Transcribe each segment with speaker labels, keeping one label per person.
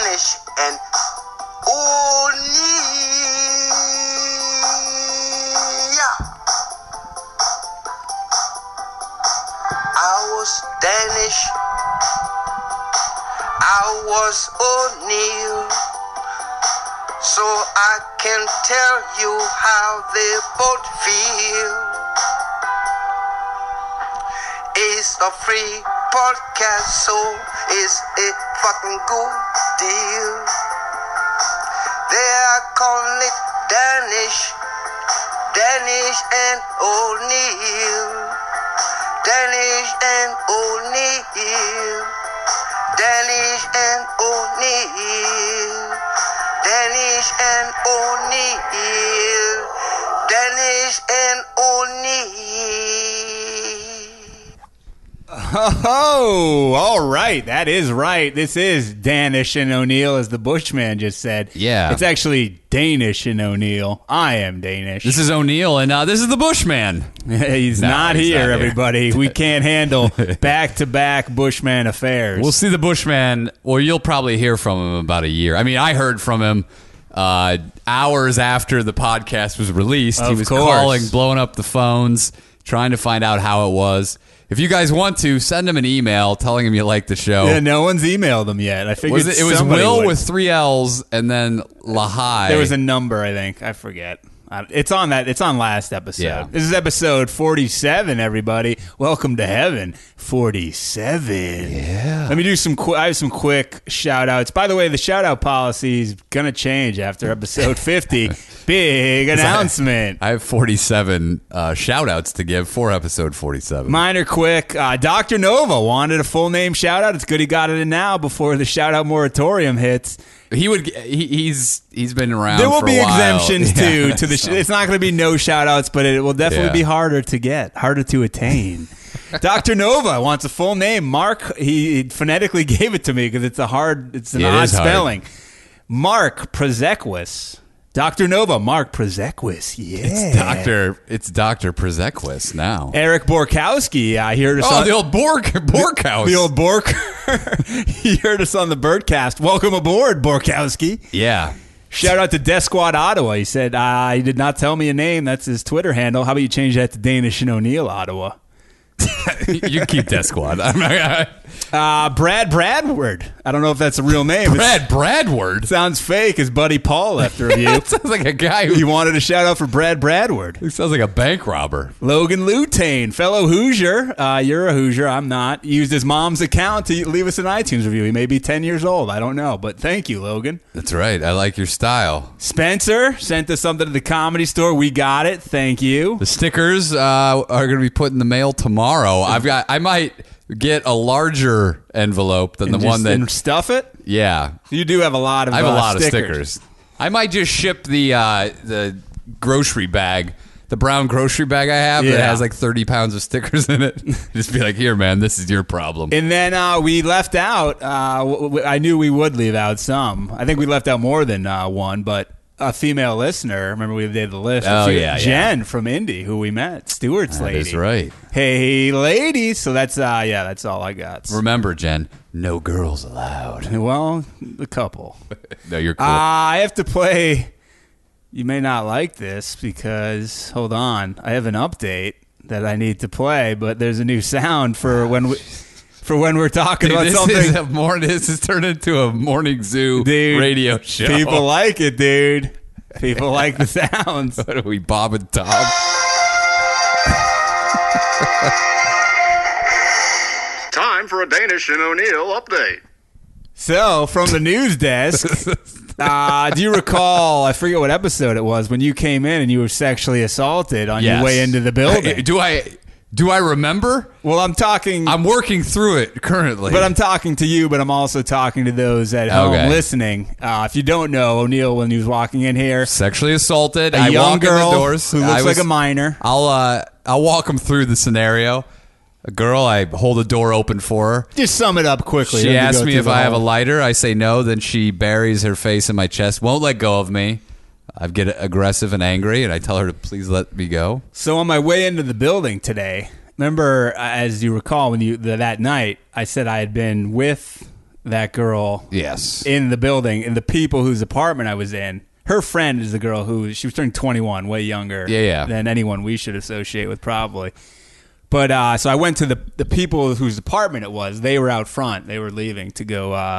Speaker 1: and Oniya. I was Danish, I was O'Neill, so I can tell you how they both feel. It's a free podcast, so it's a fucking good deal. They are calling it Danish, Danish and O'Neill, Danish and O'Neill, Danish and O'Neill, Danish and O'Neill, Danish and O'Neill.
Speaker 2: Oh, all right. That is right. This is Danish and O'Neill, as the Bushman just said.
Speaker 3: Yeah.
Speaker 2: It's actually Danish and O'Neill. I am Danish.
Speaker 3: This is O'Neill, and uh, this is the Bushman.
Speaker 2: he's
Speaker 3: No,
Speaker 2: not
Speaker 3: he's
Speaker 2: here,
Speaker 3: not here.
Speaker 2: everybody. we can't handle back to back Bushman affairs.
Speaker 3: We'll see the Bushman, or you'll probably hear from him in about a year. I mean, I heard from him uh, hours after the podcast was released. he
Speaker 2: Of
Speaker 3: was
Speaker 2: course.
Speaker 3: calling, blowing up the phones, trying to find out how it was. If you guys want to, send him an email telling him you like the show.
Speaker 2: yeah, no one's emailed them yet. I figured
Speaker 3: was it, it was
Speaker 2: somebody
Speaker 3: Will
Speaker 2: would.
Speaker 3: with three L's and then Lahai.
Speaker 2: There was a number, I think. I forget. Uh, It's on that. It's on last episode.
Speaker 3: Yeah.
Speaker 2: This is episode forty-seven. Everybody, welcome to heaven. Forty-seven. Yeah. Let me do some. Qu- I have some quick shout outs. By the way, the shout out policy is gonna change after episode fifty. Big announcement.
Speaker 3: I have 47 uh, shout outs to give for episode 47.
Speaker 2: Mine are quick. Uh, Dr. Nova wanted a full name shout out. It's good he got it in now before the shout out moratorium hits.
Speaker 3: he would. He, he's he's been around.
Speaker 2: There will
Speaker 3: for a
Speaker 2: be
Speaker 3: while.
Speaker 2: exemptions
Speaker 3: Yeah.
Speaker 2: too to the. Sh- it's not going to be no shout outs, but it will definitely
Speaker 3: Yeah.
Speaker 2: be harder to get, harder to attain. Dr. Nova wants a full name. Mark he phonetically gave it to me because it's a hard, it's an
Speaker 3: It
Speaker 2: odd
Speaker 3: is hard.
Speaker 2: spelling. Mark Prozequis. Dr. Nova, Mark Prozequis. Yeah.
Speaker 3: It's Doctor. It's Doctor Przequist now.
Speaker 2: Eric Borkowski. I heard us
Speaker 3: oh,
Speaker 2: on
Speaker 3: the old Bork Bork house.
Speaker 2: the old Borker. he heard us on the Birdcast. Welcome aboard, Borkowski.
Speaker 3: yeah.
Speaker 2: Shout out to Death Squad Ottawa. He said, uh, he did not tell me a name. That's his Twitter handle. How about you change that to Danish and O'Neill Ottawa?
Speaker 3: you keep that squad. I'm not,
Speaker 2: Uh, Brad Bradward. I don't know if that's a real name. It
Speaker 3: Brad Bradward.
Speaker 2: sounds fake. His buddy Paul left a review.
Speaker 3: That sounds like a guy
Speaker 2: he
Speaker 3: who
Speaker 2: wanted a shout out for Brad Bradward.
Speaker 3: who sounds like a bank robber.
Speaker 2: Logan Lutain, fellow Hoosier. Uh, you're a Hoosier. I'm not. Used his mom's account to leave us an iTunes review. He may be 10 years old. I don't know. But thank you, Logan.
Speaker 3: That's right. I like your style.
Speaker 2: Spencer sent us something to the comedy store. We got it. Thank you.
Speaker 3: The stickers uh, are going to be put in the mail tomorrow. I've got. I might get a larger envelope than the
Speaker 2: Just-
Speaker 3: one that.
Speaker 2: and stuff it.
Speaker 3: yeah,
Speaker 2: You do have a lot of.
Speaker 3: I have
Speaker 2: uh,
Speaker 3: a lot
Speaker 2: stickers.
Speaker 3: of stickers. I might just ship the uh, the grocery bag, the brown grocery bag I have that
Speaker 2: Yeah.
Speaker 3: has like thirty pounds of stickers in it. just be like, here, man, this is your problem.
Speaker 2: And then uh, we left out. Uh, w- w- I knew we would leave out some. I think we left out more than uh, one, but a female listener. Remember we did the list.
Speaker 3: Oh,
Speaker 2: She was
Speaker 3: yeah, yeah.
Speaker 2: Jen from Indy, who we met, Stewart's
Speaker 3: That
Speaker 2: lady.
Speaker 3: is right.
Speaker 2: Hey, ladies. So that's uh, yeah, that's all I got.
Speaker 3: Remember, Jen, no girls allowed.
Speaker 2: Well, a couple.
Speaker 3: No, you're cool.
Speaker 2: Uh, I have to play. You may not like this because hold on, I have an update that I need to play, but there's a new sound for when we for when we're talking
Speaker 3: Dude,
Speaker 2: about
Speaker 3: Ah, this is
Speaker 2: something.
Speaker 3: a morn- This has turned into a morning zoo
Speaker 2: Dude,
Speaker 3: radio show.
Speaker 2: People like it, dude. People like the sounds.
Speaker 3: what are we, Bob and Tom?
Speaker 4: Time for a Danish and O'Neill update.
Speaker 2: So, from the news desk, uh, do you recall? I forget what episode it was when you came in and you were sexually assaulted on
Speaker 3: Yes.
Speaker 2: your way into the building.
Speaker 3: Do I? Do I remember?
Speaker 2: well, I'm talking.
Speaker 3: I'm working through it currently.
Speaker 2: But I'm talking to you, but I'm also talking to those at home
Speaker 3: Okay.
Speaker 2: listening. Uh, if you don't know, O'Neill, when he was walking in here,
Speaker 3: sexually assaulted.
Speaker 2: a
Speaker 3: I
Speaker 2: young
Speaker 3: walk in
Speaker 2: girl
Speaker 3: the doors.
Speaker 2: who
Speaker 3: I
Speaker 2: looks
Speaker 3: was-
Speaker 2: like a minor.
Speaker 3: I'll uh, I'll walk them through the scenario. A girl, I hold the door open for her.
Speaker 2: Just sum it up quickly. Don't
Speaker 3: She
Speaker 2: you go
Speaker 3: asks me
Speaker 2: through
Speaker 3: if
Speaker 2: the
Speaker 3: I have a
Speaker 2: whole-
Speaker 3: lighter. I say no. Then she buries her face in my chest, won't let go of me. I get aggressive and angry, and I tell her to please let me go.
Speaker 2: So on my way into the building today, remember uh, as you recall when you th- that night I said I had been with that girl
Speaker 3: Yes.
Speaker 2: in the building and the people whose apartment I was in. Her friend is the girl who she was turning 21, way younger
Speaker 3: Yeah, yeah.
Speaker 2: than anyone we should associate with, probably. But uh, so I went to the the people whose apartment it was. They were out front. They were leaving to go uh,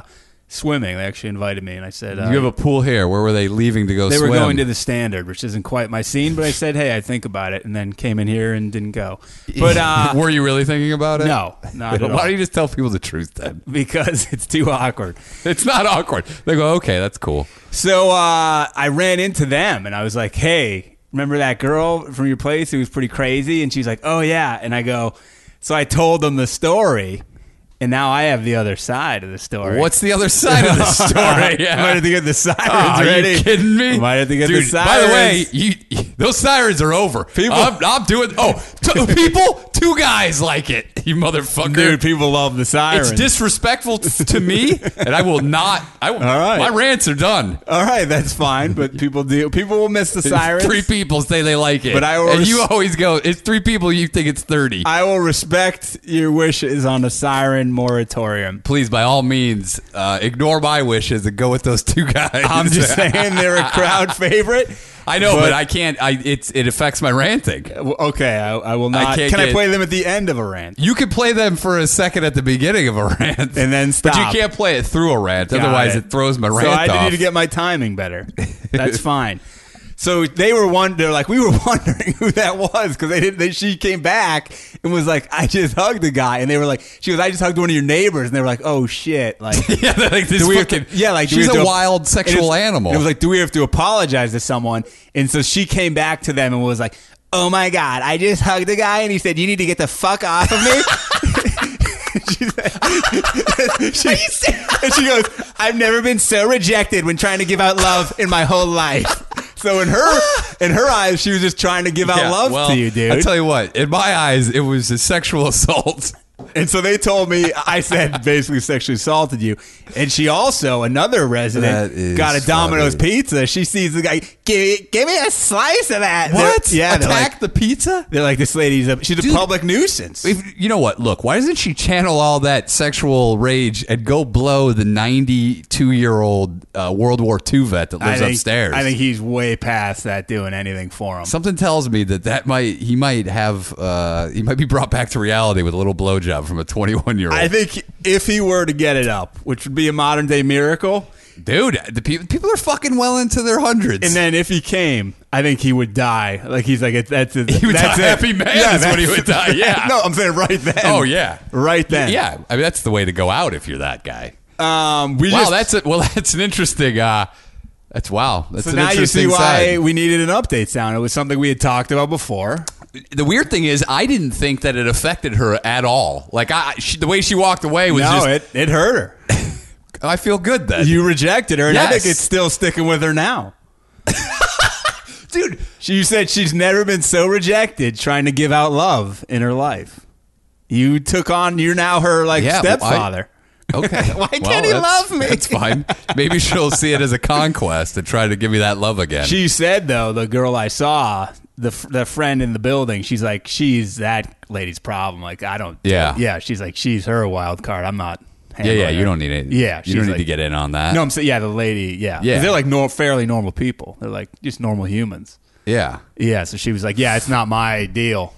Speaker 2: swimming. They actually invited me, and I said, uh,
Speaker 3: you have a pool here. Where were they leaving to go
Speaker 2: they
Speaker 3: swim?
Speaker 2: were going to the standard, which isn't quite my scene, but I said, "Hey, I think about it," and then came in here and didn't go. But uh,
Speaker 3: were you really thinking about it?
Speaker 2: no, not at
Speaker 3: Why
Speaker 2: all,
Speaker 3: don't you just tell people the truth then?
Speaker 2: because it's too awkward.
Speaker 3: It's not awkward. They go, okay, that's cool.
Speaker 2: So uh, I ran into them, and I was like, "Hey, remember that girl from your place who was pretty crazy?" And she's like, "Oh yeah," and I go, "So I told them the story." And now I have the other side of the story.
Speaker 3: What's the other side of the story?
Speaker 2: Might have to get the sirens
Speaker 3: Oh, Ah, Are
Speaker 2: ready.
Speaker 3: you kidding me?
Speaker 2: Might have to get
Speaker 3: Dude,
Speaker 2: the sirens.
Speaker 3: By the way, you, you- those sirens are over.
Speaker 2: People-
Speaker 3: I'm, I'm doing. Oh, two people, two guys like it. You motherfucker.
Speaker 2: dude, people love the sirens.
Speaker 3: it's disrespectful t- to me, and I will not. I will,
Speaker 2: All right.
Speaker 3: My rants are done.
Speaker 2: All right, that's fine, but people do. People will miss the sirens.
Speaker 3: Three people say they like it,
Speaker 2: But I will
Speaker 3: and you
Speaker 2: res-
Speaker 3: always go. It's three people. You think it's thirty.
Speaker 2: I will respect your wishes on a siren moratorium.
Speaker 3: Please, by all means, uh, ignore my wishes and go with those two guys.
Speaker 2: I'm just saying they're a crowd favorite.
Speaker 3: I know, but,
Speaker 2: But-
Speaker 3: I can't. I it's it affects my ranting.
Speaker 2: Okay, I, I will not.
Speaker 3: can't
Speaker 2: can I
Speaker 3: get-
Speaker 2: play them at the end of a rant?
Speaker 3: You could play them for a second at the beginning of a rant,
Speaker 2: And then
Speaker 3: But
Speaker 2: stop.
Speaker 3: you can't play it through a rant,
Speaker 2: Got
Speaker 3: otherwise it. throws my rant
Speaker 2: So I
Speaker 3: off.
Speaker 2: need to get my timing better. That's fine. So they were one. They're like, we were wondering who that was because they didn't. They, she came back and was like, I just hugged a guy, and they were like, she was, I just hugged one of your neighbors, and they were like, oh shit, like.
Speaker 3: yeah, they're like this
Speaker 2: do we have
Speaker 3: fucking
Speaker 2: to- yeah, like do we
Speaker 3: she's
Speaker 2: have
Speaker 3: a
Speaker 2: to-
Speaker 3: wild
Speaker 2: and it
Speaker 3: sexual
Speaker 2: was-
Speaker 3: animal.
Speaker 2: and It was like, do we have to apologize to someone? And so she came back to them and was like, "Oh my god, I just hugged a guy and he said you need to get the fuck off of me." She said- she- and she goes, "I've never been so rejected when trying to give out love in my whole life." So in her in her eyes, she was just trying to give out
Speaker 3: Yeah,
Speaker 2: love
Speaker 3: well,
Speaker 2: to you, dude.
Speaker 3: I tell you what, in my eyes, it was a sexual assault.
Speaker 2: And so they told me I said basically sexually assaulted you. And she also, another
Speaker 3: That
Speaker 2: resident,
Speaker 3: is
Speaker 2: got a Domino's
Speaker 3: funny.
Speaker 2: pizza. She sees the guy, give, give me a slice of that. They're-
Speaker 3: What?
Speaker 2: yeah, they're
Speaker 3: attack
Speaker 2: like,
Speaker 3: the pizza?
Speaker 2: they're like, this lady's a, she's a
Speaker 3: Dude.
Speaker 2: public nuisance.
Speaker 3: If, you know what? Look, why doesn't she channel all that sexual rage and go blow the 92 year old uh, World War II vet that lives
Speaker 2: think,
Speaker 3: upstairs?
Speaker 2: I think he's way past that doing anything for him.
Speaker 3: Something tells me that that might he might have uh, he might be brought back to reality with a little blowjob from a 21 year
Speaker 2: I
Speaker 3: old
Speaker 2: think if he were to get it up, which would be a modern day miracle,
Speaker 3: dude. The people people are fucking well into their hundreds.
Speaker 2: and then if he came, I think he would die. Like he's like, that's it.
Speaker 3: He would
Speaker 2: that's
Speaker 3: die.
Speaker 2: it.
Speaker 3: Happy man is when he
Speaker 2: that's-
Speaker 3: would die, yeah.
Speaker 2: no, I'm saying right then.
Speaker 3: oh yeah,
Speaker 2: right then.
Speaker 3: yeah. I mean that's the way to go out if you're that guy.
Speaker 2: Um, we
Speaker 3: Wow,
Speaker 2: just,
Speaker 3: that's a, well that's an interesting. Uh, that's wow. That's
Speaker 2: so
Speaker 3: an
Speaker 2: now you
Speaker 3: interesting
Speaker 2: see why
Speaker 3: side.
Speaker 2: we needed an update sound. It was something we had talked about before.
Speaker 3: the weird thing is I didn't think that it affected her at all. Like I she, the way she walked away was
Speaker 2: no,
Speaker 3: just
Speaker 2: it, it hurt her.
Speaker 3: I feel good then.
Speaker 2: You rejected her, and I
Speaker 3: Yes.
Speaker 2: think it's still sticking with her now.
Speaker 3: dude,
Speaker 2: She you said she's never been so rejected trying to give out love in her life. You took on, you're now her like
Speaker 3: Yeah, well, I-
Speaker 2: stepfather.
Speaker 3: Okay.
Speaker 2: Why can't he
Speaker 3: that's-
Speaker 2: love me?
Speaker 3: That's fine. Maybe she'll see it as a conquest and try to give me that love again.
Speaker 2: She said though, the girl I saw, the f- the friend in the building, she's like, she's that lady's problem. Like I don't,
Speaker 3: Yeah.
Speaker 2: yeah. She's like, she's her wild card. I'm not.
Speaker 3: yeah, yeah.
Speaker 2: handling
Speaker 3: You
Speaker 2: her.
Speaker 3: don't need it.
Speaker 2: Yeah,
Speaker 3: You don't
Speaker 2: she's
Speaker 3: need to
Speaker 2: like-
Speaker 3: get in on that.
Speaker 2: No, I'm saying yeah, the lady, yeah, 'Cause
Speaker 3: Yeah.
Speaker 2: They're like nor- fairly normal people. They're like just normal humans.
Speaker 3: Yeah.
Speaker 2: Yeah, so she was like, yeah, it's not my deal.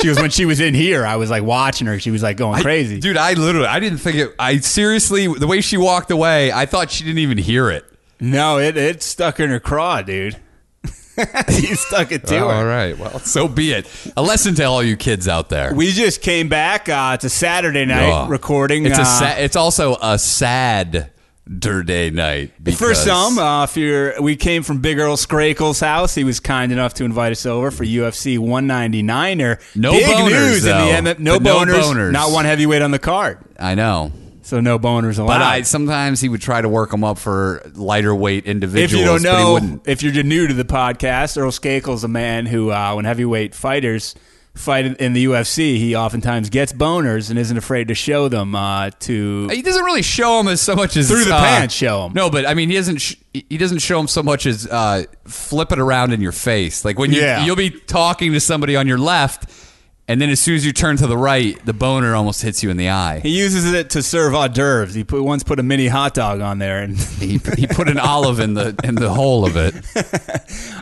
Speaker 2: she was when she was in here, I was like watching her. She was like going crazy.
Speaker 3: Dude, I literally, I didn't think it. I seriously, the way she walked away, I thought she didn't even hear it.
Speaker 2: no, it it stuck in her craw, dude. you stuck it to
Speaker 3: Well,
Speaker 2: her.
Speaker 3: Oh, all right. Well, so be it. A lesson to all you kids out there.
Speaker 2: We just came back. Uh, it's a Saturday night
Speaker 3: Oh.
Speaker 2: recording.
Speaker 3: It's
Speaker 2: uh,
Speaker 3: a. Sa- it's also a sad day night.
Speaker 2: For
Speaker 3: because-
Speaker 2: some, uh, if you're, we came from Big Earl Scrakel's house. He was kind enough to invite us over for UFC 199er.
Speaker 3: No
Speaker 2: Big
Speaker 3: boners,
Speaker 2: news
Speaker 3: though.
Speaker 2: in the MM. No
Speaker 3: But no
Speaker 2: boners,
Speaker 3: boners.
Speaker 2: Not one heavyweight on the card.
Speaker 3: I know.
Speaker 2: So no boners allowed.
Speaker 3: But I sometimes he would try to work them up for lighter weight individuals.
Speaker 2: if you don't
Speaker 3: but he
Speaker 2: know,
Speaker 3: wouldn't.
Speaker 2: if you're new to the podcast, Earl Skakel's a man who, uh, when heavyweight fighters fight in the UFC, he oftentimes gets boners and isn't afraid to show them uh, to.
Speaker 3: He doesn't really show him as so much as uh,
Speaker 2: Through the pants, show 'em.
Speaker 3: No, but I mean, he doesn't. Sh- he doesn't show him so much as uh, flip it around in your face. Like when you
Speaker 2: Yeah.
Speaker 3: you'll be talking to somebody on your left, And then as soon as you turn to the right, the boner almost hits you in the eye.
Speaker 2: He uses it to serve hors d'oeuvres. He put, once put a mini hot dog on there, and
Speaker 3: He, he put an olive in the in the hole of it.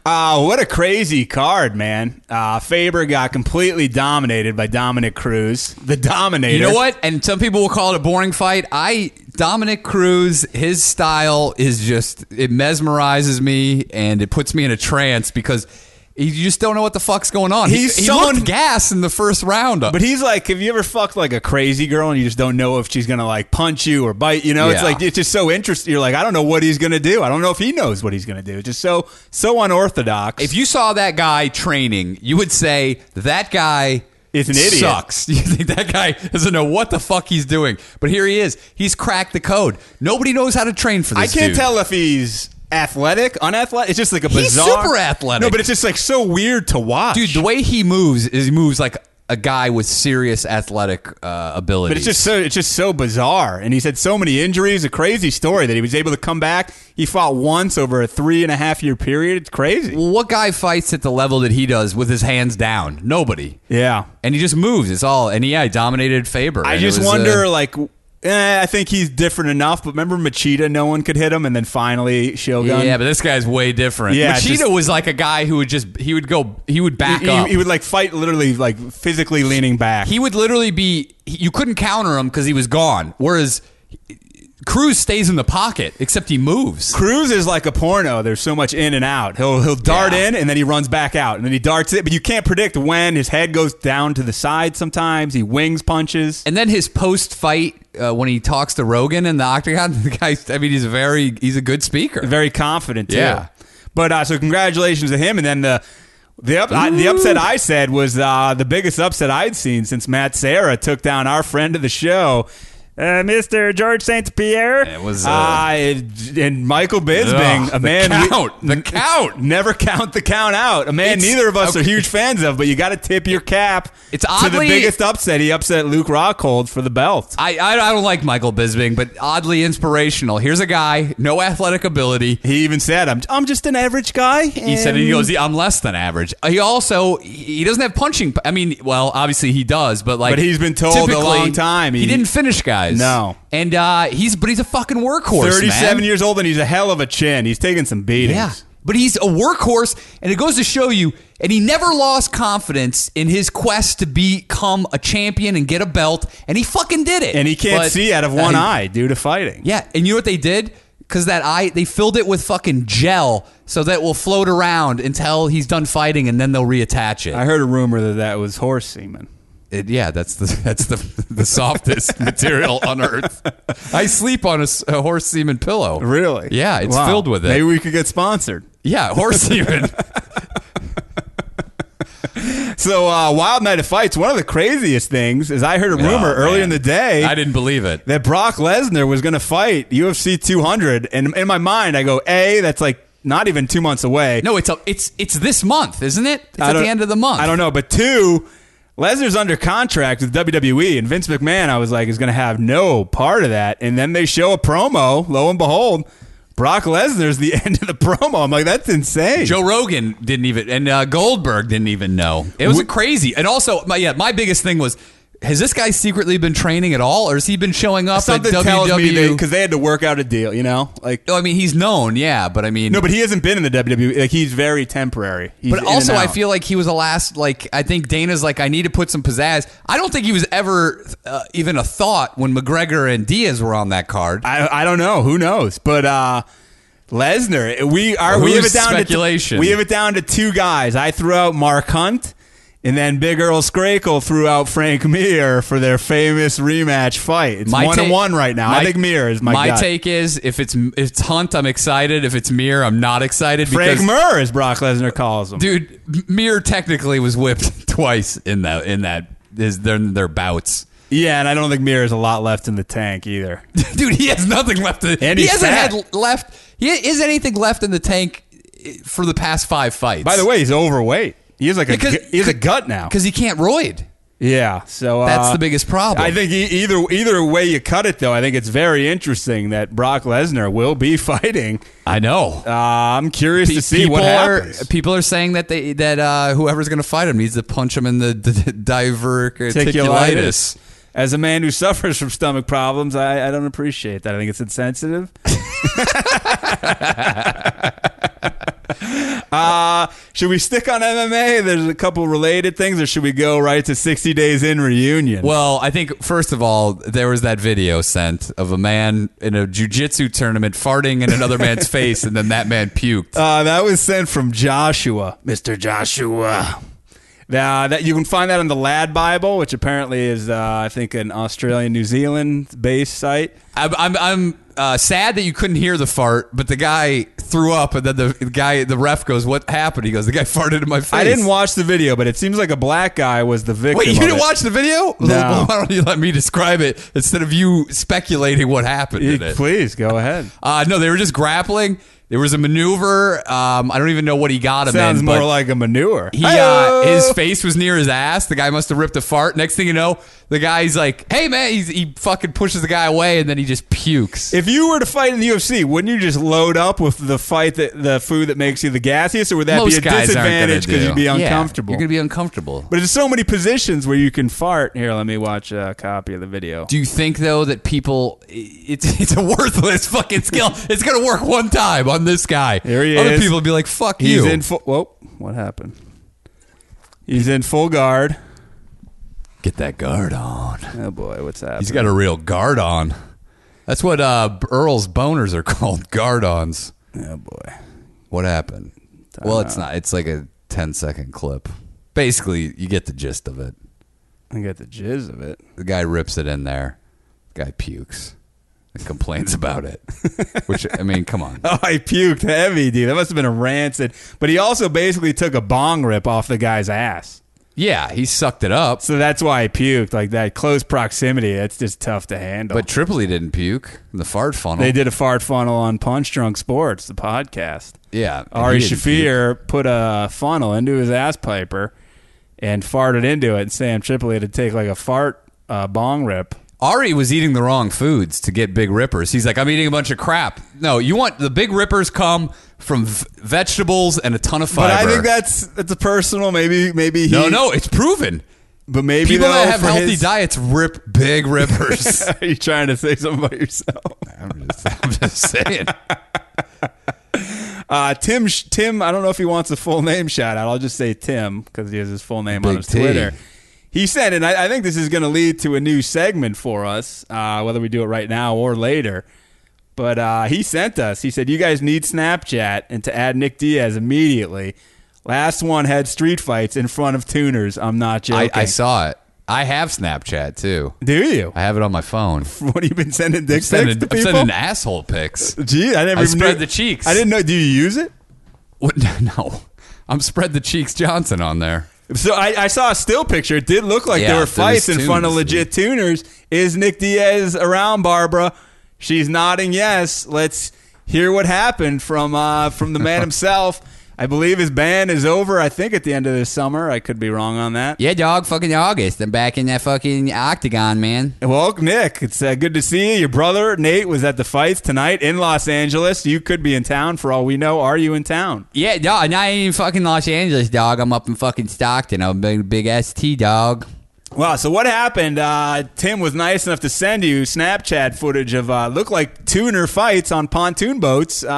Speaker 2: Ah, what a crazy card, man! Uh, Faber got completely dominated by Dominic Cruz, the Dominator.
Speaker 3: You know what? And some people will call it a boring fight. I Dominic Cruz, his style is just it mesmerizes me and it puts me in a trance because you just don't know what the fuck's going on.
Speaker 2: He's
Speaker 3: he,
Speaker 2: someone-
Speaker 3: he looked gas in the first round,
Speaker 2: But he's like, have you ever fucked like a crazy girl and you just don't know if she's gonna like punch you or bite? You know, it's
Speaker 3: Yeah.
Speaker 2: like it's just so interesting. You're like, I don't know what he's gonna do. I don't know if he knows what he's gonna do. It's just so so unorthodox.
Speaker 3: if you saw that guy training, you would say that guy
Speaker 2: Is an idiot."
Speaker 3: Sucks. You think that guy doesn't know what the fuck he's doing? But here he is. He's cracked the code. Nobody knows how to train for
Speaker 2: I
Speaker 3: this.
Speaker 2: can't
Speaker 3: dude.
Speaker 2: tell if he's athletic, unathletic. It's just like a
Speaker 3: He's
Speaker 2: bizarre,
Speaker 3: super athletic.
Speaker 2: No, but it's just like so weird to watch,
Speaker 3: dude. The way he moves is he moves like a guy with serious athletic uh, ability.
Speaker 2: But it's just so it's just so bizarre. And he's had so many injuries, a crazy story that he was able to come back. He fought once over a three and a half year period. It's crazy.
Speaker 3: what guy fights at the level that he does with his hands down? Nobody.
Speaker 2: Yeah.
Speaker 3: And he just moves. It's all. And yeah, he dominated Faber.
Speaker 2: I
Speaker 3: And it
Speaker 2: just
Speaker 3: was, uh,
Speaker 2: wonder, like, eh, I think he's different enough. But remember Machida, no one could hit him, and then finally Shogun.
Speaker 3: Yeah, but this guy's way different.
Speaker 2: um, Yeah,
Speaker 3: Machida
Speaker 2: just-
Speaker 3: was like a guy who would just he would go he would back
Speaker 2: he,
Speaker 3: up.
Speaker 2: he would like fight literally like physically leaning back.
Speaker 3: he would literally be he- you couldn't counter him because he was gone whereas cruz stays in the pocket except he moves
Speaker 2: Cruz is like a porno. There's so much in and out. He'll he'll dart
Speaker 3: Yeah.
Speaker 2: in and then he runs back out and then he darts it, but you can't predict when his head goes down to the side. Sometimes he wings punches.
Speaker 3: and then his post fight uh, when he talks to rogan in the octagon the guy i mean he's very he's a good speaker
Speaker 2: very confident too.
Speaker 3: Yeah.
Speaker 2: But uh, so congratulations to him. And then the the up, I, the upset I said was uh, the biggest upset I'd seen since Matt Sarah took down our friend of the show. Uh, Mr. George St. Pierre.
Speaker 3: It was, uh,
Speaker 2: and, and Michael Bisping,
Speaker 3: Ugh,
Speaker 2: a man
Speaker 3: the
Speaker 2: we-
Speaker 3: count the count
Speaker 2: never count the count out. A man
Speaker 3: It's-
Speaker 2: neither of us are
Speaker 3: okay.
Speaker 2: huge fans of, but you got to tip your cap
Speaker 3: It's
Speaker 2: to the
Speaker 3: oddly-
Speaker 2: biggest upset. He upset Luke Rockhold for the belt.
Speaker 3: I, I I don't like Michael Bisping, but oddly inspirational. Here's a guy, no athletic ability.
Speaker 2: He even said, "I'm I'm just an average guy."
Speaker 3: He said he goes, I'm less than average. Uh, He also he doesn't have punching. I mean, well, obviously he does, but like,
Speaker 2: But he's been told a
Speaker 3: typically,
Speaker 2: long time
Speaker 3: He,
Speaker 2: he-
Speaker 3: didn't finish guys.
Speaker 2: No.
Speaker 3: and uh, he's but he's a fucking workhorse.
Speaker 2: 37
Speaker 3: man.
Speaker 2: years old and he's a hell of a chin. He's taking some beatings.
Speaker 3: Yeah, but he's a workhorse, and it goes to show you. And he never lost confidence in his quest to become a champion and get a belt, and he fucking did it.
Speaker 2: And he can't
Speaker 3: But-
Speaker 2: see out of one
Speaker 3: Uh,
Speaker 2: eye due to fighting.
Speaker 3: Yeah, and you know what they did? Because that eye, they filled it with fucking gel so that it will float around until he's done fighting, and then they'll reattach it.
Speaker 2: I heard a rumor that that was horse semen.
Speaker 3: It, yeah, that's the that's the the softest material on earth. I sleep on a, s- a horse semen pillow.
Speaker 2: Really?
Speaker 3: Yeah, it's
Speaker 2: Wow.
Speaker 3: filled with it.
Speaker 2: Maybe we could get sponsored.
Speaker 3: yeah, horse semen.
Speaker 2: So, uh, Wild Night of Fights, one of the craziest things is I heard a rumor
Speaker 3: Oh,
Speaker 2: earlier
Speaker 3: man.
Speaker 2: in the day.
Speaker 3: I didn't believe it.
Speaker 2: that Brock Lesnar was going to fight UFC 200. And in my mind, I go, A, that's like not even two months away.
Speaker 3: No, it's a, it's it's this month, isn't it? It's
Speaker 2: I
Speaker 3: at
Speaker 2: don't-
Speaker 3: the end of the month.
Speaker 2: I don't know. But two, Lesnar's under contract with WWE. And Vince McMahon, I was like, is going to have no part of that. And then they show a promo, lo and behold. Brock Lesnar's the end of the promo. I'm like, that's insane.
Speaker 3: Joe Rogan didn't even, and uh, Goldberg didn't even know. It was
Speaker 2: We-
Speaker 3: crazy. And also, my, yeah, my biggest thing was, has this guy secretly been training at all, or has he been showing up
Speaker 2: Something
Speaker 3: at
Speaker 2: tells me
Speaker 3: WWE?
Speaker 2: because they had to work out a deal, you know? Like,
Speaker 3: No, I mean, he's known, yeah, but I mean,
Speaker 2: no, but he hasn't been in the WWE. Like, he's very temporary. He's
Speaker 3: But
Speaker 2: in and
Speaker 3: also, I
Speaker 2: out.
Speaker 3: feel like he was the last. Like, I think Dana's like, I need to put some pizzazz. I don't think he was ever uh, even a thought when McGregor and Diaz were on that card.
Speaker 2: I, I don't know. Who knows? But uh, Lesnar, we are we have
Speaker 3: Who's
Speaker 2: it down
Speaker 3: speculation?
Speaker 2: to we have it down to two guys. I threw out Mark Hunt, and then Big Earl Scrackle threw out Frank Mir for their famous rematch fight. It's one
Speaker 3: ta-
Speaker 2: and one right now. I
Speaker 3: my-
Speaker 2: think Mir is my,
Speaker 3: my
Speaker 2: gut.
Speaker 3: take is if it's if it's Hunt, I'm excited. If it's Mir, I'm not excited.
Speaker 2: Frank
Speaker 3: because,
Speaker 2: Mir, as Brock Lesnar calls him.
Speaker 3: dude, M- Mir technically was whipped twice in that in that is their their bouts.
Speaker 2: Yeah, and I don't think Mir has a lot left in the tank either.
Speaker 3: dude, he has nothing left. To,
Speaker 2: And
Speaker 3: he
Speaker 2: he's
Speaker 3: hasn't
Speaker 2: fat.
Speaker 3: had left. He is anything left in the tank eh, for the past five fights.
Speaker 2: By the way, he's overweight. He has like a
Speaker 3: Because-
Speaker 2: gu- he has a gut now.
Speaker 3: because he can't roid.
Speaker 2: Yeah, so uh,
Speaker 3: That's the biggest problem.
Speaker 2: I think e- either either way you cut it, though, I think it's very interesting that Brock Lesnar will be fighting.
Speaker 3: I know.
Speaker 2: Uh, I'm curious to see
Speaker 3: people
Speaker 2: what
Speaker 3: are
Speaker 2: happens.
Speaker 3: people are saying that they that uh, whoever's going to fight him needs to punch him in the d- d- diverticulitis.
Speaker 2: Ticulitis. As a man who suffers from stomach problems, I, I don't appreciate that. I think it's insensitive. uh, should we stick on MMA? There's a couple related things, or should we go right to 60 Days in Reunion?
Speaker 3: Well, I think first of all, there was that video sent of a man in a jujitsu tournament farting in another man's face, and then that man puked.
Speaker 2: Uh, that was sent from Joshua, Mr. Joshua. Now, that you can find that on the Lad Bible, which apparently is, uh, I think, an Australian, New Zealand based site.
Speaker 3: I'm I'm, I'm uh, sad that you couldn't hear the fart, but the guy threw up, and then the, the guy the ref goes, "What happened?" He goes, "The guy farted in my face."
Speaker 2: I didn't watch the video, but it seems like a black guy was the victim.
Speaker 3: Wait, you
Speaker 2: of
Speaker 3: didn't
Speaker 2: it.
Speaker 3: watch the video? Well, why don't you let me describe it instead of you speculating what happened in it?
Speaker 2: Please go ahead.
Speaker 3: Uh, no, they were just grappling. There was a maneuver. Um, I don't even know what he got him
Speaker 2: Sounds
Speaker 3: in.
Speaker 2: more
Speaker 3: but
Speaker 2: like a manure.
Speaker 3: he, uh, his face was near his ass. The guy must have ripped a fart. Next thing you know, the guy's like, "Hey man," he's, he fucking pushes the guy away, and then he just pukes.
Speaker 2: if you were to fight in the UFC, wouldn't you just load up with the fight that the food that makes you the gassiest, or would that
Speaker 3: Most
Speaker 2: be a
Speaker 3: guys aren't gonna
Speaker 2: disadvantage because
Speaker 3: do-
Speaker 2: you'd be
Speaker 3: Yeah,
Speaker 2: uncomfortable?
Speaker 3: you're gonna be uncomfortable.
Speaker 2: but there's so many positions where you can fart. Here, let me watch a copy of the video.
Speaker 3: Do you think though that people it's it's a worthless fucking skill. It's gonna work one time on this guy.
Speaker 2: Here he
Speaker 3: Other
Speaker 2: is.
Speaker 3: people would be like, fuck
Speaker 2: He's
Speaker 3: you.
Speaker 2: in full. Whoa, what happened? He's in full guard.
Speaker 3: Get that guard on.
Speaker 2: Oh boy, what's happening?
Speaker 3: He's got a real guard on. That's what uh, Earl's boners are called, guard ons.
Speaker 2: oh boy.
Speaker 3: What happened? well, it's not. It's like a 10 second clip. Basically, you get the gist of it.
Speaker 2: I got the jizz of it.
Speaker 3: The guy rips it in there. The guy pukes and complains about it. Which, I mean, come on.
Speaker 2: Oh, I puked heavy, dude. That must have been a rancid. But he also basically took a bong rip off the guy's ass.
Speaker 3: Yeah, he sucked it up,
Speaker 2: So that's why I puked. Like that close proximity, that's just tough to handle.
Speaker 3: but Tripoli didn't puke in the fart funnel.
Speaker 2: they did a fart funnel on Punch Drunk Sports, the podcast.
Speaker 3: Yeah. and
Speaker 2: Ari
Speaker 3: he didn't
Speaker 2: Shafir put a funnel into his ass piper and farted into it. And Sam Tripoli had to take like a fart uh, bong rip.
Speaker 3: Ari was eating the wrong foods to get big rippers. He's like, I'm eating a bunch of crap. No, you want the big rippers come from v- vegetables and a ton of
Speaker 2: But
Speaker 3: fiber.
Speaker 2: I think that's that's a personal. Maybe maybe he,
Speaker 3: no, no, it's proven.
Speaker 2: But maybe
Speaker 3: People
Speaker 2: though,
Speaker 3: that have
Speaker 2: for
Speaker 3: healthy
Speaker 2: his-
Speaker 3: diets rip big rippers.
Speaker 2: Are you trying to say something about yourself?
Speaker 3: I'm, just, I'm just saying.
Speaker 2: Uh, Tim, Tim, I don't know if he wants a full name shout out. I'll just say Tim because he has his full name on
Speaker 3: Big
Speaker 2: his
Speaker 3: T.
Speaker 2: Twitter. He said, and I, I think this is going to lead to a new segment for us, uh, whether we do it right now or later. But uh, he sent us. He said, "You guys need Snapchat and to add Nick Diaz immediately." Last one had street fights in front of tuners. I'm not
Speaker 3: I,
Speaker 2: joking.
Speaker 3: I saw it. I have Snapchat too.
Speaker 2: do you?
Speaker 3: I have it on my phone.
Speaker 2: What have you been sending dick pics
Speaker 3: Sending,
Speaker 2: to
Speaker 3: I'm
Speaker 2: people?
Speaker 3: sending asshole pics.
Speaker 2: Gee, I never
Speaker 3: I
Speaker 2: even
Speaker 3: spread
Speaker 2: knew-
Speaker 3: the cheeks.
Speaker 2: I didn't know. Do you use it?
Speaker 3: What? No. I'm spread the cheeks Johnson on there.
Speaker 2: So I, I saw a still picture. It did look like
Speaker 3: Yeah,
Speaker 2: there were
Speaker 3: there
Speaker 2: fights
Speaker 3: was
Speaker 2: in front of
Speaker 3: tunes.
Speaker 2: legit tuners. Is Nick Diaz around Barbara? She's nodding yes. Let's hear what happened from uh, from the man himself. I believe his ban is over. I think at the end of this summer. I could be wrong on that.
Speaker 3: Yeah, dog. Fucking August. I'm back in that fucking octagon, man.
Speaker 2: Well, Nick, it's uh, good to see you. Your brother Nate was at the fights tonight in Los Angeles. You could be in town for all we know. Are you in town?
Speaker 3: Yeah, no, I'm not even fucking Los Angeles, dog. I'm up in fucking Stockton. I'm a big, big ST, dog.
Speaker 2: Wow. So what happened? Uh, Tim was nice enough to send you Snapchat footage of uh, look like tuner fights on pontoon boats. Uh,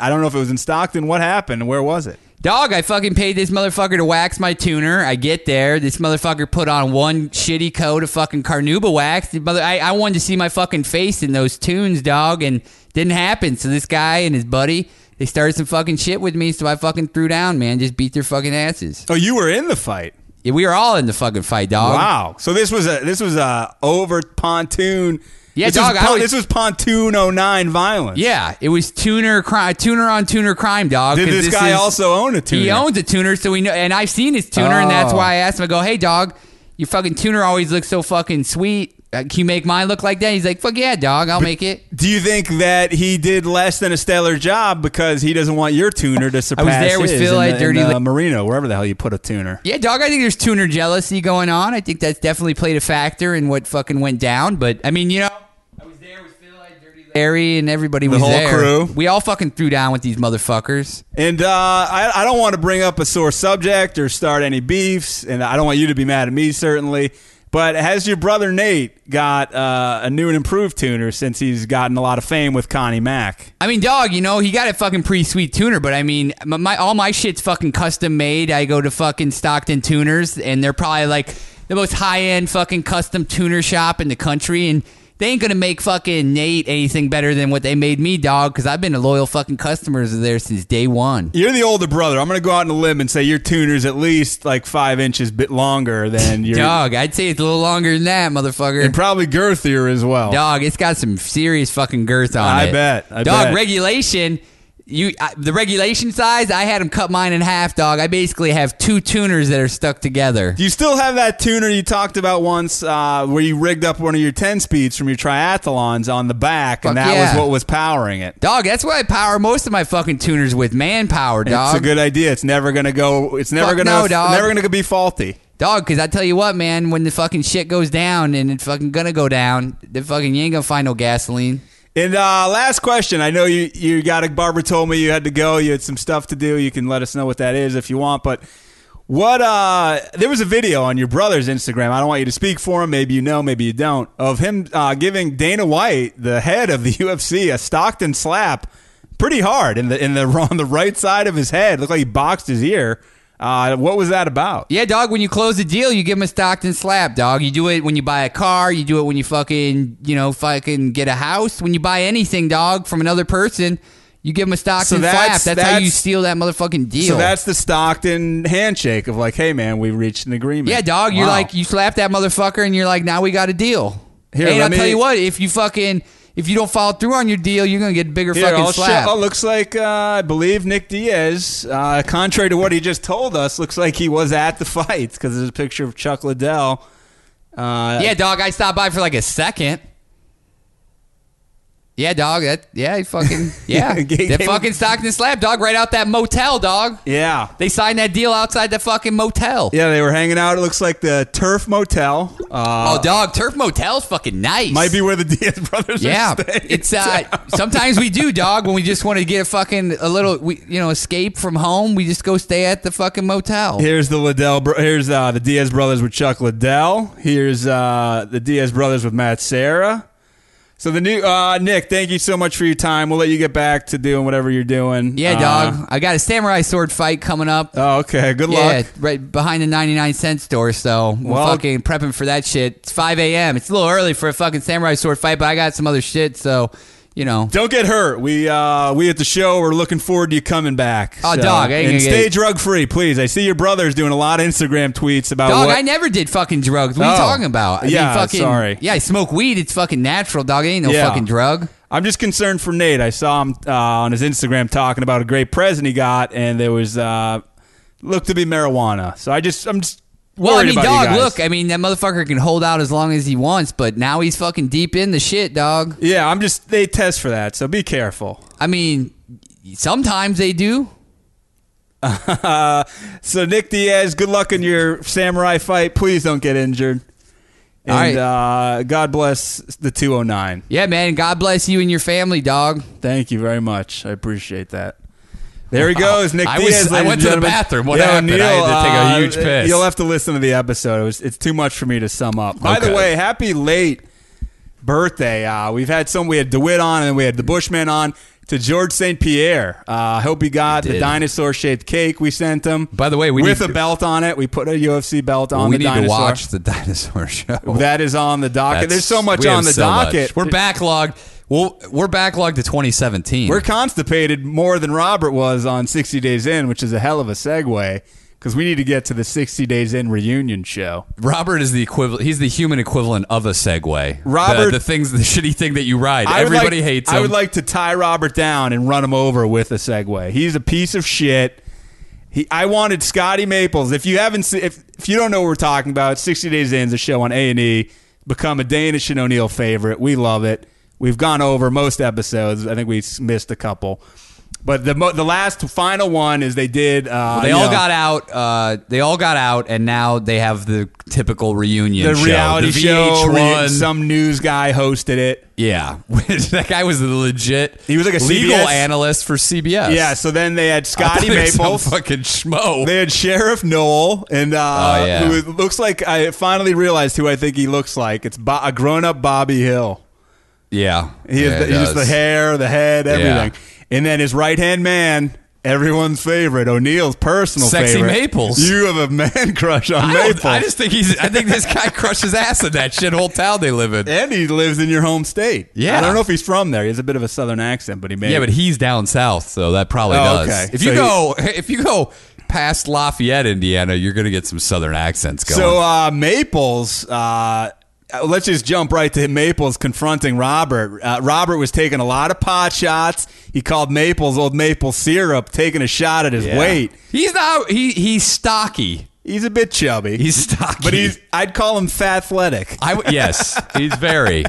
Speaker 2: I don't know if it was in Stockton. What happened? Where was it?
Speaker 3: Dog, I fucking paid this motherfucker to wax my tuner. I get there. This motherfucker put on one shitty coat of fucking Carnuba wax. The Mother, I, I wanted to see my fucking face in those tunes, dog, and didn't happen. So this guy and his buddy, they started some fucking shit with me. So I fucking threw down, man. Just beat their fucking asses.
Speaker 2: Oh, you were in the fight.
Speaker 3: Yeah, we were all in the fucking fight, dog.
Speaker 2: Wow. So this was a this was a over pontoon.
Speaker 3: Yeah,
Speaker 2: this
Speaker 3: dog,
Speaker 2: Was
Speaker 3: I
Speaker 2: pon-
Speaker 3: was-
Speaker 2: this was pontoon 09 violence.
Speaker 3: Yeah, it was tuner crime, tuner on tuner crime, dog.
Speaker 2: Did
Speaker 3: 'cause
Speaker 2: this, guy
Speaker 3: is-
Speaker 2: also own a tuner?
Speaker 3: He owns a tuner, so we know. And I've seen his tuner, and that's
Speaker 2: Oh.
Speaker 3: why I asked him. I go, "Hey, dog, your fucking tuner always looks so fucking sweet. uh, can you make mine look like that? He's like, fuck yeah, dog, I'll make it.
Speaker 2: Do you think that he did less than a stellar job because he doesn't want your tuner to surpass
Speaker 3: there with
Speaker 2: his
Speaker 3: Phil,
Speaker 2: in
Speaker 3: I
Speaker 2: the- in
Speaker 3: dirty
Speaker 2: the
Speaker 3: li-
Speaker 2: Merino, wherever the hell you put a tuner?
Speaker 3: Yeah, dog, I think there's tuner jealousy going on. I think that's definitely played a factor in what fucking went down. But, I mean, you know, I was there with Phil, I had Dirty Larry, and everybody was
Speaker 2: whole
Speaker 3: there.
Speaker 2: crew.
Speaker 3: We all fucking threw down with these motherfuckers.
Speaker 2: And uh, I, I don't want to bring up a sore subject or start any beefs, and I don't want you to be mad at me, certainly. But has your brother Nate got uh, a new and improved tuner since he's gotten a lot of fame with Connie Mack?
Speaker 3: I mean, dog, you know, he got a fucking pretty sweet tuner, but I mean, my, my all my shit's fucking custom made. I go to fucking Stockton tuners, and they're probably like the most high end fucking custom tuner shop in the country, and they ain't gonna make fucking Nate anything better than what they made me, dog, because I've been a loyal fucking customers of theirs since day one.
Speaker 2: You're the older brother. I'm going to go out on a limb and say your tuner's at least like five inches bit longer than your.
Speaker 3: Dog, I'd say it's a little longer than that, motherfucker.
Speaker 2: And probably girthier as well.
Speaker 3: Dog, it's got some serious fucking girth on
Speaker 2: Oh. I
Speaker 3: it.
Speaker 2: bet, I
Speaker 3: dog,
Speaker 2: bet.
Speaker 3: regulation. You I, the regulation size? I had him cut mine in half, dog. I basically have two tuners that are stuck together.
Speaker 2: Do you still have that tuner you talked about once uh, where you rigged up one of your 10 speeds from your triathlons on the back, and
Speaker 3: Fuck
Speaker 2: that
Speaker 3: yeah.
Speaker 2: was what was powering it?
Speaker 3: Dog, that's what I power most of my fucking tuners with manpower, dog.
Speaker 2: It's a good idea. It's never gonna go. It's never
Speaker 3: Fuck
Speaker 2: gonna.
Speaker 3: no,
Speaker 2: it's
Speaker 3: dog.
Speaker 2: Never gonna be faulty.
Speaker 3: dog, because I tell you what, man, when the fucking shit goes down and it's fucking gonna go down, the fucking you ain't gonna find no gasoline.
Speaker 2: And uh, last question. I know you. You got a. Barbara told me you had to go. You had some stuff to do. You can let us know what that is if you want. But what? uh There was a video on your brother's Instagram. I don't want you to speak for him. Maybe you know. Maybe you don't. Of him uh, giving Dana White, the head of the UFC, a Stockton slap, pretty hard in the in the on the right side of his head. Looked like he boxed his ear. Uh, what was that about?
Speaker 3: Yeah, dog. When you close a deal, you give him a Stockton slap, dog. You do it when you buy a car. You do it when you fucking, you know, fucking get a house. When you buy anything, dog, from another person, you give him a Stockton
Speaker 2: that's-
Speaker 3: slap. That's, how
Speaker 2: that's-
Speaker 3: you steal that motherfucking deal.
Speaker 2: So that's the Stockton handshake of like, hey man, we reached an agreement.
Speaker 3: yeah, dog. You're
Speaker 2: Wow.
Speaker 3: like you slap that motherfucker, and you're like, now we got a deal.
Speaker 2: Here,
Speaker 3: and
Speaker 2: let
Speaker 3: I'll
Speaker 2: me-
Speaker 3: tell you what, if you fucking if you don't follow through on your deal, you're gonna get a bigger
Speaker 2: Here,
Speaker 3: fucking
Speaker 2: I'll show-
Speaker 3: slap.
Speaker 2: oh, looks like uh, I believe Nick Diaz, uh, contrary to what he just told us, looks like he was at the fight because there's a picture of Chuck Liddell. Uh,
Speaker 3: yeah, dog. I stopped by for like a second. Yeah, dog. That yeah, he fucking yeah.
Speaker 2: Yeah, gave-
Speaker 3: that
Speaker 2: gave-
Speaker 3: fucking Stockton slap, dog. Right out that motel, dog.
Speaker 2: yeah,
Speaker 3: They signed that deal outside the fucking motel.
Speaker 2: yeah. They were hanging out. It looks like the Turf Motel. Uh,
Speaker 3: Oh, dog, Turf Motel's fucking nice.
Speaker 2: might be where the Diaz brothers
Speaker 3: Yeah,
Speaker 2: are staying.
Speaker 3: it's uh. sometimes we do, dog, when we just want to get a fucking a little, we, you know, escape from home. We just go stay at the fucking motel.
Speaker 2: Here's the Liddell. Bro- here's uh, the Diaz brothers with Chuck Liddell. Here's uh, the Diaz brothers with Matt Sarah. So the new uh, Nick, thank you so much for your time. We'll let you get back to doing whatever you're doing.
Speaker 3: Yeah,
Speaker 2: Uh,
Speaker 3: dog. I got a samurai sword fight coming up.
Speaker 2: Oh, okay. Good
Speaker 3: yeah,
Speaker 2: luck.
Speaker 3: right behind the ninety nine cent store. So we're
Speaker 2: Well-
Speaker 3: fucking prepping for that shit. It's five a.m. It's a little early for a fucking samurai sword fight, but I got some other shit. So you know,
Speaker 2: Don't get hurt. We uh, we at the show. We're looking forward to you coming back.
Speaker 3: Oh, dog, I ain't
Speaker 2: and
Speaker 3: gonna
Speaker 2: stay
Speaker 3: get-
Speaker 2: drug free, please. I see your brothers doing a lot of Instagram tweets about
Speaker 3: Dog,
Speaker 2: what.
Speaker 3: I never did fucking drugs. What
Speaker 2: Oh.
Speaker 3: are you talking about? I
Speaker 2: Yeah,
Speaker 3: fucking,
Speaker 2: sorry.
Speaker 3: Yeah, I smoke weed. It's fucking natural, dog. It ain't no
Speaker 2: Yeah.
Speaker 3: fucking drug.
Speaker 2: I'm just concerned for Nate. I saw him uh, on his Instagram talking about a great present he got, and there was uh, looked to be marijuana. So I just I'm just
Speaker 3: Well, I
Speaker 2: worried
Speaker 3: mean,
Speaker 2: about you
Speaker 3: dog,
Speaker 2: guys.
Speaker 3: look, I mean, that motherfucker can hold out as long as he wants, but now he's fucking deep in the shit, dog.
Speaker 2: yeah, I'm just they test for that, so be careful.
Speaker 3: I mean, sometimes they do.
Speaker 2: So Nick Diaz, good luck in your samurai fight. Please don't get injured. And
Speaker 3: All
Speaker 2: uh, God bless the 209.
Speaker 3: Yeah, man. God bless you and your family, dog.
Speaker 2: Thank you very much. I appreciate that. There he goes, Nick
Speaker 3: I was-
Speaker 2: Diaz.
Speaker 3: I
Speaker 2: ladies
Speaker 3: went
Speaker 2: and
Speaker 3: to the
Speaker 2: gentlemen. uh,
Speaker 3: bathroom. What happened? I had to take a huge piss.
Speaker 2: You'll have to listen to the episode. It was, it's too much for me to sum up. By the
Speaker 3: Okay.
Speaker 2: way, happy late birthday. Uh, we've had some. We had DeWitt on, and we had the Bushman on. To George St. Pierre. Uh, I hope he got the
Speaker 3: did.
Speaker 2: dinosaur shaped cake we sent him.
Speaker 3: By the way, we
Speaker 2: with
Speaker 3: need-
Speaker 2: a belt on it. We put a UFC belt on
Speaker 3: we
Speaker 2: the
Speaker 3: need
Speaker 2: dinosaur.
Speaker 3: to watch the dinosaur show.
Speaker 2: That is on the docket.
Speaker 3: That's-
Speaker 2: There's so much
Speaker 3: we have
Speaker 2: on the
Speaker 3: so much.
Speaker 2: docket.
Speaker 3: We're backlogged. Well, we're backlogged to 2017.
Speaker 2: We're constipated more than Robert was on 60 Days In, which is a hell of a segue because we need to get to the 60 Days In reunion show.
Speaker 3: Robert is the equivalent. He's the human equivalent of a Segway.
Speaker 2: Robert-
Speaker 3: the, the things, the shitty thing that you ride.
Speaker 2: I would
Speaker 3: Everybody
Speaker 2: like-
Speaker 3: hates him.
Speaker 2: I would like to tie Robert down and run him over with a segue. He's a piece of shit. He, I wanted Scotty Maples. If you haven't, se- if if you don't know what we're talking about, 60 Days In is a show on A and E. become a Danish and O'Neill favorite. We love it. We've gone over most episodes. I think we s- missed a couple. But the mo- the last final one is they did. Uh,
Speaker 3: They
Speaker 2: you
Speaker 3: all
Speaker 2: know,
Speaker 3: got out. Uh, they all got out, and now they have the typical reunion,
Speaker 2: the
Speaker 3: show,
Speaker 2: reality
Speaker 3: the
Speaker 2: show. re-
Speaker 3: VH1.
Speaker 2: some news guy hosted it.
Speaker 3: yeah, that guy was the legit.
Speaker 2: He was like a
Speaker 3: legal
Speaker 2: CBS
Speaker 3: analyst for CBS.
Speaker 2: Yeah. So then they had
Speaker 3: I thought
Speaker 2: Scotty
Speaker 3: he was some
Speaker 2: Maples.
Speaker 3: fucking schmo.
Speaker 2: They had Sheriff Noel, and uh,
Speaker 3: Oh, yeah.
Speaker 2: who it looks like I finally realized who I think he looks like. It's Bo- a grown-up Bobby Hill.
Speaker 3: yeah,
Speaker 2: He is
Speaker 3: Yeah,
Speaker 2: the,
Speaker 3: it
Speaker 2: he's just the
Speaker 3: does.
Speaker 2: hair, the head, everything.
Speaker 3: Yeah.
Speaker 2: And then his right hand man, everyone's favorite, O'Neill's personal
Speaker 3: Sexy
Speaker 2: favorite.
Speaker 3: Maples.
Speaker 2: You have a man crush on
Speaker 3: I,
Speaker 2: Maples.
Speaker 3: don't- I just think he's. I think this guy crushes ass in that shithole town they live in.
Speaker 2: and he lives in your home state.
Speaker 3: Yeah.
Speaker 2: I don't know if he's from there. He has a bit of a southern accent, but he may.
Speaker 3: Yeah, but he's down south, so that probably
Speaker 2: Oh,
Speaker 3: does.
Speaker 2: okay.
Speaker 3: If you
Speaker 2: So
Speaker 3: go, if you go past Lafayette, Indiana, you're gonna get some southern accents going.
Speaker 2: so uh, Maples. Uh, Let's just jump right to Maples confronting Robert. Uh, Robert was taking a lot of pot shots. He called Maples old maple syrup, taking a shot at his
Speaker 3: Yeah.
Speaker 2: weight.
Speaker 3: He's not. He he's stocky.
Speaker 2: He's a bit chubby.
Speaker 3: He's stocky.
Speaker 2: But he's I'd call him fat athletic.
Speaker 3: I w- yes, he's very.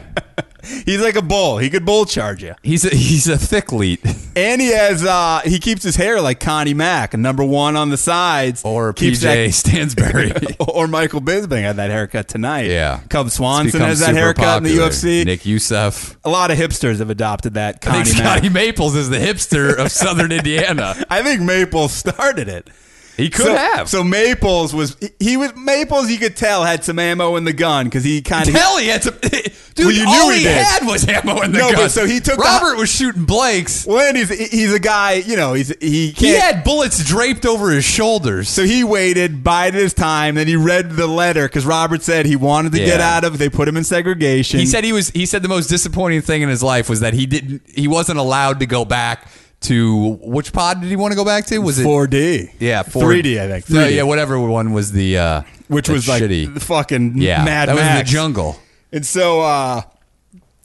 Speaker 2: He's like a bull. He could bull charge you.
Speaker 3: He's a, he's a thickleat.
Speaker 2: And he has uh he keeps his hair like Connie Mack, a number one on the sides.
Speaker 3: Or
Speaker 2: keeps
Speaker 3: PJ
Speaker 2: that-
Speaker 3: Stansberry.
Speaker 2: or Michael Bisping had that haircut tonight.
Speaker 3: Yeah.
Speaker 2: Cub
Speaker 3: It's
Speaker 2: Swanson
Speaker 3: become
Speaker 2: has that
Speaker 3: super
Speaker 2: haircut in the
Speaker 3: popular.
Speaker 2: UFC.
Speaker 3: Nick Youssef.
Speaker 2: A lot of hipsters have adopted that
Speaker 3: I
Speaker 2: Connie
Speaker 3: think
Speaker 2: Mack.
Speaker 3: Scotty Maples is the hipster of Southern Indiana.
Speaker 2: I think Maples started it.
Speaker 3: He could
Speaker 2: so,
Speaker 3: have.
Speaker 2: So Maples was he, he was Maples you could tell had some ammo in the gun cuz he kind of
Speaker 3: Hell, he had some. Dude,
Speaker 2: Well, you knew
Speaker 3: all
Speaker 2: he
Speaker 3: he,
Speaker 2: did.
Speaker 3: had was ammo in the
Speaker 2: No, but
Speaker 3: gun.
Speaker 2: so he took the-
Speaker 3: Robert was shooting Blake's.
Speaker 2: Well, and he's he's a guy, you know, he's he can't,
Speaker 3: He had bullets draped over his shoulders.
Speaker 2: So he waited, bided his time, then he read the letter because Robert said he wanted to get
Speaker 3: Yeah.
Speaker 2: out of. They put him in segregation.
Speaker 3: he said he was. He said the most disappointing thing in his life was that he didn't. He wasn't allowed to go back to which pod did he want to go back to? Was it
Speaker 2: 4D.
Speaker 3: Yeah,
Speaker 2: 3D. I think. 3D,
Speaker 3: No, yeah, whatever one was the uh,
Speaker 2: which
Speaker 3: the
Speaker 2: was like
Speaker 3: shitty.
Speaker 2: the fucking
Speaker 3: yeah,
Speaker 2: Mad
Speaker 3: that
Speaker 2: Max.
Speaker 3: was the jungle.
Speaker 2: And so, uh,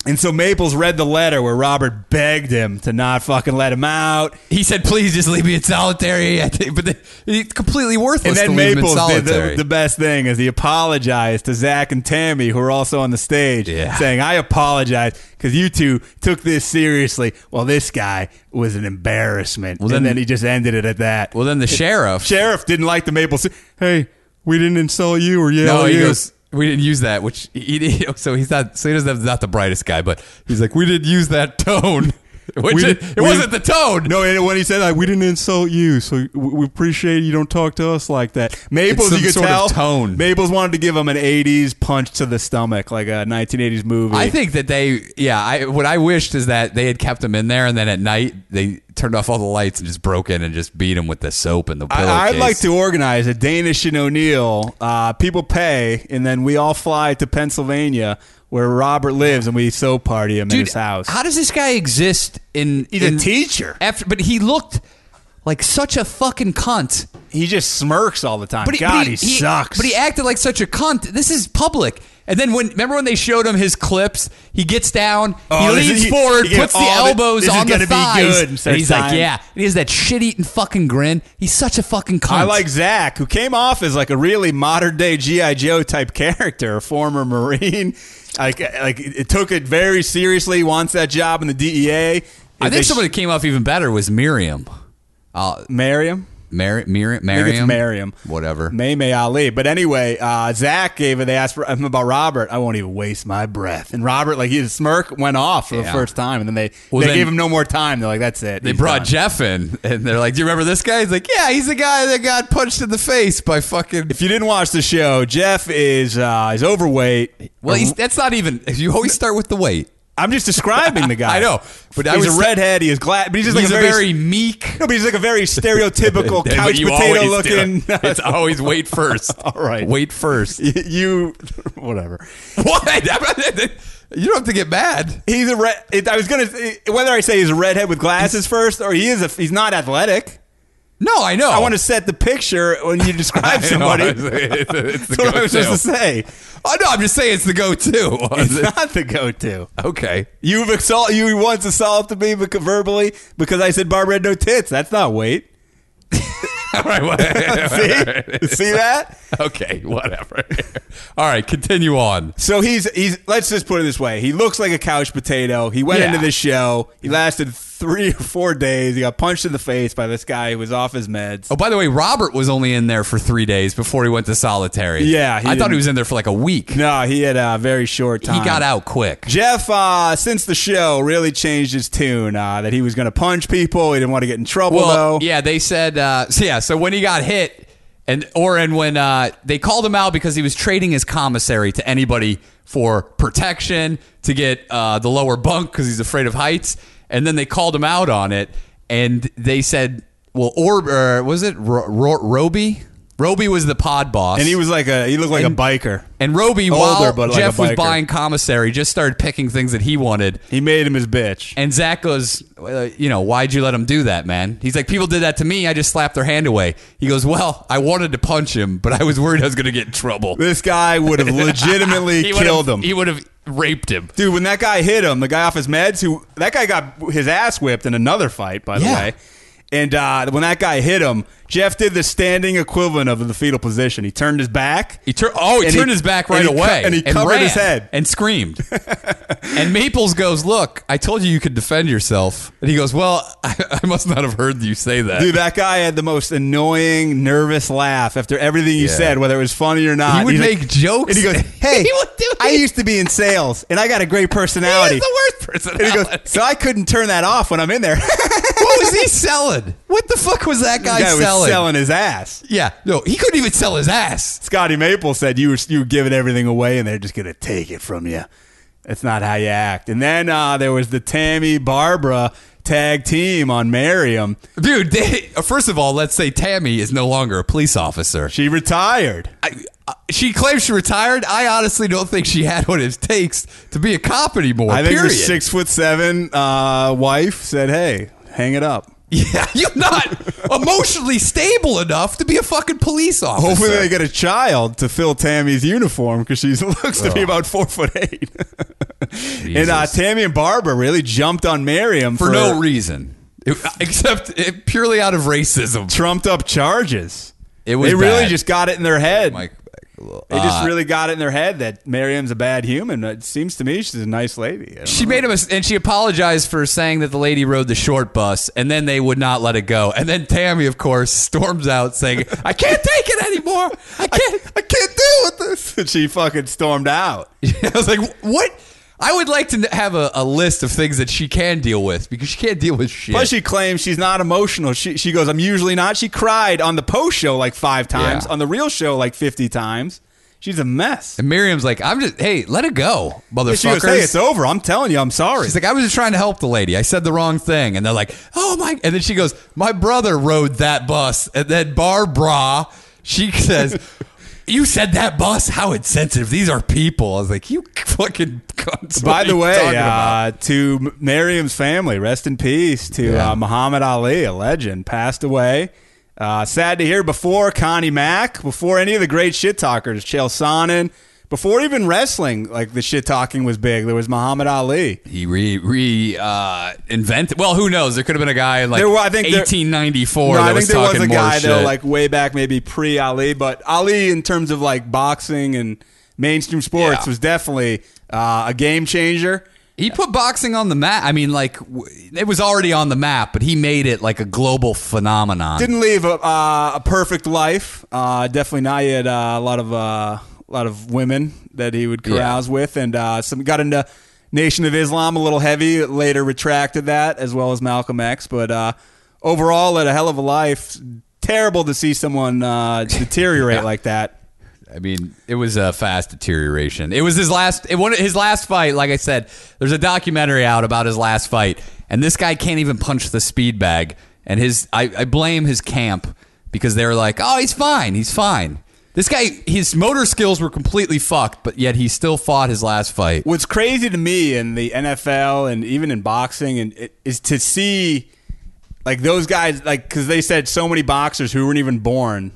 Speaker 2: and so Maples read the letter where Robert begged him to not fucking let him out.
Speaker 3: He said, "Please just leave me in solitary." I think- But the, it's completely
Speaker 2: And
Speaker 3: worthless.
Speaker 2: then
Speaker 3: to leave him in
Speaker 2: Maples did the,
Speaker 3: solitary.
Speaker 2: the best thing is he apologized to Zach and Tammy, who are also on the stage,
Speaker 3: Yeah.
Speaker 2: saying, "I apologize because you two took this seriously, while this guy was an embarrassment." and
Speaker 3: then-
Speaker 2: then he just ended it at that.
Speaker 3: well, then the sheriff.
Speaker 2: Sheriff didn't like the Maple. Sy- Hey, we didn't insult you or yell
Speaker 3: no,
Speaker 2: at
Speaker 3: he
Speaker 2: you.
Speaker 3: goes. We didn't use that, which he, he so he's not so he doesn't have not the brightest guy, but he's like we didn't use that tone, which
Speaker 2: We
Speaker 3: it,
Speaker 2: did-
Speaker 3: it
Speaker 2: we-
Speaker 3: wasn't the tone.
Speaker 2: no, and when he said that, we didn't insult you, so we we appreciate you don't talk to us like that. Maples,
Speaker 3: some
Speaker 2: you could
Speaker 3: sort of
Speaker 2: tell,
Speaker 3: tone.
Speaker 2: Maples wanted to give him an '80s punch to the stomach, like a 1980s movie.
Speaker 3: I think that they, yeah, I what I wished is that they had kept him in there, and then at night they turned off all the lights and just broke in and just beat him with the soap and the pillowcase.
Speaker 2: I, would like to organize a Danish and O'Neill. Uh, people pay, and then we all fly to Pennsylvania where Robert lives, and we soap party him in
Speaker 3: Dude,
Speaker 2: his house.
Speaker 3: How does this guy exist in?
Speaker 2: He's a
Speaker 3: in-
Speaker 2: teacher.
Speaker 3: After, but he looked like such a fucking cunt.
Speaker 2: he just smirks all the time.
Speaker 3: But he,
Speaker 2: God,
Speaker 3: but he, he-
Speaker 2: sucks.
Speaker 3: But he acted like such a cunt. This is public. And then when remember when they showed him his clips, he gets down,
Speaker 2: Oh,
Speaker 3: he
Speaker 2: this
Speaker 3: leans
Speaker 2: is-
Speaker 3: forward,
Speaker 2: he- he
Speaker 3: puts the
Speaker 2: gave all the-
Speaker 3: elbows
Speaker 2: this is
Speaker 3: on the
Speaker 2: gonna be
Speaker 3: thighs,
Speaker 2: good,
Speaker 3: and
Speaker 2: starts
Speaker 3: he's like,
Speaker 2: dying.
Speaker 3: "Yeah." And he has that shit-eating fucking grin. He's such a fucking cunt.
Speaker 2: I like Zach, who came off as like a really modern day GI Joe type character, a former Marine. Like, like it took it very seriously. Wants that job in the DEA.
Speaker 3: I
Speaker 2: If they
Speaker 3: think
Speaker 2: sh-
Speaker 3: somebody came off even better was Miriam. Uh,
Speaker 2: marry him.
Speaker 3: Mar- Miriam,
Speaker 2: I think it's
Speaker 3: Miriam,
Speaker 2: Miriam.
Speaker 3: whatever.
Speaker 2: May May Ali. But anyway, uh, Zach gave it. They asked for, him about Robert. I won't even waste my breath. And Robert, like his smirk went off for the
Speaker 3: Yeah.
Speaker 2: first time, and then they
Speaker 3: Well,
Speaker 2: they
Speaker 3: then-
Speaker 2: gave him no more time. They're like, that's it.
Speaker 3: They
Speaker 2: He's
Speaker 3: brought
Speaker 2: done.
Speaker 3: Jeff in, and they're like, "Do you remember this guy?" He's like, "Yeah, he's the guy that got punched in the face by fucking."
Speaker 2: If you didn't watch the show, Jeff is uh, is overweight.
Speaker 3: Well, he's, that's not even. You always start with the weight.
Speaker 2: I'm just describing the guy.
Speaker 3: I know, but I
Speaker 2: he's
Speaker 3: was-
Speaker 2: a redhead. He is glad, but he's just like
Speaker 3: he's
Speaker 2: a
Speaker 3: a
Speaker 2: very,
Speaker 3: very meek
Speaker 2: no, but he's like a very stereotypical
Speaker 3: That's what
Speaker 2: couch
Speaker 3: you
Speaker 2: potato
Speaker 3: always do.
Speaker 2: looking.
Speaker 3: it's always wait first.
Speaker 2: All right.
Speaker 3: wait first.
Speaker 2: you, whatever.
Speaker 3: what? you don't have to get mad.
Speaker 2: He's a red. It, I was gonna say- whether I say he's a redhead with glasses first or he is. A, he's not athletic.
Speaker 3: No, I know.
Speaker 2: I want to set the picture when you describe somebody.
Speaker 3: Oh. it's, it's, it's the
Speaker 2: That's what I was supposed to
Speaker 3: go-to.
Speaker 2: say.
Speaker 3: Oh no, I'm just saying it's the go-to.
Speaker 2: It's not the go-to.
Speaker 3: okay.
Speaker 2: You've exalt. You once assaulted me beca- verbally because I said Barbara had no tits. That's not weight.
Speaker 3: All right, what-
Speaker 2: See? See that?
Speaker 3: okay, whatever. All right, continue on.
Speaker 2: So he's he's let's just put it this way. He looks like a couch potato. He went
Speaker 3: Yeah.
Speaker 2: into this show. He lasted three or four days. He got punched in the face by this guy who was off his meds.
Speaker 3: Oh, by the way, Robert was only in there for three days before he went to solitary.
Speaker 2: Yeah,
Speaker 3: I
Speaker 2: he
Speaker 3: thought
Speaker 2: didn't-
Speaker 3: he was in there for like a week.
Speaker 2: No, he had a very short time.
Speaker 3: He got out quick.
Speaker 2: Jeff, uh, since the show, really changed his tune uh, that he was going to punch people. He didn't want to get in trouble,
Speaker 3: Well,
Speaker 2: though.
Speaker 3: yeah, they said, uh, so yeah, so when he got hit, and or and when uh, they called him out because he was trading his commissary to anybody for protection to get uh, the lower bunk because he's afraid of heights, and then they called him out on it, and they said, well, or, or was it Ro- Ro- Roby? Roby was the pod boss,
Speaker 2: And he was like a he looked like a biker.
Speaker 3: and Roby
Speaker 2: Older,
Speaker 3: while
Speaker 2: but like a
Speaker 3: Jeff was
Speaker 2: biker.
Speaker 3: buying commissary just started picking things that he wanted.
Speaker 2: He made him his bitch.
Speaker 3: And Zach goes, uh, you know, why'd you let him do that, man? He's like, people did that to me. I just slapped their hand away. He goes, well, I wanted to punch him, but I was worried I was going to get in trouble.
Speaker 2: this guy would have legitimately
Speaker 3: He would've-
Speaker 2: killed him.
Speaker 3: He would have raped him.
Speaker 2: Dude, when that guy hit him, the guy off his meds, who that guy got his ass whipped in another fight, by the
Speaker 3: Yeah.
Speaker 2: way. And uh, when that guy hit him, Jeff did the standing equivalent of the fetal position. He turned his back.
Speaker 3: He tur- oh, he
Speaker 2: And he
Speaker 3: turned his back
Speaker 2: cu-
Speaker 3: right
Speaker 2: and he cu-
Speaker 3: away.
Speaker 2: and he covered
Speaker 3: ran
Speaker 2: his head.
Speaker 3: And screamed. and Maples goes, look, I told you you could defend yourself. And he goes, well, I, I must not have heard you say that.
Speaker 2: Dude, that guy had the most annoying, nervous laugh after everything you
Speaker 3: Yeah.
Speaker 2: said, whether it was funny or not.
Speaker 3: He would
Speaker 2: He's
Speaker 3: make
Speaker 2: like- And
Speaker 3: jokes.
Speaker 2: he goes, Hey,
Speaker 3: He would do
Speaker 2: I
Speaker 3: it.
Speaker 2: used to be in sales and I got a great
Speaker 3: He
Speaker 2: personality.
Speaker 3: is the worst
Speaker 2: and he
Speaker 3: personality.
Speaker 2: goes, So I couldn't turn that off when I'm in there.
Speaker 3: what was he selling? What the fuck was that guy,
Speaker 2: the guy
Speaker 3: selling?
Speaker 2: was selling his ass.
Speaker 3: Yeah, no, he couldn't even sell his ass.
Speaker 2: Scotty Maple said you were you were giving everything away, and they're just gonna take it from you. That's not how you act. And then uh, there was the Tammy Barbara tag team on Merriam.
Speaker 3: Dude, they, uh, first of all, let's say Tammy is no longer a police officer.
Speaker 2: She retired.
Speaker 3: I, I, she claims she retired. I honestly don't think she had what it takes to be a cop anymore.
Speaker 2: I think her
Speaker 3: period.
Speaker 2: six foot seven uh, wife said, "Hey, hang it up."
Speaker 3: Yeah, you're not emotionally stable enough to be a fucking police officer.
Speaker 2: Hopefully, they get a child to fill Tammy's uniform because she looks to be
Speaker 3: Oh.
Speaker 2: about four foot eight. and uh,
Speaker 3: Jesus.
Speaker 2: Tammy and Barbara really jumped on Merriam
Speaker 3: for, no reason, It- except it, purely out of racism.
Speaker 2: trumped up charges.
Speaker 3: It was
Speaker 2: they really
Speaker 3: bad. Oh
Speaker 2: just got it in their head.
Speaker 3: Mike, back a little.
Speaker 2: They just
Speaker 3: Uh,
Speaker 2: really got it in their head that Miriam's a bad human. It seems to me she's a nice lady. I don't
Speaker 3: She
Speaker 2: know.
Speaker 3: made a mis- and she apologized for saying that the lady rode the short bus, and then they would not let it go. And then Tammy, of course, storms out saying, "I can't take it anymore. I can't.
Speaker 2: I can't deal with this. And she fucking stormed out.
Speaker 3: I was like, "What? I would like to have a, a list of things that she can deal with because she can't deal with shit."
Speaker 2: Plus, she claims she's not emotional. She, she goes, I'm usually not. She cried on the post show like five times,
Speaker 3: Yeah.
Speaker 2: on the real show like 50 times. She's a mess.
Speaker 3: and Miriam's like, "I'm just hey, let it go, motherfuckers."
Speaker 2: She goes, Hey, it's over. I'm telling you, I'm sorry.
Speaker 3: She's like, I was just trying to help the lady. I said the wrong thing. And they're like, oh my. And then she goes, my brother rode that bus. And then Barbara, she says, you said that bus? How insensitive. These are people. I was like, you fucking cunts.
Speaker 2: By
Speaker 3: What are
Speaker 2: the
Speaker 3: you talking
Speaker 2: way,
Speaker 3: about?"
Speaker 2: uh, to Miriam's family, rest in peace to
Speaker 3: Yeah.
Speaker 2: uh, Muhammad Ali, a legend, passed away. Uh, sad to hear before Connie Mack, before any of the great shit talkers, Chael Sonnen, before even wrestling, like the shit talking was big, there was Muhammad Ali.
Speaker 3: he re, re uh, invented. Well, who knows? There could have been a guy in like
Speaker 2: There were- I think there- No,
Speaker 3: 1894 that
Speaker 2: I think
Speaker 3: was
Speaker 2: there was
Speaker 3: talking
Speaker 2: a guy
Speaker 3: more
Speaker 2: though,
Speaker 3: shit.
Speaker 2: like way back, maybe pre Ali, but Ali, in terms of like boxing and mainstream sports,
Speaker 3: Yeah.
Speaker 2: was definitely uh, a game changer.
Speaker 3: He put boxing on the map. I mean, like, w- it was already on the map, but he made it like a global phenomenon.
Speaker 2: didn't leave a, uh, a perfect life. Uh, definitely not. He had uh, a lot of uh, a lot of women that he would carouse with, and uh, some got into Nation of Islam a little heavy. Later retracted that as well as Malcolm X. But uh, overall, led a hell of a life. Terrible to see someone uh, deteriorate like that.
Speaker 3: I mean, it was a fast deterioration. It was his last. It one his last fight. Like I said, there's a documentary out about his last fight, and this guy can't even punch the speed bag. And his, I, I blame his camp because they were like, "Oh, he's fine. He's fine." This guy, his motor skills were completely fucked, but yet he still fought his last fight.
Speaker 2: What's crazy to me in the NFL and even in boxing and it, is to see like those guys like because they said so many boxers who weren't even born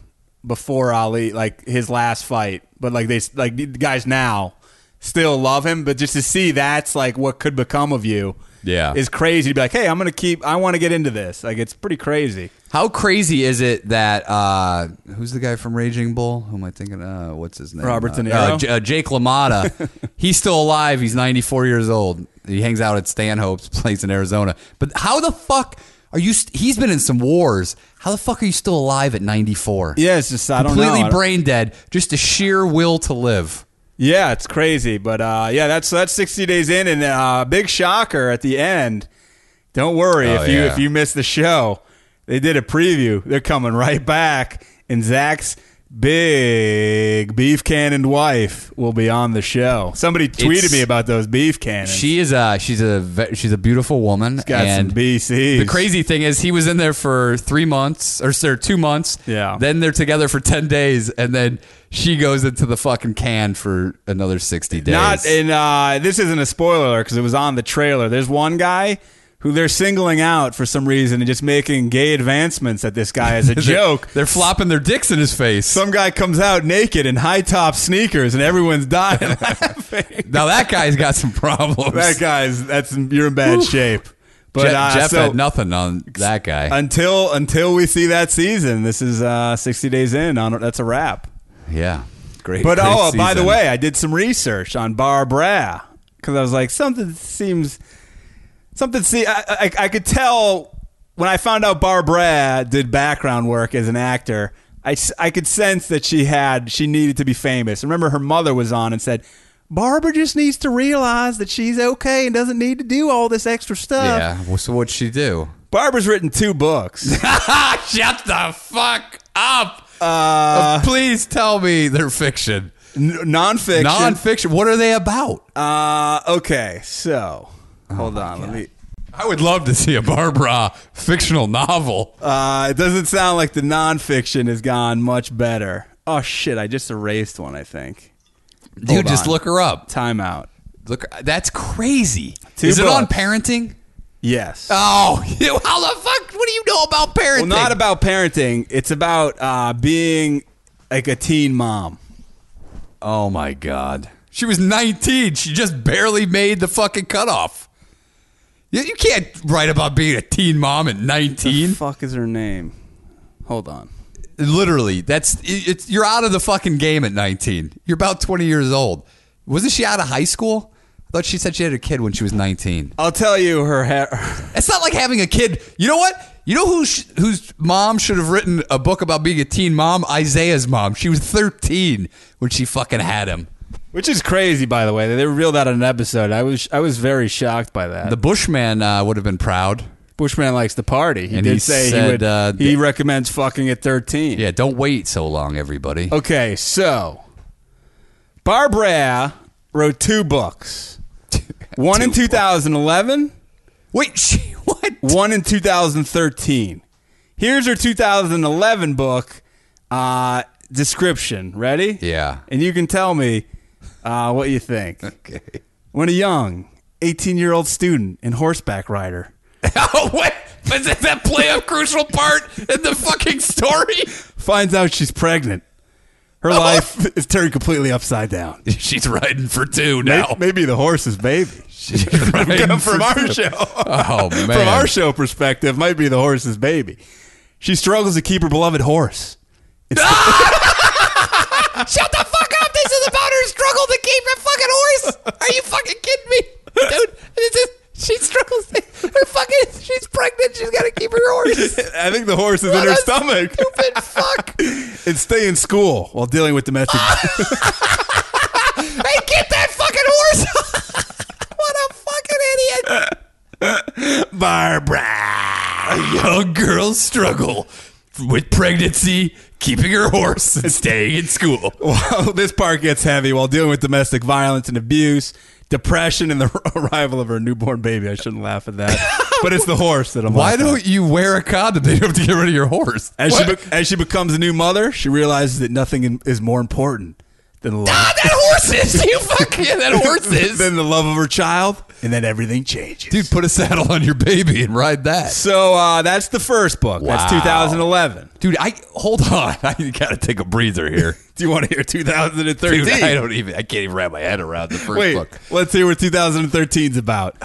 Speaker 2: before Ali like his last fight, but like they like the guys now still love him, but just to see that's like what could become of you
Speaker 3: Yeah.
Speaker 2: is crazy to be like, hey, I'm gonna keep. I want to get into this. Like it's pretty crazy.
Speaker 3: How crazy is it that uh, who's the guy from Raging Bull? Who am I thinking? Uh, what's his name?
Speaker 2: Robert De
Speaker 3: Uh,
Speaker 2: Niro?
Speaker 3: uh, J- uh, Jake LaMotta. he's still alive. He's 94 years old. He hangs out at Stanhope's place in Arizona. But how the fuck are you? St- he's been in some wars. How the fuck are you still alive at 94?
Speaker 2: Yeah, it's just I don't know.
Speaker 3: completely
Speaker 2: I don't-
Speaker 3: brain dead. Just a sheer will to live.
Speaker 2: Yeah, it's crazy, but uh, yeah, that's that's 60 days in, and uh, big shocker at the end. Don't worry
Speaker 3: Oh,
Speaker 2: if you
Speaker 3: yeah.
Speaker 2: if you miss the show, they did a preview. They're coming right back, and Zach's big beef cannoned wife will be on the show. Somebody tweeted
Speaker 3: It's-
Speaker 2: me about those beef cannons.
Speaker 3: She is a she's a ve- she's a beautiful woman.
Speaker 2: got
Speaker 3: and
Speaker 2: some BCs.
Speaker 3: The crazy thing is, he was in there for three months or sir, two months.
Speaker 2: Yeah.
Speaker 3: Then they're together for ten days, and then she goes into the fucking can for another sixty days.
Speaker 2: Not and uh, this isn't a spoiler because it was on the trailer. There's one guy who they're singling out for some reason and just making gay advancements at this guy as a
Speaker 3: They're-
Speaker 2: joke.
Speaker 3: They're flopping their dicks in his face.
Speaker 2: some guy comes out naked in high top sneakers and everyone's dying laughing.
Speaker 3: now that guy's got some problems.
Speaker 2: that guy's that's you're in bad shape. But
Speaker 3: Je-
Speaker 2: uh,
Speaker 3: Jeff
Speaker 2: so
Speaker 3: had nothing on that guy.
Speaker 2: until until we see that season, this is uh, sixty days in. On that's a wrap.
Speaker 3: yeah. Great.
Speaker 2: But
Speaker 3: great
Speaker 2: oh, by the
Speaker 3: season.
Speaker 2: way, I did some research on Barbara because I was like, something seems, something. See, I, I, I could tell when I found out Barbara did background work as an actor. I, s- I could sense that she had she needed to be famous. Remember, her mother was on and said, "Barbara just needs to realize that she's okay and doesn't need to do all this extra stuff."
Speaker 3: Yeah. Well, so what'd she do?
Speaker 2: Barbara's written two books.
Speaker 3: Shut the fuck up.
Speaker 2: Uh,
Speaker 3: Please tell me they're fiction.
Speaker 2: N- nonfiction.
Speaker 3: Nonfiction. What are they about?
Speaker 2: uh, okay, so
Speaker 3: Oh
Speaker 2: hold on, let me.
Speaker 3: I would love to see a Barbara fictional novel.
Speaker 2: Uh, it doesn't sound like the nonfiction has gone much better. Oh shit! I just erased one. I think.
Speaker 3: Dude, just
Speaker 2: on.
Speaker 3: look her up.
Speaker 2: Timeout.
Speaker 3: Look, that's crazy.
Speaker 2: Two
Speaker 3: Is it on
Speaker 2: books.
Speaker 3: parenting?
Speaker 2: Yes.
Speaker 3: Oh, you- how the fuck? What do you know about parenting?
Speaker 2: Uh, well, not about parenting. It's about uh, being like a teen mom.
Speaker 3: Oh my god, she was 19. She just barely made the fucking cutoff. You, you can't write about being a teen mom at 19.
Speaker 2: fuck is her name? Hold on.
Speaker 3: Literally, that's it, it's you're out of the fucking game at 19. You're about 20 years old. Wasn't she out of high school? I thought she said she had a kid when she was 19.
Speaker 2: I'll tell you her. Ha-
Speaker 3: It's not like having a kid. You know what? You know who sh- whose mom should have written a book about being a teen mom? Isaiah's mom. She was 13 when she fucking had him.
Speaker 2: Which is crazy, by the way. They revealed that in an episode. I was I was very shocked by that.
Speaker 3: The Bushman uh, would have been proud.
Speaker 2: Bushman likes to party. He
Speaker 3: And
Speaker 2: did
Speaker 3: he
Speaker 2: say he
Speaker 3: said,
Speaker 2: would.
Speaker 3: uh,
Speaker 2: he recommends fucking at thirteen.
Speaker 3: Yeah, don't wait so long, everybody.
Speaker 2: Okay, so Barbara wrote two books. One in 2011,
Speaker 3: Wait, she what?
Speaker 2: one in 2013. Here's her 2011 book uh, description. Ready?
Speaker 3: Yeah.
Speaker 2: And you can tell me uh, what you think.
Speaker 3: Okay.
Speaker 2: When a young 18 year old student and horseback rider.
Speaker 3: oh wait, but did that play a crucial part in the fucking story?
Speaker 2: Finds out she's pregnant. Her life is turned completely upside down.
Speaker 3: She's riding for two now.
Speaker 2: Maybe the horse is baby.
Speaker 3: She's riding
Speaker 2: from our
Speaker 3: two.
Speaker 2: show.
Speaker 3: Oh man,
Speaker 2: From our show perspective, might be the horse's baby. She struggles to keep her beloved horse.
Speaker 3: Shut the fuck up! This is about her struggle to keep her fucking horse. Are you fucking kidding me, dude? This is she struggles. Her fucking she's pregnant. She's got to keep her horse.
Speaker 2: I think the horse is
Speaker 3: What
Speaker 2: in her
Speaker 3: a
Speaker 2: stomach.
Speaker 3: Stupid fuck!
Speaker 2: and stay in school while dealing with domestic.
Speaker 3: Hey, get that fucking horse! what a fucking idiot!
Speaker 2: Barbara.
Speaker 3: A young girl's struggle with pregnancy, keeping her horse, and staying in school.
Speaker 2: While this part gets heavy, while dealing with domestic violence and abuse, depression, and the arrival of her newborn baby. I shouldn't laugh at that, but it's the horse that I'm.
Speaker 3: Why
Speaker 2: laughing at.
Speaker 3: don't you wear a condom? Then you have to get rid of your horse.
Speaker 2: As she,
Speaker 3: What?
Speaker 2: be- as she becomes a new mother, she realizes that nothing in- is more important Then the
Speaker 3: Ah,
Speaker 2: love,
Speaker 3: that horses! You fuck yeah, that horses!
Speaker 2: then the love of her child, and then everything changes.
Speaker 3: Dude, put a saddle on your baby and ride that.
Speaker 2: So uh, that's the first book.
Speaker 3: Wow.
Speaker 2: That's 2011.
Speaker 3: Dude, I hold on. I gotta take a breather here.
Speaker 2: Do you want to hear 2013?
Speaker 3: Dude, I don't even. I can't even wrap my head around the first Oh,
Speaker 2: Wait,
Speaker 3: book.
Speaker 2: let's hear what 2013's about.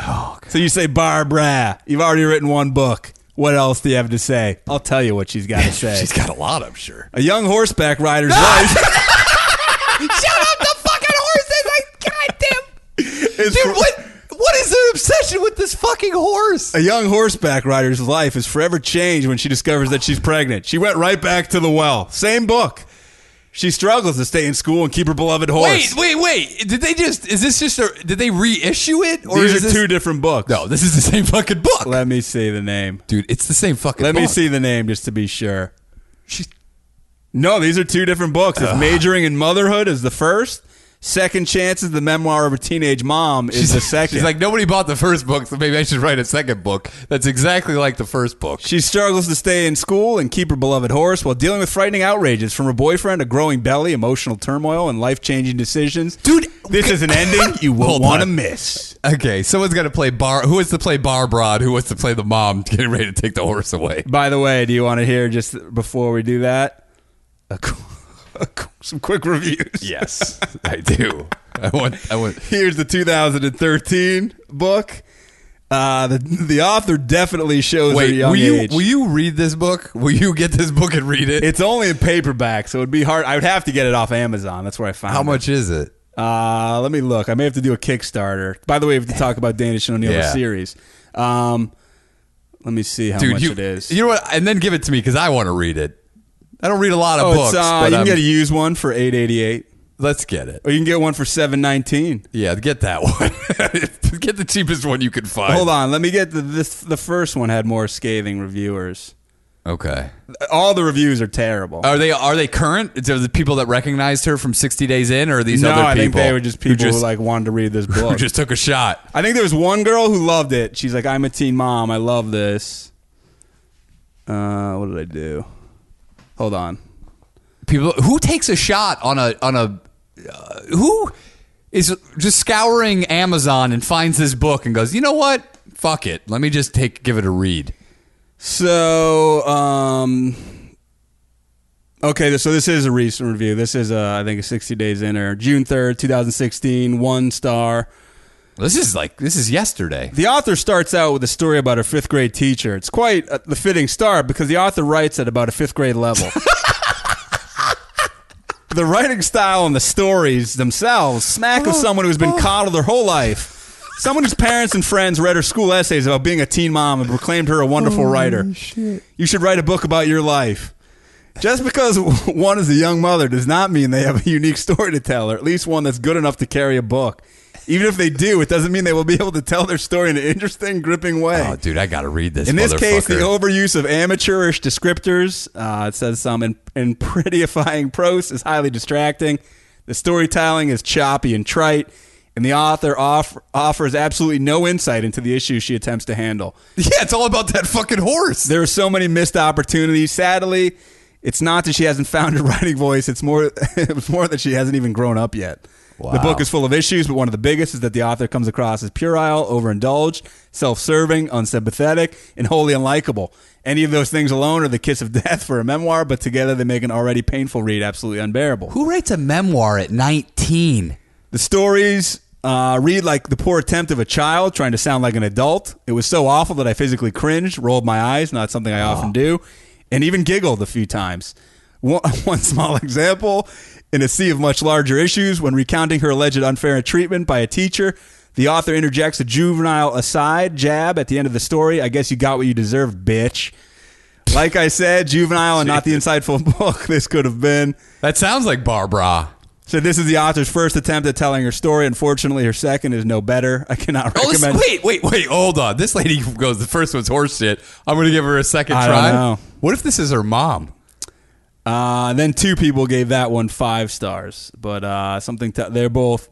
Speaker 2: so you say Barbara. You've already written one book. What else do you have to say? I'll tell you what she's got to say.
Speaker 3: She's got a lot, I'm sure.
Speaker 2: a young horseback rider's life
Speaker 3: Shut up the fucking horses! I goddamn.
Speaker 2: is
Speaker 3: Dude,
Speaker 2: for-
Speaker 3: what? What is the obsession with this fucking horse?
Speaker 2: A young horseback rider's life is forever changed when she discovers that she's pregnant. She went right back to the well. Same book. She struggles to stay in school and keep her beloved horse.
Speaker 3: Wait, wait, wait! Did they just? Is this just a? Did they reissue it? Or
Speaker 2: These
Speaker 3: is
Speaker 2: are
Speaker 3: this,
Speaker 2: two different books.
Speaker 3: No, this is the same fucking book,
Speaker 2: Let me see the name.
Speaker 3: dude. It's the same fucking.
Speaker 2: Let
Speaker 3: book.
Speaker 2: me see the name just to be sure.
Speaker 3: She's
Speaker 2: No, these are two different books. It's Majoring in Motherhood is the first. Second Chance is the memoir of a teenage mom is the second.
Speaker 3: She's like, nobody bought the first book, so maybe I should write a second book that's exactly like the first book.
Speaker 2: She struggles to stay in school and keep her beloved horse while dealing with frightening outrages from her boyfriend, a growing belly, emotional turmoil, and life changing decisions.
Speaker 3: Dude,
Speaker 2: this is an ending you won't
Speaker 3: Hold
Speaker 2: want to
Speaker 3: on.
Speaker 2: miss.
Speaker 3: Okay, someone's got to play bar. Who wants to play bar broad? Who wants to play the mom getting ready to take the horse away?
Speaker 2: By the way, do you want to hear just before we do that a qu- a qu- some quick reviews?
Speaker 3: Yes, I do. I want. I want.
Speaker 2: Here's the 2013 book. Uh, the the author definitely shows her
Speaker 3: Wait,
Speaker 2: young
Speaker 3: will you
Speaker 2: age.
Speaker 3: will you read this book? Will you get this book and read it?
Speaker 2: it's only in paperback, so it'd be hard. I would have to get it off Amazon. That's where I found
Speaker 3: How
Speaker 2: it.
Speaker 3: much is it?
Speaker 2: Uh, let me look. I may have to do a Kickstarter. By the way, we have to talk about Danish and O'Neill the
Speaker 3: Yeah.
Speaker 2: series. Um, let me see how
Speaker 3: Dude,
Speaker 2: much
Speaker 3: you,
Speaker 2: it is.
Speaker 3: You know what? And then give it to me because I want to read it. I don't read a lot of
Speaker 2: oh,
Speaker 3: books.
Speaker 2: it's, uh,
Speaker 3: but
Speaker 2: you can
Speaker 3: I'm-
Speaker 2: get a used one for eight eighty eight,
Speaker 3: let's get it.
Speaker 2: or you can get one for seven nineteen.
Speaker 3: Yeah, get that one. get the cheapest one you can find.
Speaker 2: Hold on, let me get the this. The first one had more scathing reviewers.
Speaker 3: Okay.
Speaker 2: All the reviews are terrible.
Speaker 3: Are they are they current? Is there the people that recognized her from 60 Days In, or are these
Speaker 2: no,
Speaker 3: other people?
Speaker 2: I think they were just
Speaker 3: who
Speaker 2: people who, like wanted to read this
Speaker 3: who
Speaker 2: book.
Speaker 3: just took a shot.
Speaker 2: I think there was one girl who loved it. She's like, I'm a teen mom. I love this. Uh, what did I do? Hold on.
Speaker 3: People who takes a shot on a on a uh, who is just scouring Amazon and finds this book and goes, you know what? Fuck it. Let me just take give it a read.
Speaker 2: So, um, okay, so this is a recent review. This is, uh, I think, a 60 days in or June 3rd, 2016, one star.
Speaker 3: This is like this is yesterday.
Speaker 2: The author starts out with a story about her fifth grade teacher. It's quite uh, the fitting start because the author writes at about a fifth grade level. the writing style and the stories themselves smack of someone who's been coddled their whole life. Someone whose parents and friends read her school essays about being a teen mom and proclaimed her a wonderful writer. You should write a book about your life. Just because one is a young mother does not mean they have a unique story to tell, or at least one that's good enough to carry a book. Even if they do, it doesn't mean they will be able to tell their story in an interesting, gripping way.
Speaker 3: Oh, dude, I gotta read this.
Speaker 2: in this case, the
Speaker 3: motherfucker.
Speaker 2: overuse of amateurish descriptors, uh, it says some, and, and prettyifying prose is highly distracting. The storytelling is choppy and trite, and the author off- offers absolutely no insight into the issues she attempts to handle.
Speaker 3: yeah, it's all about that fucking horse.
Speaker 2: There are so many missed opportunities. Sadly, it's not that she hasn't found her writing voice. It's more it's more that she hasn't even grown up yet. The
Speaker 3: Wow.
Speaker 2: book is full of issues, but one of the biggest is that the author comes across as puerile, overindulged, self-serving, unsympathetic, and wholly unlikable. Any of those things alone are the kiss of death for a memoir, but together they make an already painful read absolutely unbearable.
Speaker 3: Who writes a memoir at 19?
Speaker 2: The stories uh, read like the poor attempt of a child trying to sound like an adult. It was so awful that I physically cringed, rolled my eyes, not something I often do, and even giggled a few times. One, one small example in a sea of much larger issues, when recounting her alleged unfair treatment by a teacher, the author interjects a juvenile aside jab at the end of the story. I guess you got what you deserved, bitch. Like I said, juvenile and not the insightful book this could have been.
Speaker 3: That sounds like Barbara.
Speaker 2: So this is the author's first attempt at telling her story. Unfortunately, her second is no better. I cannot
Speaker 3: Oh, this,
Speaker 2: recommend.
Speaker 3: wait, wait, wait. Hold on. This lady goes, the first one's horse shit. I'm going to give her a second
Speaker 2: I don't
Speaker 3: try.
Speaker 2: know.
Speaker 3: What if this is her mom?
Speaker 2: Uh, then two people gave that one five stars, but uh, something to, they're both.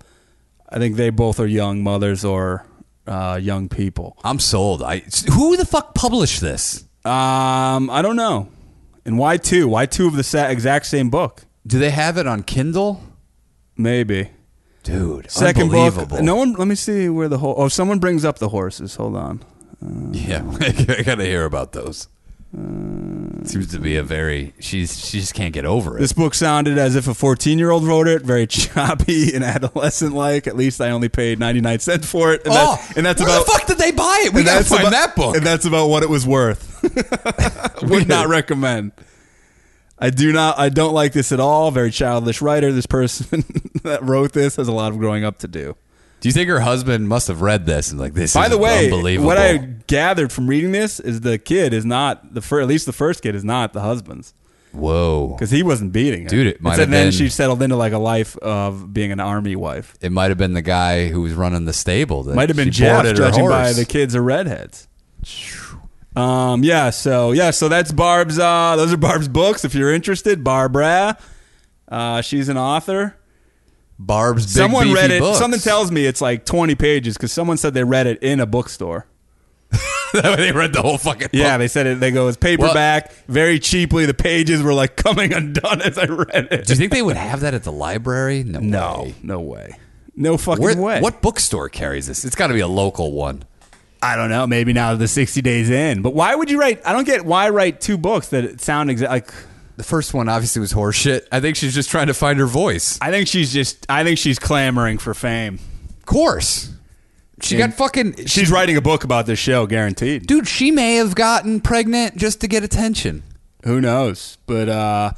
Speaker 2: I think they both are young mothers or uh, young people.
Speaker 3: I'm sold. I Who the fuck published this?
Speaker 2: Um, I don't know. And why two? Why two of the sa- exact same book?
Speaker 3: Do they have it on Kindle?
Speaker 2: Maybe.
Speaker 3: dude.
Speaker 2: Second book.
Speaker 3: unbelievable.
Speaker 2: No one. Let me see where the whole. Oh, someone brings up the horses. Hold on.
Speaker 3: Yeah, I gotta hear about those.
Speaker 2: Uh,
Speaker 3: Seems to be a very she's she just can't get over it.
Speaker 2: This book sounded as if a 14 year old wrote it, very choppy and adolescent like. At least I only paid 99 cents for it. And,
Speaker 3: oh,
Speaker 2: that's, and that's
Speaker 3: where
Speaker 2: about.
Speaker 3: the fuck did they buy it? We
Speaker 2: and
Speaker 3: gotta
Speaker 2: that's
Speaker 3: find
Speaker 2: about-
Speaker 3: that book.
Speaker 2: And that's about what it was worth. Would not recommend. I do not. I don't like this at all. Very childish writer. This person that wrote this has a lot of growing up to do.
Speaker 3: Do you think her husband must have read this and like this?
Speaker 2: By
Speaker 3: is
Speaker 2: the way,
Speaker 3: unbelievable.
Speaker 2: what I gathered from reading this is the kid is not the first. At least the first kid is not the husband's
Speaker 3: whoa,
Speaker 2: because he wasn't beating her.
Speaker 3: Dude, it might
Speaker 2: and
Speaker 3: have
Speaker 2: then
Speaker 3: been-
Speaker 2: she settled into like a life of being an army wife.
Speaker 3: it might have been the guy who was running the stable. That
Speaker 2: Might have been
Speaker 3: she
Speaker 2: Jeff,
Speaker 3: boarded her
Speaker 2: judging by
Speaker 3: horse.
Speaker 2: the kids are redheads. Um, yeah, so yeah, so that's Barb's. Uh, those are Barb's books. If you're interested, Barbara, uh, she's an author.
Speaker 3: Barb's. Big
Speaker 2: someone
Speaker 3: beefy
Speaker 2: read it.
Speaker 3: Books.
Speaker 2: Something tells me it's like 20 pages because someone said they read it in a bookstore.
Speaker 3: they read the whole fucking.
Speaker 2: Yeah,
Speaker 3: book.
Speaker 2: they said it. They go, it's paperback, very cheaply. The pages were like coming undone as I read it.
Speaker 3: Do you think they would have that at the library? No.
Speaker 2: no,
Speaker 3: way.
Speaker 2: no way. No fucking
Speaker 3: Where,
Speaker 2: way.
Speaker 3: What bookstore carries this? It's got to be a local one.
Speaker 2: I don't know. Maybe now the 60 days in. But why would you write? I don't get why write two books that sound exact. Like,
Speaker 3: The first one obviously was horseshit. I think she's just trying to find her voice.
Speaker 2: I think she's just, I think she's clamoring for fame.
Speaker 3: Of course. She got fucking.
Speaker 2: She's writing a book about this show, guaranteed.
Speaker 3: dude, she may have gotten pregnant just to get attention.
Speaker 2: Who knows? But uh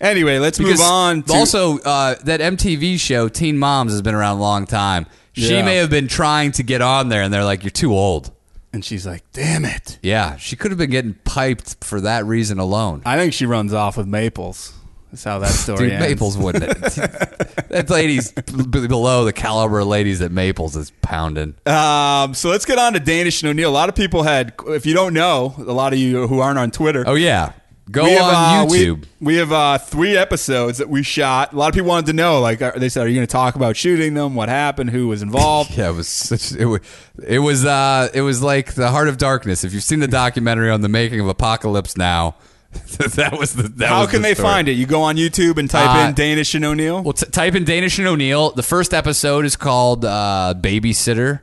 Speaker 2: anyway, let's
Speaker 3: Because
Speaker 2: move on. To,
Speaker 3: also, uh, that MTV show, Teen Moms, has been around a long time. She
Speaker 2: Yeah.
Speaker 3: may have been trying to get on there, and they're like, you're too old.
Speaker 2: and she's like, damn it.
Speaker 3: Yeah, she could have been getting piped for that reason alone.
Speaker 2: I think she runs off with Maples. That's how that story
Speaker 3: Dude,
Speaker 2: ends.
Speaker 3: Maples wouldn't. that lady's b- below the caliber of ladies that Maples is pounding.
Speaker 2: Um, so let's get on to Danish and O'Neill. A lot of people had, if you don't know, a lot of you who aren't on Twitter.
Speaker 3: Oh, yeah. Go
Speaker 2: we have,
Speaker 3: on
Speaker 2: uh, we-
Speaker 3: YouTube.
Speaker 2: We, have uh, three episodes that we shot. A lot of people wanted to know, like, are, they said, "Are you going to talk about shooting them? What happened? Who was involved?"
Speaker 3: Yeah, it was such, it was it was uh it was like the Heart of Darkness. If you've seen the documentary on the making of Apocalypse Now, that was the that
Speaker 2: How can they find it? You go on YouTube and type
Speaker 3: Uh,
Speaker 2: in Danish and O'Neill.
Speaker 3: Well, t- type in Danish and O'Neill. The first episode is called uh, Babysitter,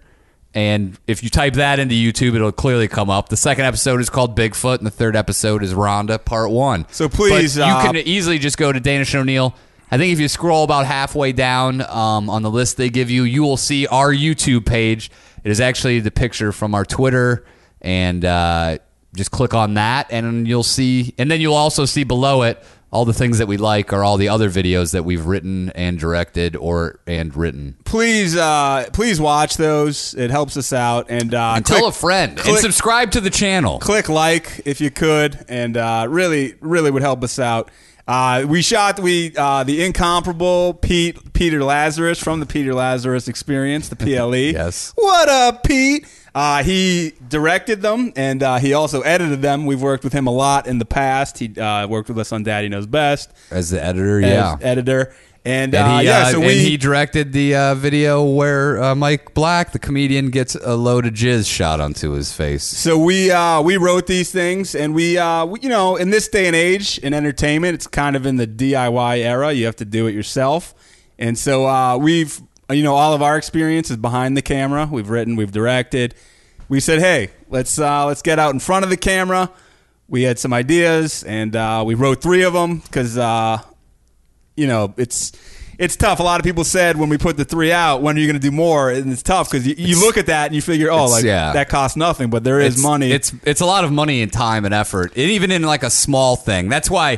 Speaker 3: and if you type that into YouTube, it'll clearly come up. The second episode is called Bigfoot, and the third episode is Rhonda Part One.
Speaker 2: So please,
Speaker 3: But you
Speaker 2: uh,
Speaker 3: can easily just go to Danish and O'Neill. I think if you scroll about halfway down um, on the list they give you, you will see our YouTube page. It is actually the picture from our Twitter, and uh, just click on that, and you'll see. And then you'll also see below it all the things that we like are all the other videos that we've written and directed or and written.
Speaker 2: please, uh, please watch those. It helps us out. And, uh,
Speaker 3: And
Speaker 2: click-
Speaker 3: tell a friend and
Speaker 2: click-
Speaker 3: subscribe to the channel.
Speaker 2: click like if you could, and uh, really, really would help us out. Uh, we shot we uh, the incomparable Pete Peter Lazarus from the Peter Lazarus Experience, the PLE.
Speaker 3: Yes.
Speaker 2: What up, Pete? Uh, he directed them and uh, he also edited them. We've worked with him a lot in the past. He uh, worked with us on Daddy Knows Best
Speaker 3: As the editor,
Speaker 2: as
Speaker 3: yeah.
Speaker 2: editor. And,
Speaker 3: And
Speaker 2: uh,
Speaker 3: he,
Speaker 2: yeah,
Speaker 3: uh,
Speaker 2: so
Speaker 3: and
Speaker 2: we
Speaker 3: he directed the uh, video where uh, Mike Black, the comedian, gets a load of jizz shot onto his face.
Speaker 2: So we uh, we wrote these things, and we, uh, we you know in this day and age in entertainment, it's kind of in the DIY era. You have to do it yourself, and so uh, we've you know all of our experience is behind the camera. We've written, we've directed. We said, hey, let's uh, let's get out in front of the camera. We had some ideas, and uh, we wrote three of them because uh, you know it's. It's tough. A lot of people said when we put the three out, when are you going to do more? And it's tough because you, you look at that and you figure, oh,
Speaker 3: it's-
Speaker 2: like
Speaker 3: yeah.
Speaker 2: that costs nothing, but there is
Speaker 3: It's
Speaker 2: money.
Speaker 3: It's it's a lot of money and time and effort, and even in like a small thing. That's why,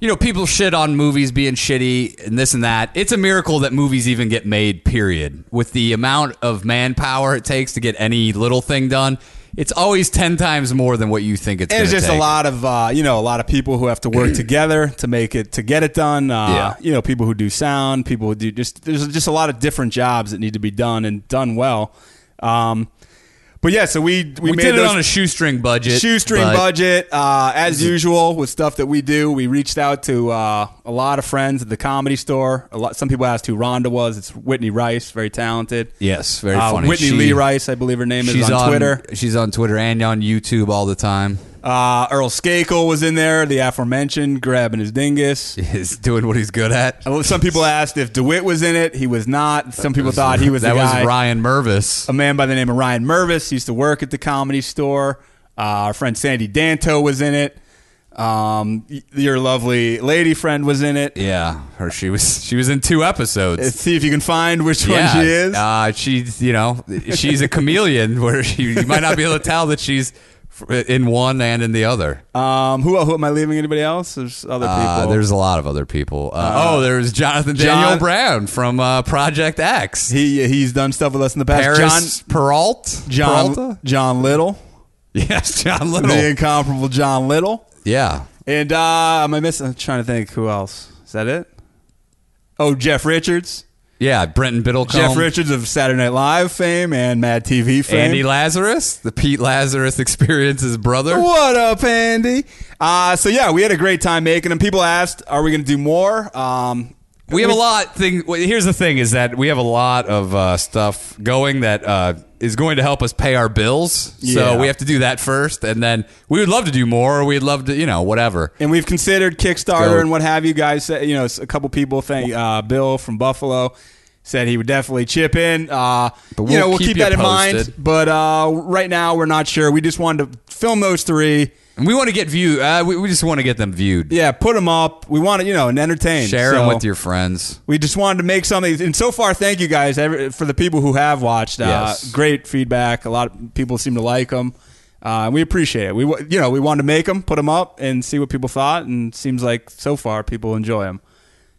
Speaker 3: you know, people shit on movies being shitty and this and that. It's a miracle that movies even get made. Period. With the amount of manpower it takes to get any little thing done, it's always ten times more than what you think it's.
Speaker 2: And it's
Speaker 3: gonna
Speaker 2: just a
Speaker 3: take.
Speaker 2: lot of uh, you know a lot of people who have to work together to make it to get it done. Uh,
Speaker 3: Yeah.
Speaker 2: You know, people who do sound, people who do just there's just a lot of different jobs that need to be done and done well. Um, but yeah, so we we,
Speaker 3: We,
Speaker 2: made
Speaker 3: did it
Speaker 2: those
Speaker 3: on a shoestring budget.
Speaker 2: shoestring
Speaker 3: but-
Speaker 2: budget uh, as usual with stuff that we do we reached out to uh, a lot of friends at the comedy store a lot some people asked who rhonda was it's whitney rice very talented
Speaker 3: Yes, very
Speaker 2: Uh,
Speaker 3: funny.
Speaker 2: whitney
Speaker 3: She-
Speaker 2: lee rice i believe her name is
Speaker 3: She's
Speaker 2: on, twitter
Speaker 3: She's on Twitter and on YouTube all the time.
Speaker 2: Uh, Earl Skakel was in there, the aforementioned, grabbing his dingus.
Speaker 3: He's doing what he's good at.
Speaker 2: Uh, Some people asked if DeWitt was in it. He was not. Some people thought he was
Speaker 3: that
Speaker 2: the
Speaker 3: was
Speaker 2: guy.
Speaker 3: Ryan Mervis.
Speaker 2: a man by the name of Ryan Mervis. He used to work at the comedy store. Uh, our friend Sandy Danto was in it. Um, y- your lovely lady friend was in it.
Speaker 3: Yeah, or she was she was in two episodes.
Speaker 2: Let's see if you can find which one she is.
Speaker 3: Uh, she's you know she's a chameleon where she, you might not be able to tell that she's f- in one and in the other.
Speaker 2: Um, who, who am I leaving? Anybody else? There's other people.
Speaker 3: Uh, there's a lot of other people. Uh, oh, there's Jonathan
Speaker 2: John-
Speaker 3: Daniel Brown from uh, Project X.
Speaker 2: he he's done stuff with us in the past.
Speaker 3: Paris
Speaker 2: John
Speaker 3: Peralt.
Speaker 2: John
Speaker 3: Peralta?
Speaker 2: John Little,
Speaker 3: Yes, John Little.
Speaker 2: the incomparable John Little,
Speaker 3: yeah.
Speaker 2: and uh, am I missing? I'm trying to think who else. Is that it? Oh, Jeff Richards.
Speaker 3: Yeah, Brenton Biddlecombe.
Speaker 2: Jeff Richards of Saturday Night Live fame and Mad TV fame.
Speaker 3: Andy Lazarus, the Pete Lazarus Experience's brother.
Speaker 2: What up, Andy? Uh, so yeah, we had a great time making them. People asked, "Are we going to do more?" Um,
Speaker 3: We have a lot thing. well, Here's the thing: is that we have a lot of uh, stuff going that uh, is going to help us pay our bills.
Speaker 2: Yeah.
Speaker 3: So we have to do that first, and then we would love to do more. We'd love to, you know, whatever.
Speaker 2: and we've considered
Speaker 3: Go.
Speaker 2: Kickstarter and what have you. Guys, said, you know, a couple people think uh, Bill from Buffalo said he would definitely chip in. Uh, you
Speaker 3: But we'll
Speaker 2: know, we'll
Speaker 3: keep
Speaker 2: keep,
Speaker 3: you
Speaker 2: that in mind.
Speaker 3: posted.
Speaker 2: But uh, right now, we're not sure. We just wanted to film those three.
Speaker 3: And we want to get view. Uh, we, we just want to get them viewed.
Speaker 2: Yeah, put them up. We want to, you know, and entertain.
Speaker 3: Share them
Speaker 2: So
Speaker 3: with your friends.
Speaker 2: We just wanted to make something. And so far, thank you guys every, for the people who have watched. Uh,
Speaker 3: Yes.
Speaker 2: Great feedback. A lot of people seem to like them. Uh, we appreciate it. We wa- you know we wanted to make them, put them up, and see what people thought. And seems like so far people enjoy them.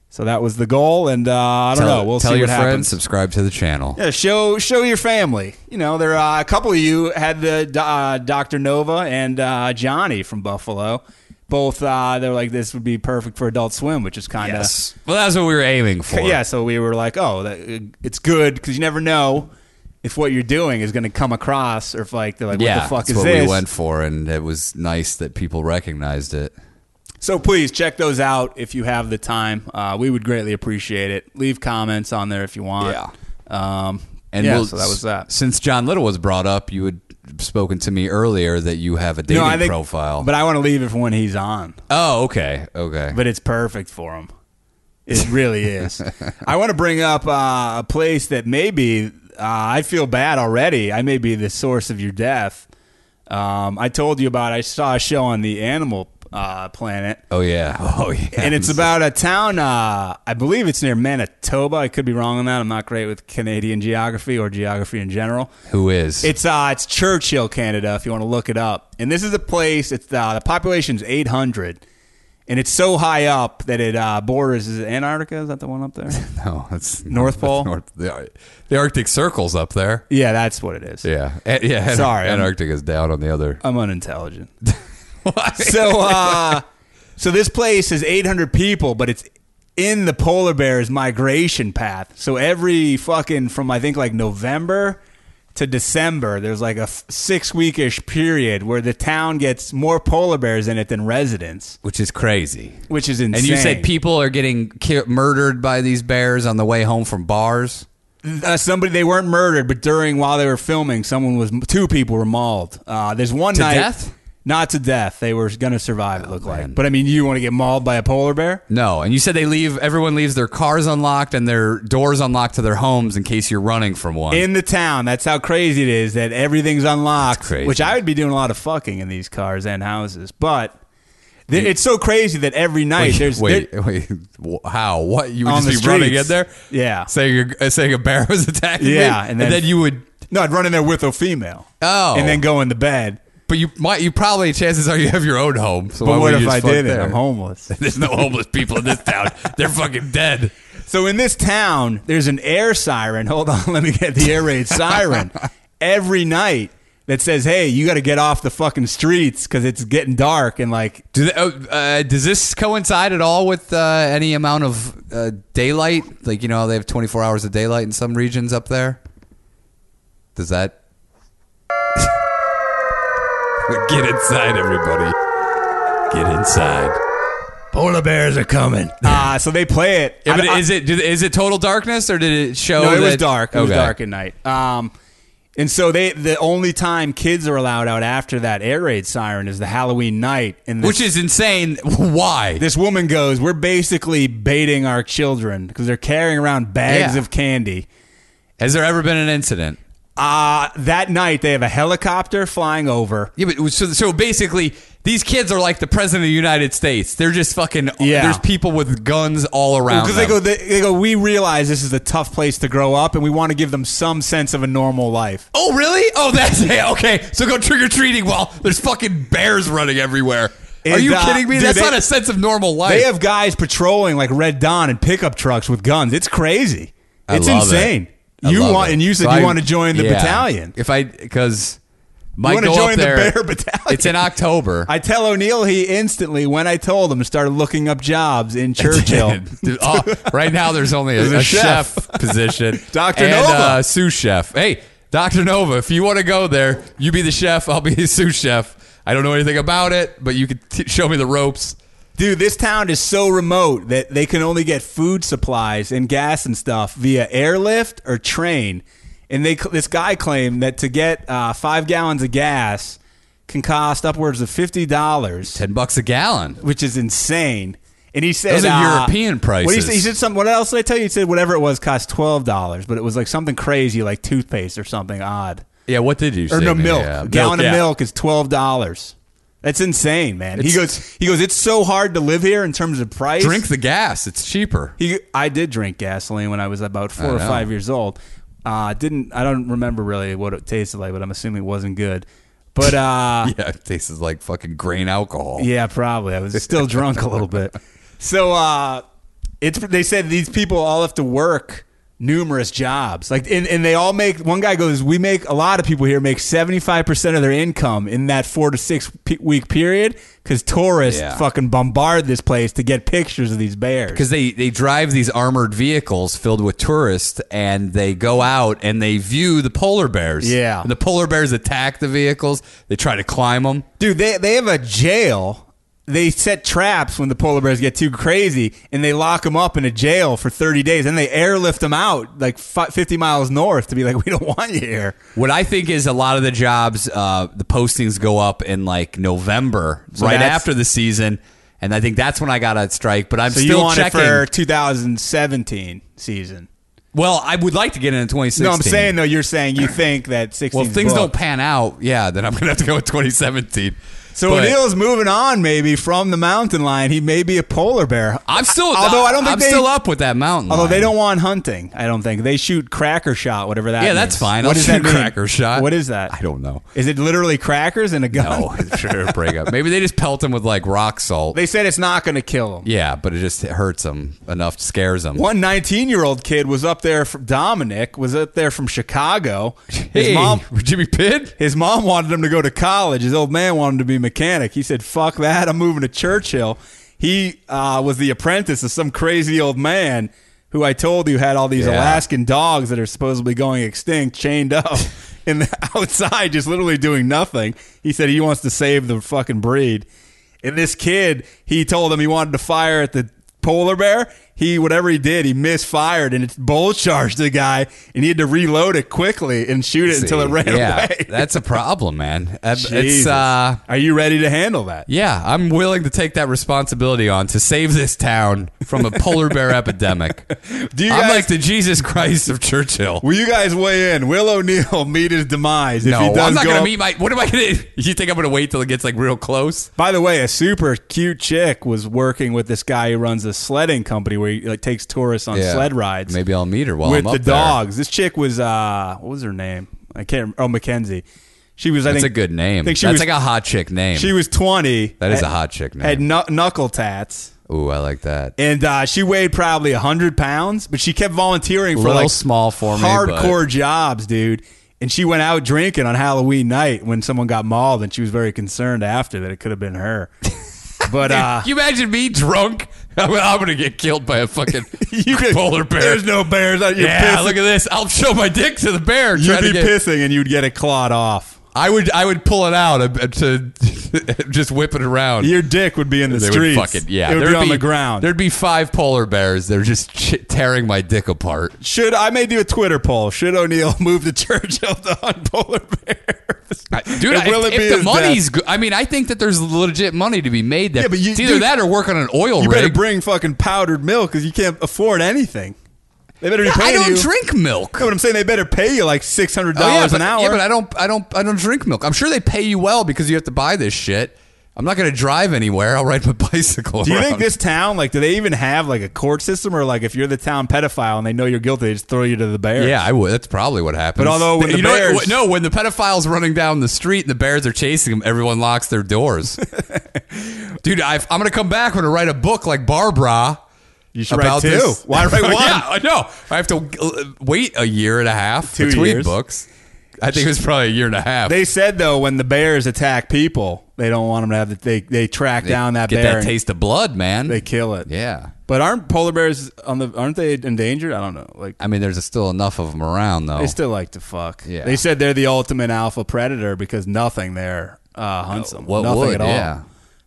Speaker 2: So that was the goal. And uh, I don't
Speaker 3: tell
Speaker 2: know. We'll
Speaker 3: tell
Speaker 2: see
Speaker 3: your
Speaker 2: what
Speaker 3: friends.
Speaker 2: happens.
Speaker 3: Subscribe to the channel.
Speaker 2: Yeah, show show your family. You know, there uh, a couple of you had the uh, Doctor Nova and uh, Johnny from Buffalo. Both uh, they're like this would be perfect for Adult Swim, which is kind of
Speaker 3: Yes. Well, that's what we were aiming for.
Speaker 2: yeah, so we were like, oh, that, it's good because you never know if what you're doing is going to come across or if like they're like,
Speaker 3: Yeah,
Speaker 2: what the fuck
Speaker 3: that's
Speaker 2: is
Speaker 3: what
Speaker 2: this?
Speaker 3: we went for, and it was nice that people recognized it.
Speaker 2: So please check those out if you have the time. Uh, we would greatly appreciate it. Leave comments on there if you want.
Speaker 3: Yeah.
Speaker 2: Um,
Speaker 3: And
Speaker 2: and yeah,
Speaker 3: we'll-
Speaker 2: so that was that.
Speaker 3: Since John Little was brought up, you had spoken to me earlier that you have a dating
Speaker 2: I think,
Speaker 3: profile.
Speaker 2: but I want to leave it for when he's on.
Speaker 3: oh, okay, okay.
Speaker 2: but it's perfect for him. It really is. I want to bring up uh, a place that maybe uh, I feel bad already. I may be the source of your death. Um, I told you about. I saw a show on the Animal uh, Planet,
Speaker 3: oh yeah, oh yeah.
Speaker 2: and it's about a town. Uh, I believe it's near Manitoba. I could be wrong on that. I'm not great with Canadian geography or geography in general.
Speaker 3: who is
Speaker 2: It's uh, it's Churchill, Canada. If you want to look it up, and this is a place. It's uh, the population's 800, and it's so high up that it uh, borders is it Antarctica. Is that the one up there?
Speaker 3: no, it's
Speaker 2: North Pole?
Speaker 3: North, the, Ar- the Arctic Circle's up there.
Speaker 2: yeah, that's what it is.
Speaker 3: Yeah, A- yeah. An-
Speaker 2: Sorry, I'm-
Speaker 3: Antarctica's down on the other.
Speaker 2: I'm unintelligent. so, uh, so this place is 800 people, but it's in the polar bear's migration path. So every fucking from I think like November to December, there's like a six weekish period where the town gets more polar bears in it than residents.
Speaker 3: which is crazy.
Speaker 2: which is insane.
Speaker 3: And you said people are getting ki- murdered by these bears on the way home from bars.
Speaker 2: uh, somebody they weren't murdered, but during while they were filming, someone was two people were mauled. Uh, there's one
Speaker 3: To
Speaker 2: night,
Speaker 3: death? Oh,
Speaker 2: not to death. They were gonna survive. it looked
Speaker 3: man.
Speaker 2: like, but I mean, you want to get mauled by a polar bear?
Speaker 3: No, and you said they leave. Everyone leaves their cars unlocked and their doors unlocked to their homes in case you're running from one.
Speaker 2: In the town, that's how crazy it is that everything's unlocked.
Speaker 3: That's crazy.
Speaker 2: Which I would be doing a lot of fucking in these cars and houses, but th- it's so crazy that every night
Speaker 3: Wait,
Speaker 2: there's
Speaker 3: wait, wait. wh- How? What? You would
Speaker 2: On
Speaker 3: just be
Speaker 2: the
Speaker 3: running in
Speaker 2: streets.
Speaker 3: there?
Speaker 2: Yeah.
Speaker 3: Saying you're, uh, saying a bear was attacking me?
Speaker 2: Yeah, and then-
Speaker 3: you would.
Speaker 2: no, I'd run in there with a female.
Speaker 3: Oh.
Speaker 2: and then go into bed.
Speaker 3: But you might. You probably. Chances are you have your own home. So why
Speaker 2: But what
Speaker 3: would
Speaker 2: if
Speaker 3: you
Speaker 2: I
Speaker 3: just fuck
Speaker 2: did it?
Speaker 3: there?
Speaker 2: I'm homeless.
Speaker 3: There's no homeless people in this town. They're fucking dead.
Speaker 2: So in this town, there's an air siren. Hold on, let me get the air raid siren every night that says, "Hey, you got to get off the fucking streets because it's getting dark." And like,
Speaker 3: Do they, oh, uh, does this coincide at all with uh, any amount of uh, daylight? Like you know, they have 24 hours of daylight in some regions up there. Does that? Get inside, everybody. Get inside.
Speaker 2: polar bears are coming. Ah, so they play it.
Speaker 3: Yeah,
Speaker 2: I-
Speaker 3: but
Speaker 2: I-
Speaker 3: is it did- is it total darkness or did it show?
Speaker 2: no, it was
Speaker 3: that-
Speaker 2: dark. It was
Speaker 3: Okay.
Speaker 2: dark at night. Um, And so they the only time kids are allowed out after that air raid siren is the Halloween night. And this,
Speaker 3: which is insane. Why?
Speaker 2: this woman goes, "We're basically baiting our children because they're carrying around bags
Speaker 3: Yeah.
Speaker 2: of candy."
Speaker 3: Has there ever been an incident?
Speaker 2: Uh, that night they have a helicopter flying over.
Speaker 3: Yeah, but so, so basically, these kids are like the president of the United States. They're just fucking.
Speaker 2: Yeah.
Speaker 3: There's people with guns all around.
Speaker 2: Because they
Speaker 3: them.
Speaker 2: go, they, they go. We realize this is a tough place to grow up, and we want to give them some sense of a normal life.
Speaker 3: Oh, really? Oh, that's it. Okay, so go trick or treating while there's fucking bears running everywhere. Are
Speaker 2: And,
Speaker 3: you
Speaker 2: uh,
Speaker 3: kidding me?
Speaker 2: dude,
Speaker 3: that's
Speaker 2: they-
Speaker 3: not a sense of normal life.
Speaker 2: They have guys patrolling like Red Dawn and pickup trucks with guns. It's crazy.
Speaker 3: I
Speaker 2: it's
Speaker 3: love it.
Speaker 2: insane.
Speaker 3: I
Speaker 2: You
Speaker 3: love
Speaker 2: want,
Speaker 3: it.
Speaker 2: and you said
Speaker 3: So
Speaker 2: you
Speaker 3: I-
Speaker 2: want to join the
Speaker 3: yeah.
Speaker 2: battalion.
Speaker 3: If I, because might
Speaker 2: wanna
Speaker 3: go
Speaker 2: join
Speaker 3: up
Speaker 2: the
Speaker 3: there.
Speaker 2: bear battalion.
Speaker 3: It's in October.
Speaker 2: I tell O'Neill he instantly when I told him started looking up jobs in Churchill.
Speaker 3: Dude, oh, right now, there's only a,
Speaker 2: There's a
Speaker 3: a chef. position.
Speaker 2: Dr.
Speaker 3: and,
Speaker 2: Nova.
Speaker 3: uh, sous chef. Hey, Dr. Nova, if you want to go there, you be the chef. I'll be the sous chef. I don't know anything about it, but you could t- show me the ropes.
Speaker 2: Dude, this town is so remote that they can only get food supplies and gas and stuff via airlift or train. And they this guy claimed that to get uh, five gallons of gas can cost upwards of fifty dollars.
Speaker 3: Ten bucks a gallon.
Speaker 2: which is insane. And he said
Speaker 3: Those are
Speaker 2: uh,
Speaker 3: European
Speaker 2: what he,
Speaker 3: prices.
Speaker 2: said- he said something. What else did I tell you? He said whatever it was cost twelve dollars, but it was like something crazy, like toothpaste or something odd.
Speaker 3: Yeah, what did you say?
Speaker 2: Or no,
Speaker 3: man?
Speaker 2: milk.
Speaker 3: Yeah,
Speaker 2: A gallon of
Speaker 3: yeah.
Speaker 2: milk is twelve dollars. That's insane, man. he
Speaker 3: It's-
Speaker 2: goes. He goes. It's so hard to live here in terms of price.
Speaker 3: Drink the gas. It's cheaper.
Speaker 2: He, I did drink gasoline when I was about four
Speaker 3: I
Speaker 2: or
Speaker 3: know.
Speaker 2: five years old. Uh, didn't I don't remember really what it tasted like, but I'm assuming it wasn't good. But uh,
Speaker 3: Yeah, it tastes like fucking grain alcohol.
Speaker 2: Yeah, probably. I was still drunk a little bit. So uh, it's they said these people all have to work numerous jobs. Like and, and they all make one guy goes, "We make a lot of people here make 75% of their income in that 4 to 6 pe- week period cuz tourists
Speaker 3: Yeah.
Speaker 2: fucking bombard this place to get pictures of these bears."
Speaker 3: Because they, they drive these armored vehicles filled with tourists and they go out and they view the polar bears.
Speaker 2: Yeah.
Speaker 3: And the polar bears attack the vehicles. They try to climb them.
Speaker 2: Dude, they they have a jail. They set traps when the polar bears get too crazy, and they lock them up in a jail for 30 days, and they airlift them out like fi 50 miles north to be like, we don't want you here.
Speaker 3: What I think is a lot of the jobs, uh, the postings go up in like November,
Speaker 2: So
Speaker 3: right
Speaker 2: that's-
Speaker 3: after the season. And I think that's when I got a strike, but I'm
Speaker 2: So
Speaker 3: still
Speaker 2: you want
Speaker 3: checking.
Speaker 2: it for 2017 season?
Speaker 3: well, I would like to get into 2016.
Speaker 2: No, I'm saying though. You're saying you think that 16.
Speaker 3: Well, if things don't pan out, yeah, then I'm going to have to go with 2017.
Speaker 2: So
Speaker 3: But-
Speaker 2: O'Neill's moving on, maybe from the mountain lion. He may be a polar bear.
Speaker 3: I'm still.
Speaker 2: although I don't think
Speaker 3: I'm
Speaker 2: they-
Speaker 3: still up with that mountain.
Speaker 2: Although they
Speaker 3: lion.
Speaker 2: don't want hunting, I don't think they shoot cracker shot, whatever that.
Speaker 3: Yeah, that's
Speaker 2: means.
Speaker 3: fine.
Speaker 2: What
Speaker 3: I'll
Speaker 2: does
Speaker 3: shoot
Speaker 2: that mean?
Speaker 3: cracker shot.
Speaker 2: What is that?
Speaker 3: I don't know.
Speaker 2: Is it literally crackers and a gun?
Speaker 3: No, Oh, sure, break up. Maybe they just pelt him with like rock salt.
Speaker 2: They said it's not going to kill him.
Speaker 3: yeah, but it just it hurts him enough, scares him.
Speaker 2: One 19 year old kid was up there from Dominic, was up there from Chicago. His
Speaker 3: Hey,
Speaker 2: mom.
Speaker 3: Jimmy Pitt.
Speaker 2: His mom wanted him to go to college. His old man wanted him to be a mechanic. He said, "Fuck that! I'm moving to Churchill." He uh, was the apprentice of some crazy old man who I told you had all these
Speaker 3: Yeah.
Speaker 2: Alaskan dogs that are supposedly going extinct, chained up in the outside, just literally doing nothing. He said he wants to save the fucking breed. And this kid, he told him he wanted to fire at the polar bear. He whatever he did, he misfired and it bull charged the guy, and he had to reload it quickly and shoot it until it ran
Speaker 3: yeah,
Speaker 2: away.
Speaker 3: that's a problem, man. Uh, It's
Speaker 2: Jesus.
Speaker 3: uh,
Speaker 2: Are you ready to handle that?
Speaker 3: yeah, I'm willing to take that responsibility on to save this town from a polar bear epidemic.
Speaker 2: Do you
Speaker 3: I'm
Speaker 2: guys-
Speaker 3: like the Jesus Christ of Churchill.
Speaker 2: Will you guys weigh in? Will O'Neill meet his demise if
Speaker 3: no,
Speaker 2: he does
Speaker 3: I'm not
Speaker 2: go
Speaker 3: gonna
Speaker 2: up-
Speaker 3: meet my. What am I gonna? You think I'm gonna wait till it gets like real close?
Speaker 2: By the way, a super cute chick was working with this guy who runs a sledding company where he like takes tourists on sled rides
Speaker 3: Maybe I'll meet her while
Speaker 2: with
Speaker 3: I'm up
Speaker 2: the
Speaker 3: there.
Speaker 2: dogs. This chick was uh what was her name? I can't remember. Oh, Mackenzie. She was I
Speaker 3: That's
Speaker 2: think
Speaker 3: a good name.
Speaker 2: I think she
Speaker 3: That's
Speaker 2: was
Speaker 3: like a hot chick name.
Speaker 2: she was 20.
Speaker 3: that is a
Speaker 2: had-
Speaker 3: hot chick name.
Speaker 2: Had knu- knuckle tats.
Speaker 3: Ooh, I like that.
Speaker 2: and uh, she weighed probably 100 pounds but she kept volunteering for
Speaker 3: Little
Speaker 2: like
Speaker 3: small for me,
Speaker 2: hardcore jobs dude and she went out drinking on halloween night when someone got mauled and she was very concerned after that it could have been her but uh
Speaker 3: Can you imagine me drunk? I'm, I'm gonna get killed by a fucking
Speaker 2: could-
Speaker 3: polar bear.
Speaker 2: there's no bears out you're
Speaker 3: yeah,
Speaker 2: pissing.
Speaker 3: look at this. I'll show my dick to the bear.
Speaker 2: you'd
Speaker 3: trying
Speaker 2: be
Speaker 3: to get,
Speaker 2: pissing and you'd get it clawed off
Speaker 3: I would I would pull it out uh, to just whip it around.
Speaker 2: Your dick would be in the
Speaker 3: they
Speaker 2: streets.
Speaker 3: would fucking yeah.
Speaker 2: it would
Speaker 3: there'd
Speaker 2: be on the ground.
Speaker 3: There'd be five polar bears. They're just ch- tearing my dick apart.
Speaker 2: Should I may do a Twitter poll? Should O'Neill move to Churchill to hunt polar bears?
Speaker 3: I- Dude,
Speaker 2: And
Speaker 3: if,
Speaker 2: will it
Speaker 3: if
Speaker 2: be
Speaker 3: the
Speaker 2: his
Speaker 3: money's, go- I mean, I think that there's legit money to be made there.
Speaker 2: Yeah, but you-
Speaker 3: it's either
Speaker 2: dude,
Speaker 3: that or work on an oil
Speaker 2: You better
Speaker 3: rig.
Speaker 2: bring fucking powdered milk because you can't afford anything. They better be
Speaker 3: I
Speaker 2: paying
Speaker 3: don't
Speaker 2: you.
Speaker 3: drink milk.
Speaker 2: No, but I'm saying they better pay you like six hundred
Speaker 3: Oh,
Speaker 2: dollars
Speaker 3: yeah, but,
Speaker 2: an hour.
Speaker 3: Yeah, but I don't, I don't, I don't drink milk. I'm sure they pay you well because you have to buy this shit. I'm not going to drive anywhere. I'll ride my bicycle.
Speaker 2: do you
Speaker 3: around.
Speaker 2: think this town, like, do they even have like a court system, or like if you're the town pedophile and they know you're guilty, they just throw you to the bears?
Speaker 3: Yeah, I would. That's probably what happens.
Speaker 2: But although when the
Speaker 3: you know what-
Speaker 2: bears-
Speaker 3: no, when the pedophile's running down the street and the bears are chasing him, everyone locks their doors. Dude, i I'm gonna come back. I'm gonna write a book like Barbara.
Speaker 2: you should write two. Why write one?
Speaker 3: yeah, I know. I have to uh, wait a year and a half
Speaker 2: Two
Speaker 3: between
Speaker 2: years.
Speaker 3: books. I think it was probably a year and a half.
Speaker 2: They said though, when the bears attack people, they don't want them to have the, they they track down that
Speaker 3: get
Speaker 2: bear.
Speaker 3: that
Speaker 2: and
Speaker 3: taste of blood, man.
Speaker 2: They kill it.
Speaker 3: yeah.
Speaker 2: But aren't polar bears on the? Aren't they endangered? I don't know. Like
Speaker 3: I mean, there's still enough of them around, though.
Speaker 2: they still like to fuck.
Speaker 3: Oh. Yeah.
Speaker 2: They said they're the ultimate alpha predator because nothing there uh, hunts them.
Speaker 3: what
Speaker 2: nothing
Speaker 3: would,
Speaker 2: at all.
Speaker 3: yeah.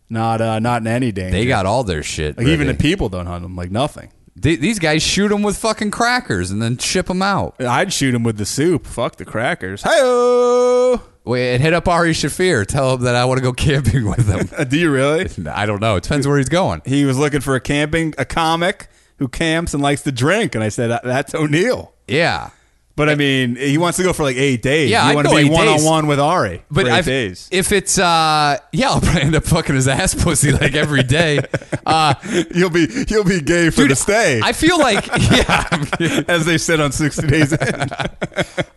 Speaker 2: Not uh, not in any danger.
Speaker 3: They got all their shit.
Speaker 2: like even the
Speaker 3: ready.
Speaker 2: people don't hunt them. Like nothing.
Speaker 3: Th- these guys shoot them with fucking crackers and then ship them out.
Speaker 2: I'd shoot them with the soup. Fuck the crackers. Hey,
Speaker 3: Wait, and hit up Ari Shafir. Tell him that I want to go camping with him.
Speaker 2: Uh, do you really?
Speaker 3: I don't know. It depends where he's going.
Speaker 2: He was looking for a camping a comic who camps and likes to drink, and I said "That- that's O'Neill.
Speaker 3: Yeah.
Speaker 2: But I mean, he wants to go for like eight days.
Speaker 3: Yeah,
Speaker 2: you
Speaker 3: I'd
Speaker 2: want to
Speaker 3: go eight
Speaker 2: be
Speaker 3: days.
Speaker 2: one on one with Ari
Speaker 3: But
Speaker 2: for eight
Speaker 3: I've-
Speaker 2: days.
Speaker 3: if it's uh yeah, I'll probably end up fucking his ass pussy like every day. Uh
Speaker 2: You'll be you'll be gay for the stay.
Speaker 3: I feel like yeah.
Speaker 2: as they said on 60 Days In.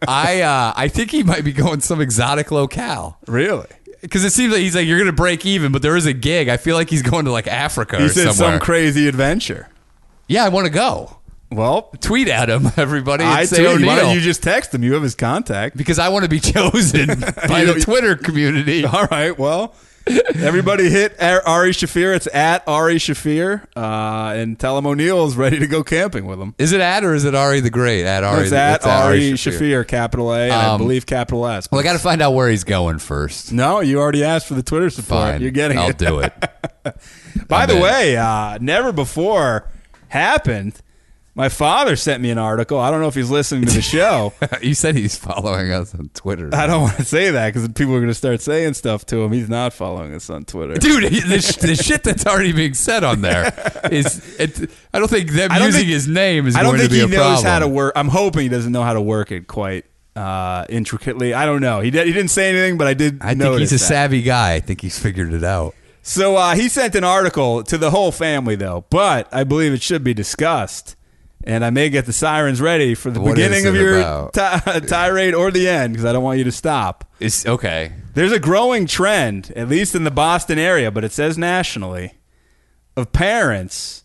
Speaker 3: I uh I think he might be going some exotic locale.
Speaker 2: really?
Speaker 3: Cuz it seems like he's like you're going to break even, but there is a gig. I feel like he's going to like Africa
Speaker 2: He
Speaker 3: or
Speaker 2: said
Speaker 3: somewhere.
Speaker 2: some crazy adventure.
Speaker 3: yeah, I want to go.
Speaker 2: Well,
Speaker 3: Tweet at him everybody and
Speaker 2: I
Speaker 3: say
Speaker 2: too. Why
Speaker 3: O'Neill.
Speaker 2: don't you just text him? You have his contact.
Speaker 3: because I want to be chosen by the Twitter community.
Speaker 2: All right. Well, everybody hit Ar- Ari Shafir. It's at Ari Shafir. Uh, and tell him O'Neill is ready to go camping with him.
Speaker 3: Is it at or is it Ari the Great? At Ari. Um,
Speaker 2: It's at Ari Shafir, capital A, and I believe capital S.
Speaker 3: Well, I got to find out where he's going first.
Speaker 2: no, you already asked for the Twitter support.
Speaker 3: Fine,
Speaker 2: You're getting
Speaker 3: I'll
Speaker 2: it.
Speaker 3: do it.
Speaker 2: By
Speaker 3: I'm
Speaker 2: the
Speaker 3: in.
Speaker 2: way, uh, never before happened. My father sent me an article. I don't know if he's listening to the show.
Speaker 3: you said he's following us on Twitter,
Speaker 2: I don't want to say that because people are going to start saying stuff to him. He's not following us on Twitter.
Speaker 3: dude. he- The, sh- the shit that's already being said on there is. It, I don't think them
Speaker 2: I don't
Speaker 3: using
Speaker 2: think-
Speaker 3: his name is.
Speaker 2: I don't
Speaker 3: going
Speaker 2: think
Speaker 3: to be
Speaker 2: he
Speaker 3: a
Speaker 2: knows
Speaker 3: problem.
Speaker 2: how to work. I'm hoping he doesn't know how to work it quite uh, intricately. I don't know. He did, he didn't say anything, but I did.
Speaker 3: I think
Speaker 2: notice
Speaker 3: he's a
Speaker 2: that.
Speaker 3: savvy guy. I think he's figured it out.
Speaker 2: So uh, he sent an article to the whole family, though, but I believe it should be discussed. And I may get the sirens ready for the
Speaker 3: What is
Speaker 2: beginning of
Speaker 3: it
Speaker 2: your
Speaker 3: about?
Speaker 2: ti- tirade or the end because I don't want you to stop.
Speaker 3: It's okay.
Speaker 2: There's a growing trend, at least in the Boston area, but it says nationally, of parents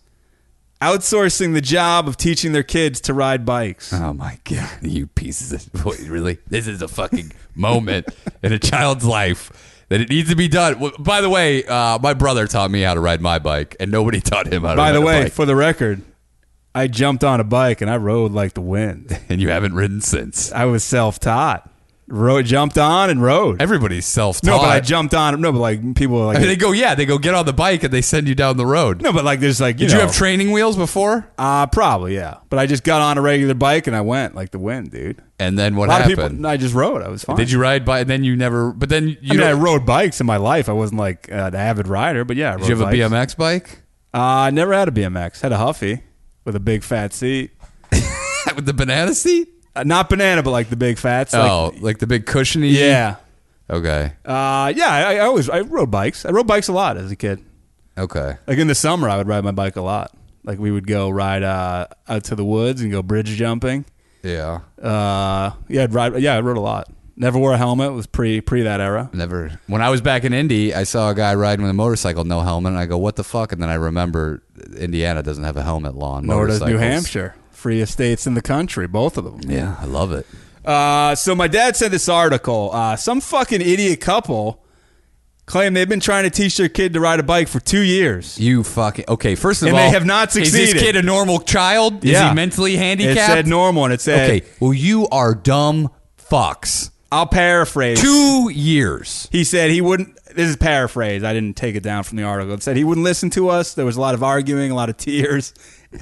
Speaker 2: outsourcing the job of teaching their kids to ride bikes.
Speaker 3: Oh my god, you pieces of wait, really? This is a fucking moment in a child's life that it needs to be done. Well, By the way, uh, my brother taught me how to ride my bike, and nobody taught him how to.
Speaker 2: By
Speaker 3: ride
Speaker 2: the
Speaker 3: a
Speaker 2: way,
Speaker 3: bike.
Speaker 2: for the record, I jumped on a bike and I rode like the wind.
Speaker 3: and you haven't ridden since.
Speaker 2: I was self-taught. Rode, jumped on and rode.
Speaker 3: Everybody's self-taught.
Speaker 2: No, but I jumped on. No, but like people are like.
Speaker 3: I mean, they go, yeah, they go get on the bike and they send you down the road.
Speaker 2: no, but like there's like you
Speaker 3: Did
Speaker 2: know,
Speaker 3: you have training wheels before?
Speaker 2: uh, probably yeah. But I just got on a regular bike and I went like the wind, dude.
Speaker 3: And then what
Speaker 2: a lot
Speaker 3: happened?
Speaker 2: of people. I just rode. I was fine.
Speaker 3: Did you ride by? And then you never. But then you.
Speaker 2: I mean, I
Speaker 3: don't-
Speaker 2: rode bikes in my life. I wasn't like an avid rider, but yeah. I
Speaker 3: did you have a BMX bike?
Speaker 2: Uh, I never had a BMX. Had a Huffy with a big fat seat.
Speaker 3: With the banana seat?
Speaker 2: Uh, not banana, but like the big fats. like-
Speaker 3: oh, like the big cushiony.
Speaker 2: yeah.
Speaker 3: Okay.
Speaker 2: Uh, yeah. I, I always I rode bikes. I rode bikes a lot as a kid.
Speaker 3: Okay.
Speaker 2: Like in the summer, I would ride my bike a lot. Like we would go ride uh, out to the woods and go bridge jumping.
Speaker 3: Yeah.
Speaker 2: Uh, yeah, I'd ride. Yeah, I rode a lot. Never wore a helmet. It was pre pre that era.
Speaker 3: Never. When I was back in Indy, I saw a guy riding with a motorcycle, no helmet, and I go, "What the fuck?" And then I remember Indiana doesn't have a helmet law. on
Speaker 2: Nor does New
Speaker 3: motorcycles.
Speaker 2: Hampshire. Free estates in the country, both of them.
Speaker 3: Yeah, I love it.
Speaker 2: Uh, so my dad sent this article. Uh, some fucking idiot couple claim they've been trying to teach their kid to ride a bike for two years.
Speaker 3: You fucking okay. First of
Speaker 2: And
Speaker 3: all,
Speaker 2: they have not
Speaker 3: Is
Speaker 2: succeeded.
Speaker 3: this kid a normal child? Is he mentally handicapped?
Speaker 2: It said normal, and it said
Speaker 3: Okay. Well, you are dumb fucks.
Speaker 2: I'll paraphrase.
Speaker 3: Two years.
Speaker 2: He said he wouldn't. This is paraphrase. I didn't take it down from the article. It said he wouldn't listen to us. There was a lot of arguing, a lot of tears.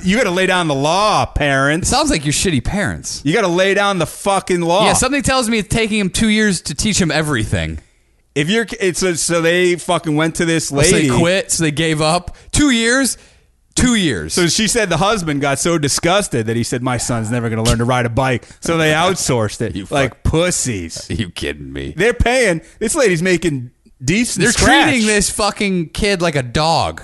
Speaker 2: You got to lay down the law, parents.
Speaker 3: Sounds like your shitty parents.
Speaker 2: You got to lay down the fucking law.
Speaker 3: Yeah, something tells me it's taking him two years to teach him everything.
Speaker 2: if you're, it's a, so they fucking went to this
Speaker 3: So they
Speaker 2: lady.
Speaker 3: quit, so they gave up. Two years, two years.
Speaker 2: So she said the husband got so disgusted that he said, "My son's never going to learn to ride a bike." So they outsourced it,
Speaker 3: You fuck-
Speaker 2: like pussies.
Speaker 3: Are you kidding me?
Speaker 2: They're paying. This lady's making decent.
Speaker 3: They're
Speaker 2: scratch.
Speaker 3: treating this fucking kid like a dog.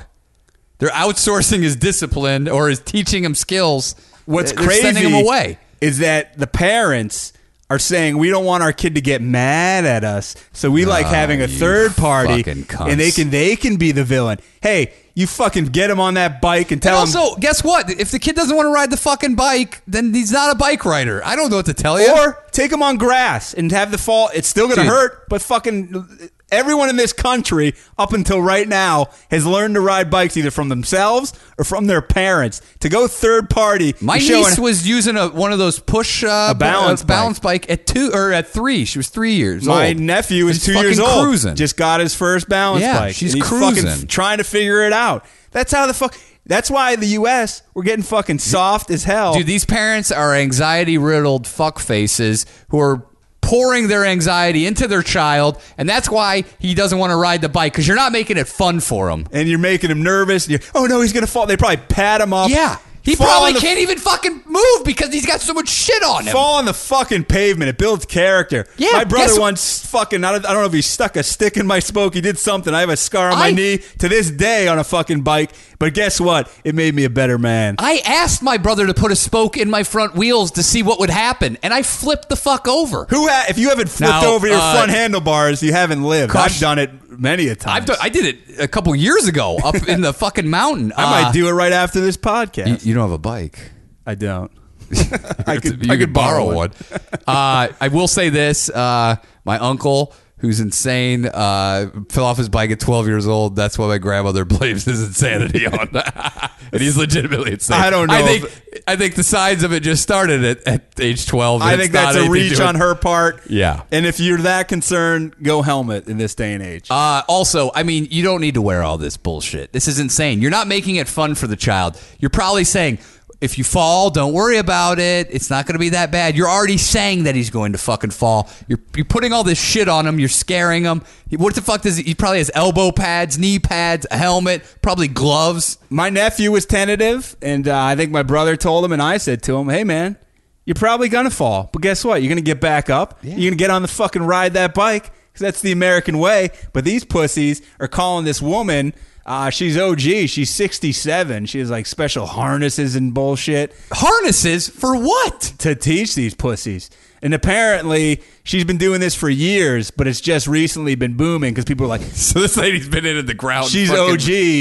Speaker 3: They're outsourcing his discipline or is teaching him skills.
Speaker 2: What's
Speaker 3: They're
Speaker 2: crazy?
Speaker 3: sending him away.
Speaker 2: Is that the parents are saying we don't want our kid to get mad at us, so we like having a
Speaker 3: Ah, you
Speaker 2: third party,
Speaker 3: fucking cunts.
Speaker 2: and they can they can be the villain. Hey, you fucking get him on that bike and
Speaker 3: And
Speaker 2: tell him.
Speaker 3: also, guess what? If the kid doesn't want to ride the fucking bike, then he's not a bike rider. I don't know what to tell you.
Speaker 2: Or take them on grass and have the fall. It's still going to
Speaker 3: Dude.
Speaker 2: hurt, but fucking everyone in this country up until right now has learned to ride bikes either from themselves or from their parents. To go third party,
Speaker 3: my
Speaker 2: you're
Speaker 3: niece
Speaker 2: showing-
Speaker 3: was using a one of those push uh,
Speaker 2: A balance
Speaker 3: uh, balance bike. at two or at three. She was three years
Speaker 2: My
Speaker 3: old.
Speaker 2: nephew is
Speaker 3: She's
Speaker 2: two
Speaker 3: fucking
Speaker 2: years old.
Speaker 3: Cruising.
Speaker 2: Just got his first balance
Speaker 3: Yeah,
Speaker 2: bike.
Speaker 3: she's
Speaker 2: and he's fucking
Speaker 3: cruising.
Speaker 2: f- trying to figure it out. That's how the fuck. That's why the U.S. we're getting fucking soft as hell.
Speaker 3: Dude, these parents are anxiety riddled fuck faces who are pouring their anxiety into their child, and that's why he doesn't want to ride the bike because you're not making it fun for him.
Speaker 2: and you're making him nervous. and you're, oh no, he's gonna fall. They probably pat him up.
Speaker 3: Yeah, he
Speaker 2: Fall
Speaker 3: probably
Speaker 2: on the-
Speaker 3: can't even fucking move because he's got so much shit on him.
Speaker 2: Fall on the fucking pavement. It builds character.
Speaker 3: Yeah,
Speaker 2: my brother
Speaker 3: guess-
Speaker 2: once fucking. I don't, I don't know if he stuck a stick in my spoke. He did something. I have a scar on my
Speaker 3: I-
Speaker 2: knee to this day on a fucking bike. But guess what? It made me a better man.
Speaker 3: I asked my brother to put a spoke in my front wheels to see what would happen, and I flipped the fuck over.
Speaker 2: Who? Ha- if you haven't flipped
Speaker 3: Now,
Speaker 2: over your
Speaker 3: uh,
Speaker 2: front handlebars, you haven't lived. I've
Speaker 3: gosh.
Speaker 2: done it many a time.
Speaker 3: I've done, I did it a couple years ago up in the fucking mountain.
Speaker 2: I
Speaker 3: Uh,
Speaker 2: might do it right after this podcast.
Speaker 3: You, you don't have a bike.
Speaker 2: I don't.
Speaker 3: I
Speaker 2: could-
Speaker 3: could,
Speaker 2: I
Speaker 3: you
Speaker 2: could
Speaker 3: could
Speaker 2: borrow
Speaker 3: borrow one. uh, I will say this: uh, my uncle, who's insane, uh, fell off his bike at 12 years old. That's why my grandmother blames his insanity on. and he's legitimately insane.
Speaker 2: I don't
Speaker 3: I
Speaker 2: know
Speaker 3: think I think the signs of it just started at, at age 12.
Speaker 2: I
Speaker 3: It's
Speaker 2: think
Speaker 3: not
Speaker 2: that's a
Speaker 3: anything to
Speaker 2: reach
Speaker 3: do
Speaker 2: on
Speaker 3: with-
Speaker 2: her part.
Speaker 3: Yeah.
Speaker 2: And if you're that concerned, go helmet in this day and age.
Speaker 3: Uh, also, I mean, you don't need to wear all this bullshit. This is insane. You're not making it fun for the child. You're probably saying, if you fall, don't worry about it. It's not going to be that bad. You're already saying that he's going to fucking fall. You're, you're putting all this shit on him. You're scaring him. He- What the fuck does he? He probably has elbow pads, knee pads, a helmet, probably gloves.
Speaker 2: my nephew was tentative, and uh, I think my brother told him, and I said to him, "Hey, man, you're probably gonna fall, but guess what? You're gonna get back up. You're gonna get on the fucking ride that bike 'cause that's the American way." But these pussies are calling this woman. Uh, she's OG. She's 67. She has like special harnesses and bullshit
Speaker 3: Harnesses for what?
Speaker 2: to teach these pussies. And apparently, she's been doing this for years, but it's just recently been booming because people are like,
Speaker 3: So this lady's been in at the ground.
Speaker 2: She's
Speaker 3: fucking-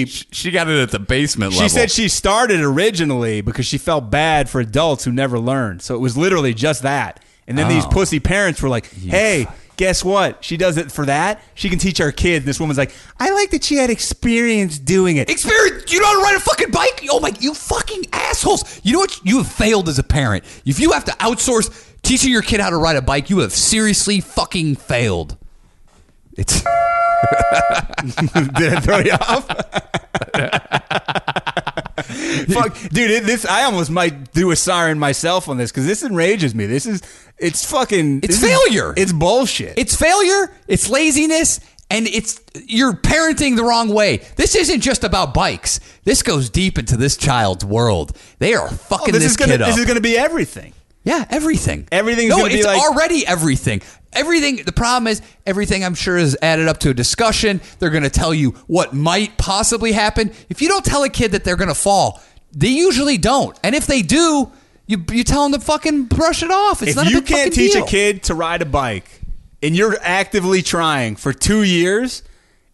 Speaker 2: OG.
Speaker 3: sh- She got it at the basement
Speaker 2: She said she started originally because she felt bad for adults who never learned. So it was literally just that. And then these
Speaker 3: Oh.
Speaker 2: pussy parents were like, hey, guess what? She does it for that. She can teach our kids. This woman's like, I like that she had experience doing it.
Speaker 3: Experience. You know how to ride a fucking bike? Oh my! You fucking assholes! You know what? You have failed as a parent. If you have to outsource teaching your kid how to ride a bike, you have seriously fucking failed. It's
Speaker 2: Did it throw you off? Fuck, dude! It, this I almost might do a siren myself on this because this enrages me. This is it's fucking
Speaker 3: It's
Speaker 2: this is-
Speaker 3: failure.
Speaker 2: it's bullshit.
Speaker 3: it's failure. It's laziness. And it's you're parenting the wrong way. This isn't just about bikes. This goes deep into this child's world. They are fucking
Speaker 2: Oh, this
Speaker 3: this,
Speaker 2: is gonna
Speaker 3: kid up.
Speaker 2: this is gonna be everything.
Speaker 3: Yeah, everything.
Speaker 2: Everything's
Speaker 3: no,
Speaker 2: gonna be
Speaker 3: it's
Speaker 2: like-
Speaker 3: already everything. Everything. The problem is everything. I'm sure is added up to a discussion. They're going to tell you what might possibly happen. If you don't tell a kid that they're going to fall, they usually don't. And if they do, you you tell them to fucking brush it off. It's
Speaker 2: if
Speaker 3: not a
Speaker 2: you
Speaker 3: big
Speaker 2: can't
Speaker 3: fucking
Speaker 2: teach
Speaker 3: deal.
Speaker 2: a kid to ride a bike and you're actively trying for two years,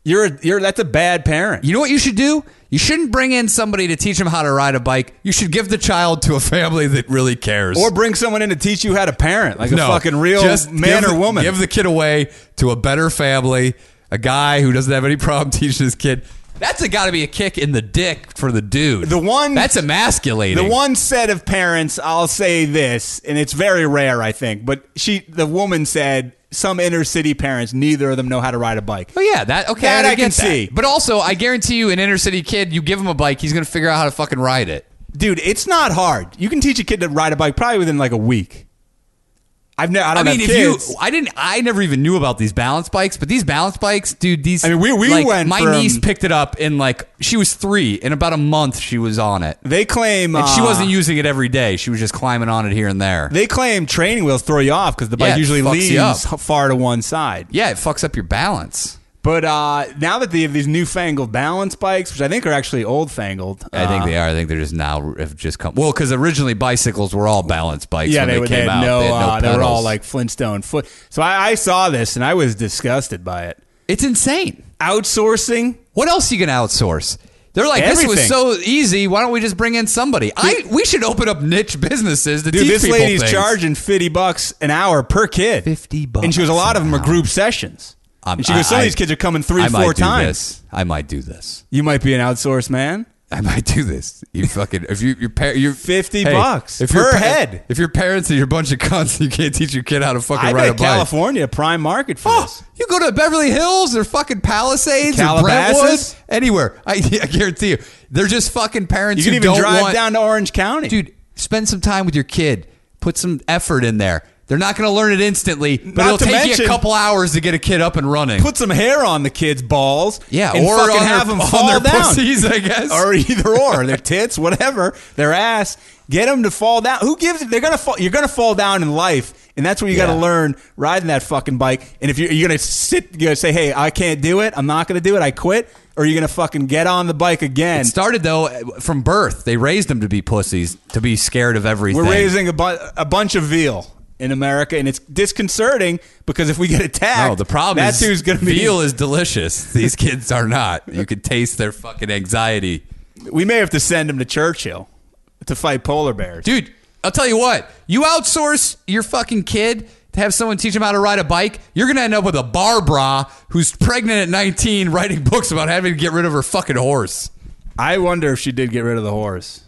Speaker 2: you're you're that's a bad parent.
Speaker 3: You know what you should do? You shouldn't bring in somebody to teach them how to ride a bike. You should give the child to a family that really cares.
Speaker 2: or bring someone in to teach you how to parent, like a fucking real
Speaker 3: just
Speaker 2: man
Speaker 3: give
Speaker 2: or
Speaker 3: the-
Speaker 2: woman.
Speaker 3: Give the kid away to a better family, a guy who doesn't have any problem teaching his kid. That's got to be a kick in the dick for the dude.
Speaker 2: The one-
Speaker 3: that's emasculating.
Speaker 2: The one set of parents, I'll say this, and it's very rare, I think, but she, the woman said some inner city parents, neither of them know how to ride a bike.
Speaker 3: Oh yeah, that okay.
Speaker 2: That I
Speaker 3: get
Speaker 2: can see.
Speaker 3: But also, I guarantee you, an inner city kid, you give him a bike, he's gonna figure out how to fucking ride it.
Speaker 2: Dude, it's not hard. You can teach a kid to ride a bike probably within like a week. I've never. I
Speaker 3: I
Speaker 2: don't
Speaker 3: mean,
Speaker 2: have
Speaker 3: if
Speaker 2: Oh, kids.
Speaker 3: you, I didn't, I never even knew about these balance bikes, but these balance bikes, dude, these.
Speaker 2: I mean, we- we
Speaker 3: like,
Speaker 2: went
Speaker 3: My
Speaker 2: from-
Speaker 3: niece picked it up in like she was three. In about a month, she was on it,
Speaker 2: they claim
Speaker 3: and she
Speaker 2: uh,
Speaker 3: wasn't using it every day. She was just climbing on it here and there.
Speaker 2: They claim training wheels throw you off because the bike
Speaker 3: Yeah, it
Speaker 2: usually
Speaker 3: fucks you
Speaker 2: leans far to one side.
Speaker 3: yeah, it fucks up your balance.
Speaker 2: But uh, now that they have these newfangled balance bikes, which I think are actually uh, old fangled,
Speaker 3: I think they are. I think they're just now have just come. Well, because originally bicycles were all balance bikes.
Speaker 2: yeah,
Speaker 3: when
Speaker 2: they,
Speaker 3: they,
Speaker 2: were- they
Speaker 3: came
Speaker 2: had
Speaker 3: out.
Speaker 2: no,
Speaker 3: they, had no
Speaker 2: uh, they were all
Speaker 3: pedals.
Speaker 2: like Flintstone foot. So I, I saw this and I was disgusted by it.
Speaker 3: it's insane.
Speaker 2: Outsourcing
Speaker 3: What else you gonna outsource? They're like, this was
Speaker 2: Everything.
Speaker 3: so easy. Why don't we just bring in somebody? I we should open up niche businesses to
Speaker 2: Dude,
Speaker 3: teach
Speaker 2: this
Speaker 3: people
Speaker 2: lady's
Speaker 3: things.
Speaker 2: charging fifty bucks an hour per kid.
Speaker 3: 50
Speaker 2: and she was a
Speaker 3: bucks
Speaker 2: lot of
Speaker 3: an
Speaker 2: them are
Speaker 3: hour.
Speaker 2: group sessions.
Speaker 3: Um,
Speaker 2: and she goes,
Speaker 3: I-
Speaker 2: some of these
Speaker 3: I-
Speaker 2: kids are coming three,
Speaker 3: I might
Speaker 2: four
Speaker 3: do
Speaker 2: times.
Speaker 3: this. I might do this.
Speaker 2: You might be an outsourced man.
Speaker 3: I might do this. You fucking if you your par- you
Speaker 2: 50 bucks
Speaker 3: if
Speaker 2: per
Speaker 3: your par-
Speaker 2: head.
Speaker 3: If your parents are your bunch of cunts, you can't teach your kid how to fucking
Speaker 2: I
Speaker 3: ride
Speaker 2: bet
Speaker 3: a bike.
Speaker 2: California prime market for
Speaker 3: Oh,
Speaker 2: this.
Speaker 3: you go to Beverly Hills or fucking Palisades or
Speaker 2: Calabasas?
Speaker 3: Brentwood, anywhere. I, I guarantee you, they're just fucking parents
Speaker 2: You can
Speaker 3: who
Speaker 2: even
Speaker 3: don't
Speaker 2: drive
Speaker 3: want,
Speaker 2: down to Orange County,
Speaker 3: dude, spend some time with your kid. Put some effort in there. They're not going to learn it instantly, but
Speaker 2: Not
Speaker 3: it'll
Speaker 2: to
Speaker 3: take you
Speaker 2: mention-
Speaker 3: a couple hours to get a kid up and running.
Speaker 2: Put some hair on the kids' balls,
Speaker 3: yeah,
Speaker 2: and
Speaker 3: or
Speaker 2: fucking
Speaker 3: on
Speaker 2: have
Speaker 3: their,
Speaker 2: them
Speaker 3: on
Speaker 2: fall
Speaker 3: their
Speaker 2: down,
Speaker 3: pussies, I guess.
Speaker 2: or either or their tits, whatever, their ass. Get them to fall down. Who gives? They're gonna fall. You're gonna fall down in life, and that's when you got
Speaker 3: Yeah.
Speaker 2: to learn riding that fucking bike. And if you're, you're gonna sit, you're gonna say, "Hey, I can't do it. I'm not gonna do it. I quit." Or you're gonna fucking get on the bike again.
Speaker 3: It started though from birth. They raised them to be pussies, to be scared of everything.
Speaker 2: We're raising a, bu- a bunch of veal in America, and it's disconcerting because if we get attacked,
Speaker 3: No, Oh, the problem
Speaker 2: that
Speaker 3: is
Speaker 2: dude's gonna be
Speaker 3: veal is delicious. These kids are not. You could taste their fucking anxiety.
Speaker 2: We may have to send him to Churchill to fight polar bears.
Speaker 3: Dude, I'll tell you what. You outsource your fucking kid to have someone teach him how to ride a bike, you're going to end up with a Barbara who's pregnant at 19 writing books about having to get rid of her fucking horse.
Speaker 2: I wonder if she did get rid of the horse.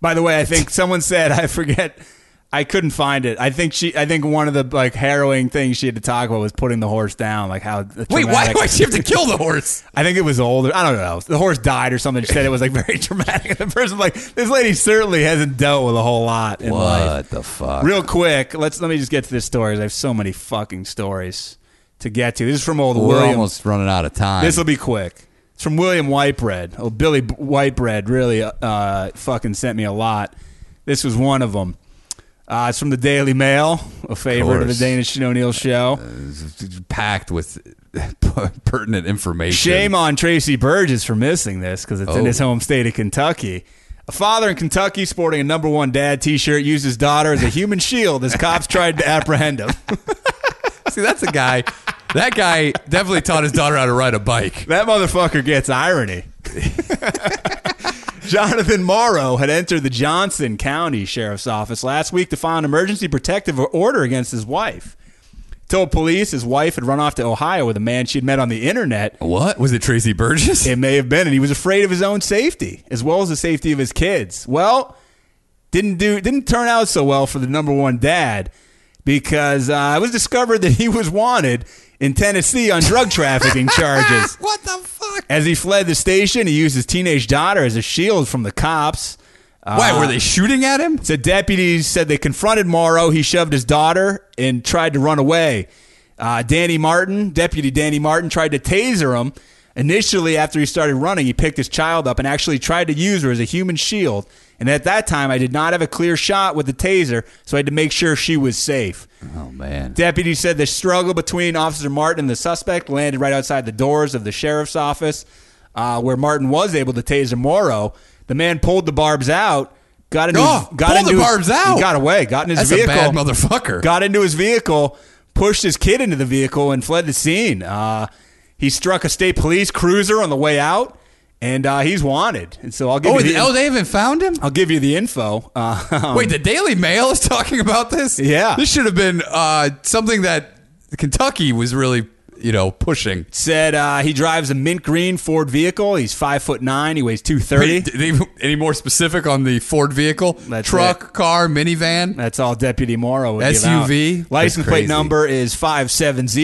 Speaker 2: By the way, I think someone said I forget. I couldn't find it. I think she. I think one of the like harrowing things she had to talk about was putting the horse down. Like how.
Speaker 3: Wait, why
Speaker 2: traumatic-
Speaker 3: do I have to kill the horse?
Speaker 2: I think it was older. I don't know. The horse died or something. She said it was like very traumatic. And the person like this lady certainly hasn't dealt with a whole lot in life.
Speaker 3: the fuck?
Speaker 2: Real quick, let's let me just get to this story. 'cause I have so many fucking stories to get to. This is from old
Speaker 3: We're
Speaker 2: William.
Speaker 3: almost running out of time.
Speaker 2: This will be quick. It's from William Whitebread. Oh, Billy B- Whitebread really uh, fucking sent me a lot. This was one of them. Uh, it's from the Daily Mail, a favorite of, the
Speaker 3: course. Uh,
Speaker 2: Danish and O'Neill show.
Speaker 3: packed with pertinent information.
Speaker 2: Shame on Tracy Burgess for missing this because it's in
Speaker 3: Oh.
Speaker 2: his home state of Kentucky. A father in Kentucky sporting a number one dad t shirt used his daughter as a human shield as cops tried to apprehend him.
Speaker 3: See, that's a guy. That guy definitely taught his daughter how to ride a bike.
Speaker 2: That motherfucker gets irony. Jonathan Morrow had entered the Johnson County Sheriff's Office last week to file an emergency protective order against his wife. Told police his wife had run off to Ohio with a man she'd met on the internet.
Speaker 3: What? Was it Tracy Burgess?
Speaker 2: It may have been, and he was afraid of his own safety as well as the safety of his kids. Well, didn't do didn't turn out so well for the number one dad because uh, it was discovered that he was wanted in Tennessee on drug trafficking charges.
Speaker 3: what the fuck?
Speaker 2: As he fled the station, he used his teenage daughter as a shield from the cops. Uh,
Speaker 3: Why were they shooting at him?
Speaker 2: So deputies said they confronted Morrow. He shoved his daughter and tried to run away. Uh, Danny Martin, Deputy Danny Martin, tried to taser him. Initially, after he started running, he picked his child up and actually tried to use her as a human shield. And at that time, I did not have a clear shot with the taser, so I had to make sure she was safe.
Speaker 3: Oh man.
Speaker 2: Deputy said the struggle between Officer Martin and the suspect landed right outside the doors of the sheriff's office, uh, where Martin was able to taser Morrow. The man pulled the barbs out, got into
Speaker 3: Oh,
Speaker 2: got
Speaker 3: pulled
Speaker 2: into
Speaker 3: the
Speaker 2: his-
Speaker 3: barbs out?
Speaker 2: he got away, got in his
Speaker 3: That's a
Speaker 2: vehicle,
Speaker 3: bad motherfucker.
Speaker 2: got into his vehicle, pushed his kid into the vehicle, and fled the scene. Uh, he struck a state police cruiser on the way out, and uh, he's wanted. And so I'll give
Speaker 3: Oh,
Speaker 2: you the,
Speaker 3: the, oh, they haven't found him.
Speaker 2: I'll give you the info. Uh,
Speaker 3: Wait, the Daily Mail is talking about this.
Speaker 2: Yeah.
Speaker 3: this should have been uh, something that Kentucky was really you know, pushing.
Speaker 2: Said uh, he drives a mint green Ford vehicle. He's five foot nine. He weighs two thirty.
Speaker 3: Wait, any, any more specific on the Ford vehicle?
Speaker 2: That's
Speaker 3: Truck, car, minivan.
Speaker 2: That's all Deputy Morrow would give
Speaker 3: SUV?
Speaker 2: out. License
Speaker 3: That's
Speaker 2: plate
Speaker 3: crazy.
Speaker 2: number is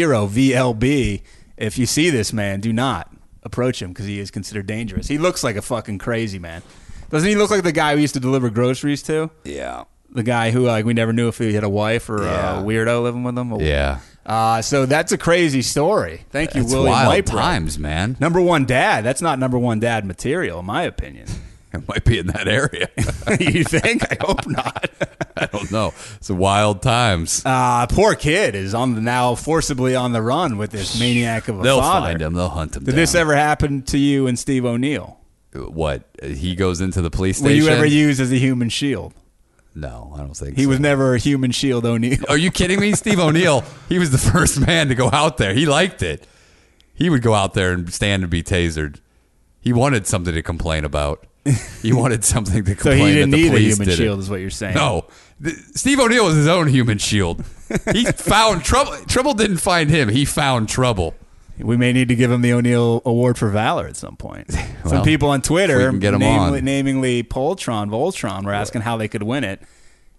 Speaker 2: 570VLB. If you see this man, do not approach him because he is considered dangerous. He looks like a fucking crazy man. Doesn't he look like the guy we used to deliver groceries to?
Speaker 3: Yeah.
Speaker 2: The guy who like we never knew if he had a wife or
Speaker 3: Yeah.
Speaker 2: a weirdo living with him.
Speaker 3: Yeah.
Speaker 2: Uh, so that's a crazy story. Thank you,
Speaker 3: It's
Speaker 2: William
Speaker 3: wild
Speaker 2: Whitebread.
Speaker 3: times, man.
Speaker 2: Number one dad. That's not number one dad material, in my opinion.
Speaker 3: It might be in that area.
Speaker 2: you think? I hope not.
Speaker 3: I don't know. It's wild times.
Speaker 2: Uh, poor kid is on the, now forcibly on the run with this maniac of a
Speaker 3: They'll
Speaker 2: father.
Speaker 3: find him. They'll hunt him.
Speaker 2: Did
Speaker 3: down.
Speaker 2: this ever happen to you and Steve O'Neill?
Speaker 3: What? Uh, He goes into the police
Speaker 2: Were
Speaker 3: station.
Speaker 2: you ever used as a human shield?
Speaker 3: No, I don't think
Speaker 2: He
Speaker 3: so.
Speaker 2: was never a human shield O'Neill.
Speaker 3: Are you kidding me? Steve O'Neill, he was the first man to go out there. He liked it. He would go out there and stand and be tasered. He wanted something to complain about. He wanted something to
Speaker 2: So
Speaker 3: complain
Speaker 2: he didn't
Speaker 3: that the
Speaker 2: need a
Speaker 3: police
Speaker 2: human
Speaker 3: did
Speaker 2: shield, is what you're saying.
Speaker 3: No. Th- Steve O'Neill was his own human shield. He found trouble. Trouble didn't find him. He found trouble.
Speaker 2: We may need to give him the O'Neill Award for Valor at some point. some
Speaker 3: Well,
Speaker 2: people on Twitter,
Speaker 3: if we can get him
Speaker 2: namely,
Speaker 3: on.
Speaker 2: namely Poltron, Voltron, were asking how they could win it.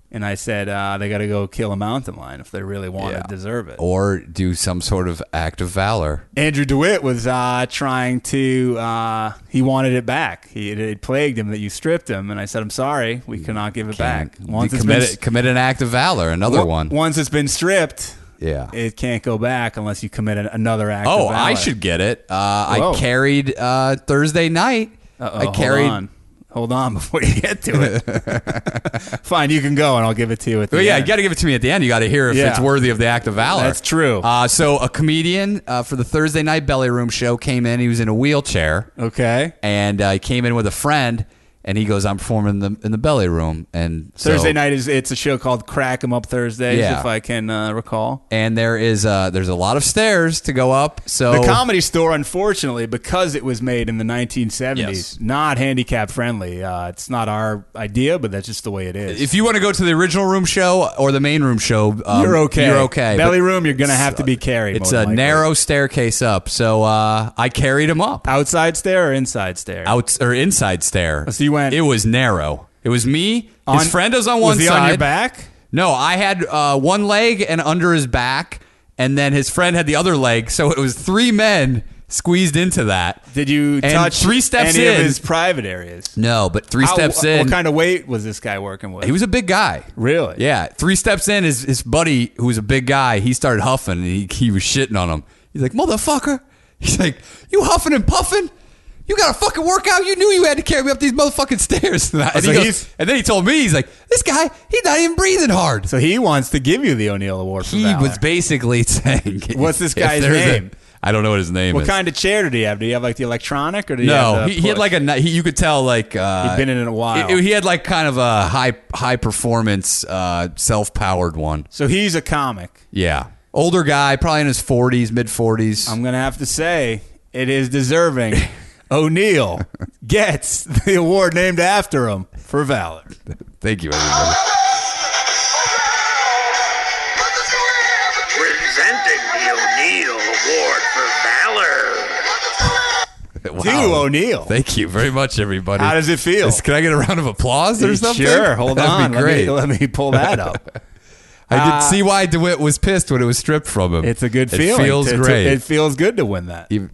Speaker 2: And I said uh, they got to go kill a mountain lion if they really want
Speaker 3: Yeah.
Speaker 2: to deserve it.
Speaker 3: Or do some sort of act of valor.
Speaker 2: Andrew DeWitt was uh, trying to, uh, he wanted it back. He, it, it plagued him that you stripped him. And I said, I'm sorry, we cannot give it back. Once it's
Speaker 3: commit,
Speaker 2: been,
Speaker 3: commit an act of valor. Another one.
Speaker 2: Once it's been stripped,
Speaker 3: Yeah.
Speaker 2: it can't go back unless you commit an, another act.
Speaker 3: Oh,
Speaker 2: of
Speaker 3: I
Speaker 2: valor.
Speaker 3: should get it. Uh, I
Speaker 2: Whoa.
Speaker 3: carried uh, Thursday night.
Speaker 2: Uh-oh,
Speaker 3: I carried.
Speaker 2: Hold on. Hold on before you get to it. Fine, you can go, and I'll give it to you at the
Speaker 3: But Oh, yeah,
Speaker 2: end.
Speaker 3: you got to give it to me at the end. You got to hear if
Speaker 2: Yeah.
Speaker 3: it's worthy of the act of valor.
Speaker 2: That's true.
Speaker 3: Uh, so a comedian uh, for the Thursday night belly room show came in. He was in a wheelchair,
Speaker 2: okay.
Speaker 3: and uh, he came in with a friend. And he goes, "I'm performing in the in the belly room." And so-
Speaker 2: Thursday night is it's a show called Crack 'Em Up Thursdays,
Speaker 3: Yeah.
Speaker 2: if I can uh, recall.
Speaker 3: and there is uh, there's a lot of stairs to go up. So
Speaker 2: The Comedy Store, unfortunately, because it was made in the 1970s,
Speaker 3: Yes.
Speaker 2: not handicap friendly. Uh, it's not our idea, but that's just the way it is.
Speaker 3: if you want to go to the original room show or the main room show, um,
Speaker 2: you're okay,
Speaker 3: You're okay. But-
Speaker 2: Belly room, you're gonna have to be carried.
Speaker 3: It's
Speaker 2: more than
Speaker 3: a
Speaker 2: likely.
Speaker 3: narrow staircase up, so uh, I carried him up
Speaker 2: outside stair or inside stair.
Speaker 3: out or inside stair.
Speaker 2: So you went-
Speaker 3: It was narrow. It was me.
Speaker 2: On-
Speaker 3: his friend was on one
Speaker 2: was he
Speaker 3: side.
Speaker 2: on your back?
Speaker 3: No, I had uh, one leg and under his back, and then his friend had the other leg. So it was three men squeezed into that.
Speaker 2: Did you
Speaker 3: And
Speaker 2: touch
Speaker 3: three steps
Speaker 2: any
Speaker 3: in?
Speaker 2: of his private areas?
Speaker 3: No, but three
Speaker 2: How-
Speaker 3: steps
Speaker 2: what,
Speaker 3: in.
Speaker 2: What kind of weight was this guy working with?
Speaker 3: he was a big guy.
Speaker 2: really,
Speaker 3: Yeah, three steps in, his his buddy who was a big guy, he started huffing and he, he was shitting on him. He's like, motherfucker. He's like, you huffing and puffing. You got to fucking work out. You knew you had to carry me up these motherfucking stairs. And, I- and
Speaker 2: So
Speaker 3: he goes-
Speaker 2: he's-
Speaker 3: and then he told me, he's like, this guy, he's not even breathing hard.
Speaker 2: So he wants to give you the O'Neill Award for
Speaker 3: he
Speaker 2: valor.
Speaker 3: was basically saying,
Speaker 2: What's this
Speaker 3: if
Speaker 2: guy's
Speaker 3: there's a-
Speaker 2: name?
Speaker 3: I don't know what his name
Speaker 2: What
Speaker 3: is.
Speaker 2: kind of chair did he have? Did he have like the electronic or did he?
Speaker 3: no,
Speaker 2: have the
Speaker 3: he, he had
Speaker 2: push?
Speaker 3: like a. ni- He, you could tell like uh,
Speaker 2: He'd been in it a while.
Speaker 3: he had like kind of a high high performance, uh, self powered one.
Speaker 2: So he's a comic.
Speaker 3: Yeah. Older guy, probably in his 40s, mid 40s.
Speaker 2: I'm gonna have to say it is deserving. O'Neill gets the award named after him for valor.
Speaker 3: Thank you, everybody.
Speaker 4: Presenting the O'Neill Award for Valor.
Speaker 2: Do O'Neill.
Speaker 3: Thank you very much, everybody.
Speaker 2: How does it feel?
Speaker 3: Is- can I get a round of applause or something?
Speaker 2: Sure, hold
Speaker 3: That'd
Speaker 2: on.
Speaker 3: Be great.
Speaker 2: Let, me, let me pull that up.
Speaker 3: I
Speaker 2: uh,
Speaker 3: did see why DeWitt was pissed when it was stripped from him.
Speaker 2: It's a good
Speaker 3: it
Speaker 2: feeling.
Speaker 3: feels
Speaker 2: to- to-
Speaker 3: great.
Speaker 2: it feels good to win that.
Speaker 3: Even-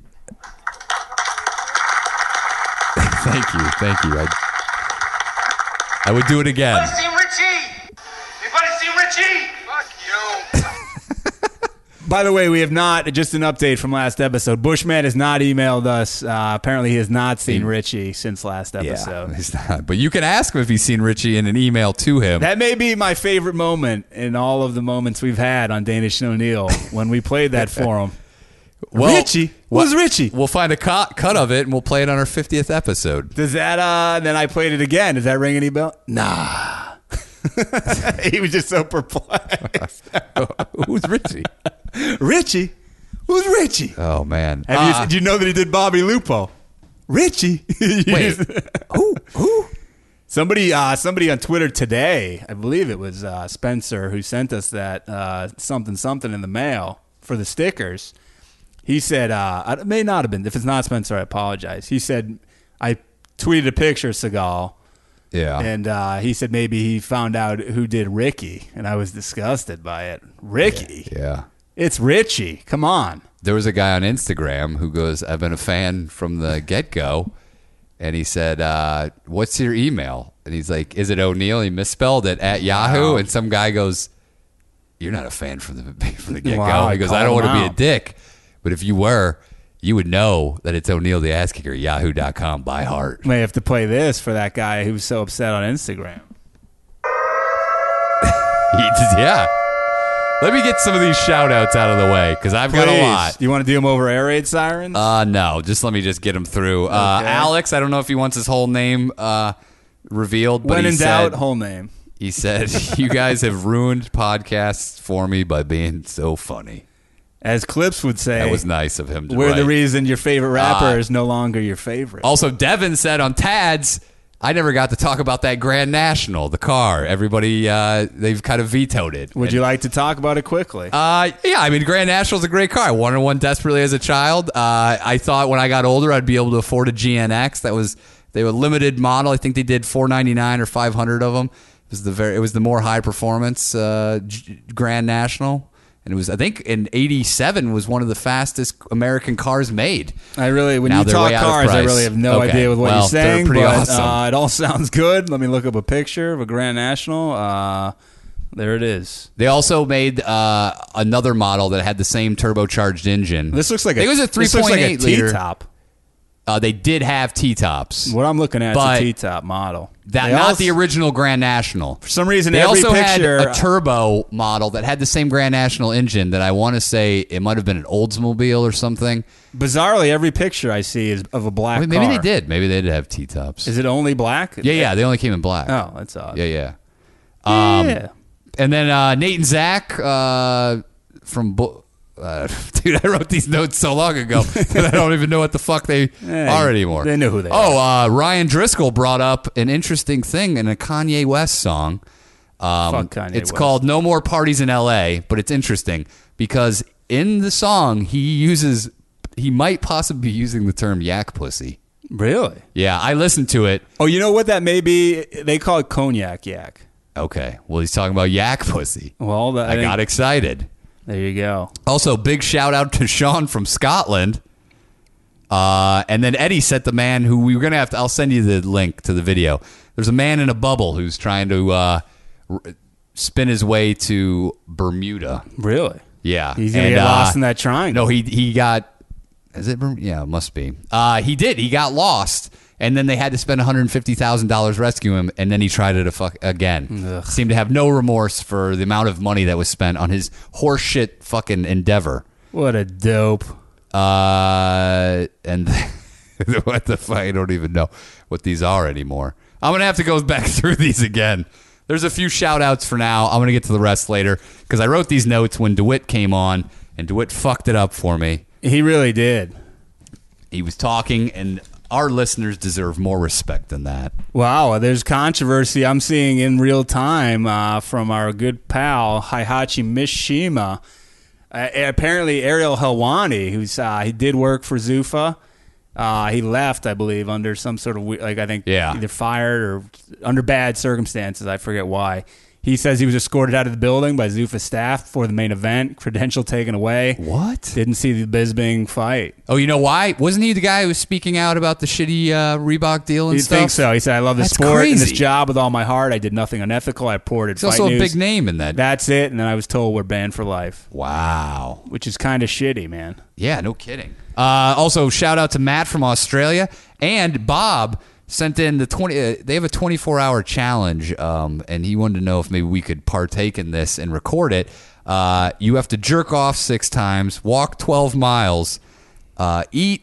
Speaker 3: thank you. Thank you. I, I would do it again.
Speaker 5: Anybody seen Richie? Anybody seen Richie? Fuck you.
Speaker 2: By the way, we have not just an update from last episode. Bushman has not emailed us. Uh, apparently, he has not seen Richie since last episode.
Speaker 3: Yeah, he's not. But you can ask him if he's seen Richie in an email to him.
Speaker 2: That may be my favorite moment in all of the moments we've had on Danish and O'Neill when we played that for him.
Speaker 3: Well,
Speaker 2: Richie?
Speaker 3: wha-
Speaker 2: Who's Richie?
Speaker 3: We'll find a co- cut of it and we'll play it on our 50th episode.
Speaker 2: Does that? uh Then I played it again. Does that ring any bell? Nah. he was just so perplexed.
Speaker 3: Who's Richie?
Speaker 2: Richie, who's Richie?
Speaker 3: Oh man.
Speaker 2: Have you-
Speaker 3: Uh,
Speaker 2: do you know that he did Bobby Lupo? Richie. You
Speaker 3: Wait.
Speaker 2: just-
Speaker 3: who? Who?
Speaker 2: Somebody, uh, somebody on Twitter today, I believe it was uh, Spencer, who sent us that uh, something something in the mail for the stickers. He said, uh, I- it may not have been. If it's not Spencer, I apologize. He said, I tweeted a picture of Seagal,
Speaker 3: Yeah.
Speaker 2: and uh, he said maybe he found out who did Ricky, and I was disgusted by it. Ricky?
Speaker 3: yeah.
Speaker 2: It's Richie. Come on.
Speaker 3: there was a guy on Instagram who goes, I've been a fan from the get go. And he said, uh, What's your email? And he's like, Is it O'Neill? He misspelled it at Yahoo. And some guy goes, You're not a fan from the, from the get go.
Speaker 2: Wow,
Speaker 3: he goes,
Speaker 2: call
Speaker 3: I don't
Speaker 2: him
Speaker 3: want to be a
Speaker 2: out."
Speaker 3: dick. But if you were, you would know that it's O'Neill the ass kicker, yahoo.com by heart.
Speaker 2: May have to play this for that guy who was so upset on Instagram.
Speaker 3: He just, yeah. Let me get some of these shout outs out of the way because I've got a lot.
Speaker 2: Do you want to do him over air raid sirens?
Speaker 3: Uh, no, just let me just get him through. Uh,
Speaker 2: Okay.
Speaker 3: Alex, I don't know if he wants his whole name uh, revealed, but
Speaker 2: when
Speaker 3: he
Speaker 2: in
Speaker 3: said,
Speaker 2: doubt, whole name.
Speaker 3: he said, "You guys have ruined podcasts for me by being so funny."
Speaker 2: As Clips would say,
Speaker 3: That was nice of him. To
Speaker 2: we're the
Speaker 3: write.
Speaker 2: reason your favorite rapper
Speaker 3: Ah.
Speaker 2: is no longer your favorite.
Speaker 3: Also, Devin said on Tads, "I never got to talk about that Grand National, the car. Everybody, uh, they've kind of vetoed it."
Speaker 2: Would
Speaker 3: And
Speaker 2: you like to talk about it quickly?
Speaker 3: Uh, yeah, I mean, Grand National's a great car. I wanted one desperately as a child. Uh, I thought when I got older, I'd be able to afford a GNX. That was they were limited model. I think they did 499 or 500 of them. It was the very, it was the more high performance uh, G- Grand National, and it was I think in '87 was one of the fastest American cars made.
Speaker 2: I really, when
Speaker 3: Now
Speaker 2: you
Speaker 3: they're
Speaker 2: talk
Speaker 3: way out of
Speaker 2: cars, I
Speaker 3: price.
Speaker 2: really have no
Speaker 3: Okay.
Speaker 2: idea with what
Speaker 3: Well,
Speaker 2: you're
Speaker 3: they're
Speaker 2: saying.
Speaker 3: pretty
Speaker 2: but
Speaker 3: awesome.
Speaker 2: uh, it all sounds good. Let me look up a picture of a Grand National. Uh, there it is.
Speaker 3: They also made uh, another model that had the same turbocharged engine.
Speaker 2: This looks like
Speaker 3: I
Speaker 2: a,
Speaker 3: think it was a
Speaker 2: this looks like
Speaker 3: 3.8
Speaker 2: a
Speaker 3: liter.
Speaker 2: T-top.
Speaker 3: Uh, they did have T tops.
Speaker 2: What I'm looking at is
Speaker 3: But
Speaker 2: a T-top model.
Speaker 3: That
Speaker 2: They
Speaker 3: not
Speaker 2: also-
Speaker 3: the original Grand National. For
Speaker 2: some reason,
Speaker 3: they
Speaker 2: every
Speaker 3: also
Speaker 2: picture- uh,
Speaker 3: had a turbo model that had the same Grand National engine. That I want to say it might have been an Oldsmobile or something.
Speaker 2: Bizarrely, every picture I see is of a black
Speaker 3: I mean, maybe
Speaker 2: car.
Speaker 3: they did. Maybe they did have T tops.
Speaker 2: Is it only black?
Speaker 3: Yeah, yeah. They only came in black.
Speaker 2: Oh, that's odd.
Speaker 3: Yeah, um, yeah.
Speaker 2: Yeah.
Speaker 3: And then uh, Nate and Zach uh, from. Bo- uh, dude, I wrote these notes so long ago that I don't even know what the fuck they
Speaker 2: Hey,
Speaker 3: are anymore.
Speaker 2: they know who they
Speaker 3: oh, uh, Ryan Driscoll brought up an interesting thing in a Kanye West song. Um,
Speaker 2: Fuck Kanye
Speaker 3: it's
Speaker 2: West.
Speaker 3: called "No More Parties in L.A.," but it's interesting because in the song he uses he might possibly be using the term "yak pussy."
Speaker 2: Really?
Speaker 3: Yeah, I listened to it.
Speaker 2: Oh, you know what that may be? They call it cognac yak.
Speaker 3: Okay, well he's talking about yak pussy.
Speaker 2: Well, that,
Speaker 3: I got excited.
Speaker 2: There you go.
Speaker 3: Also, big shout out to Sean from Scotland. Uh, and then Eddie sent the man who we were gonna have to. I'll send you the link to the video. There's a man in a bubble who's trying to uh, r- spin his way to Bermuda.
Speaker 2: Really?
Speaker 3: Yeah,
Speaker 2: He's gonna
Speaker 3: And,
Speaker 2: get lost
Speaker 3: uh,
Speaker 2: in that triangle.
Speaker 3: No, he he got. Is it? Berm- Yeah, it must be. Uh, he did. He got lost, and then they had to spend one hundred fifty thousand dollars rescue him, and then he tried it a fuck again. Seemed to have no remorse for the amount of money that was spent on his horseshit fucking endeavor.
Speaker 2: What a dope.
Speaker 3: Uh, and what the fuck? I don't even know what these are anymore. I'm gonna have to go back through these again. There's a few shout outs for now. I'm gonna get to the rest later because I wrote these notes when DeWitt came on, and DeWitt fucked it up for me.
Speaker 2: He really did.
Speaker 3: He was talking, and our listeners deserve more respect than that.
Speaker 2: Wow, there's controversy I'm seeing in real time uh, from our good pal Hihachi Mishima. Uh, apparently, Ariel Helwani, who's uh, he did work for Zufa, uh, he left, I believe, under some sort of we- like I think
Speaker 3: Yeah.
Speaker 2: either fired or under bad circumstances. I forget why. He says he was escorted out of the building by Zufa staff before the main event, credential taken away.
Speaker 3: What?
Speaker 2: Didn't see the Bisbing fight.
Speaker 3: Oh, you know why? Wasn't he the guy who was speaking out about the shitty uh, Reebok deal and
Speaker 2: You
Speaker 3: stuff?
Speaker 2: think so? He said, "I love the
Speaker 3: That's
Speaker 2: sport and this
Speaker 3: crazy.
Speaker 2: job with all my heart. I did nothing unethical. I reported
Speaker 3: He's also
Speaker 2: fight
Speaker 3: a
Speaker 2: news.
Speaker 3: big name in that.
Speaker 2: That's it." And then I was told we're banned for life,
Speaker 3: Wow.
Speaker 2: which is kind of shitty, man.
Speaker 3: Yeah, no kidding. Uh, also, shout out to Matt from Australia and Bob sent in the twenty. Uh, they have a twenty-four hour challenge, um, and he wanted to know if maybe we could partake in this and record it. Uh, you have to jerk off six times, walk twelve miles, uh, eat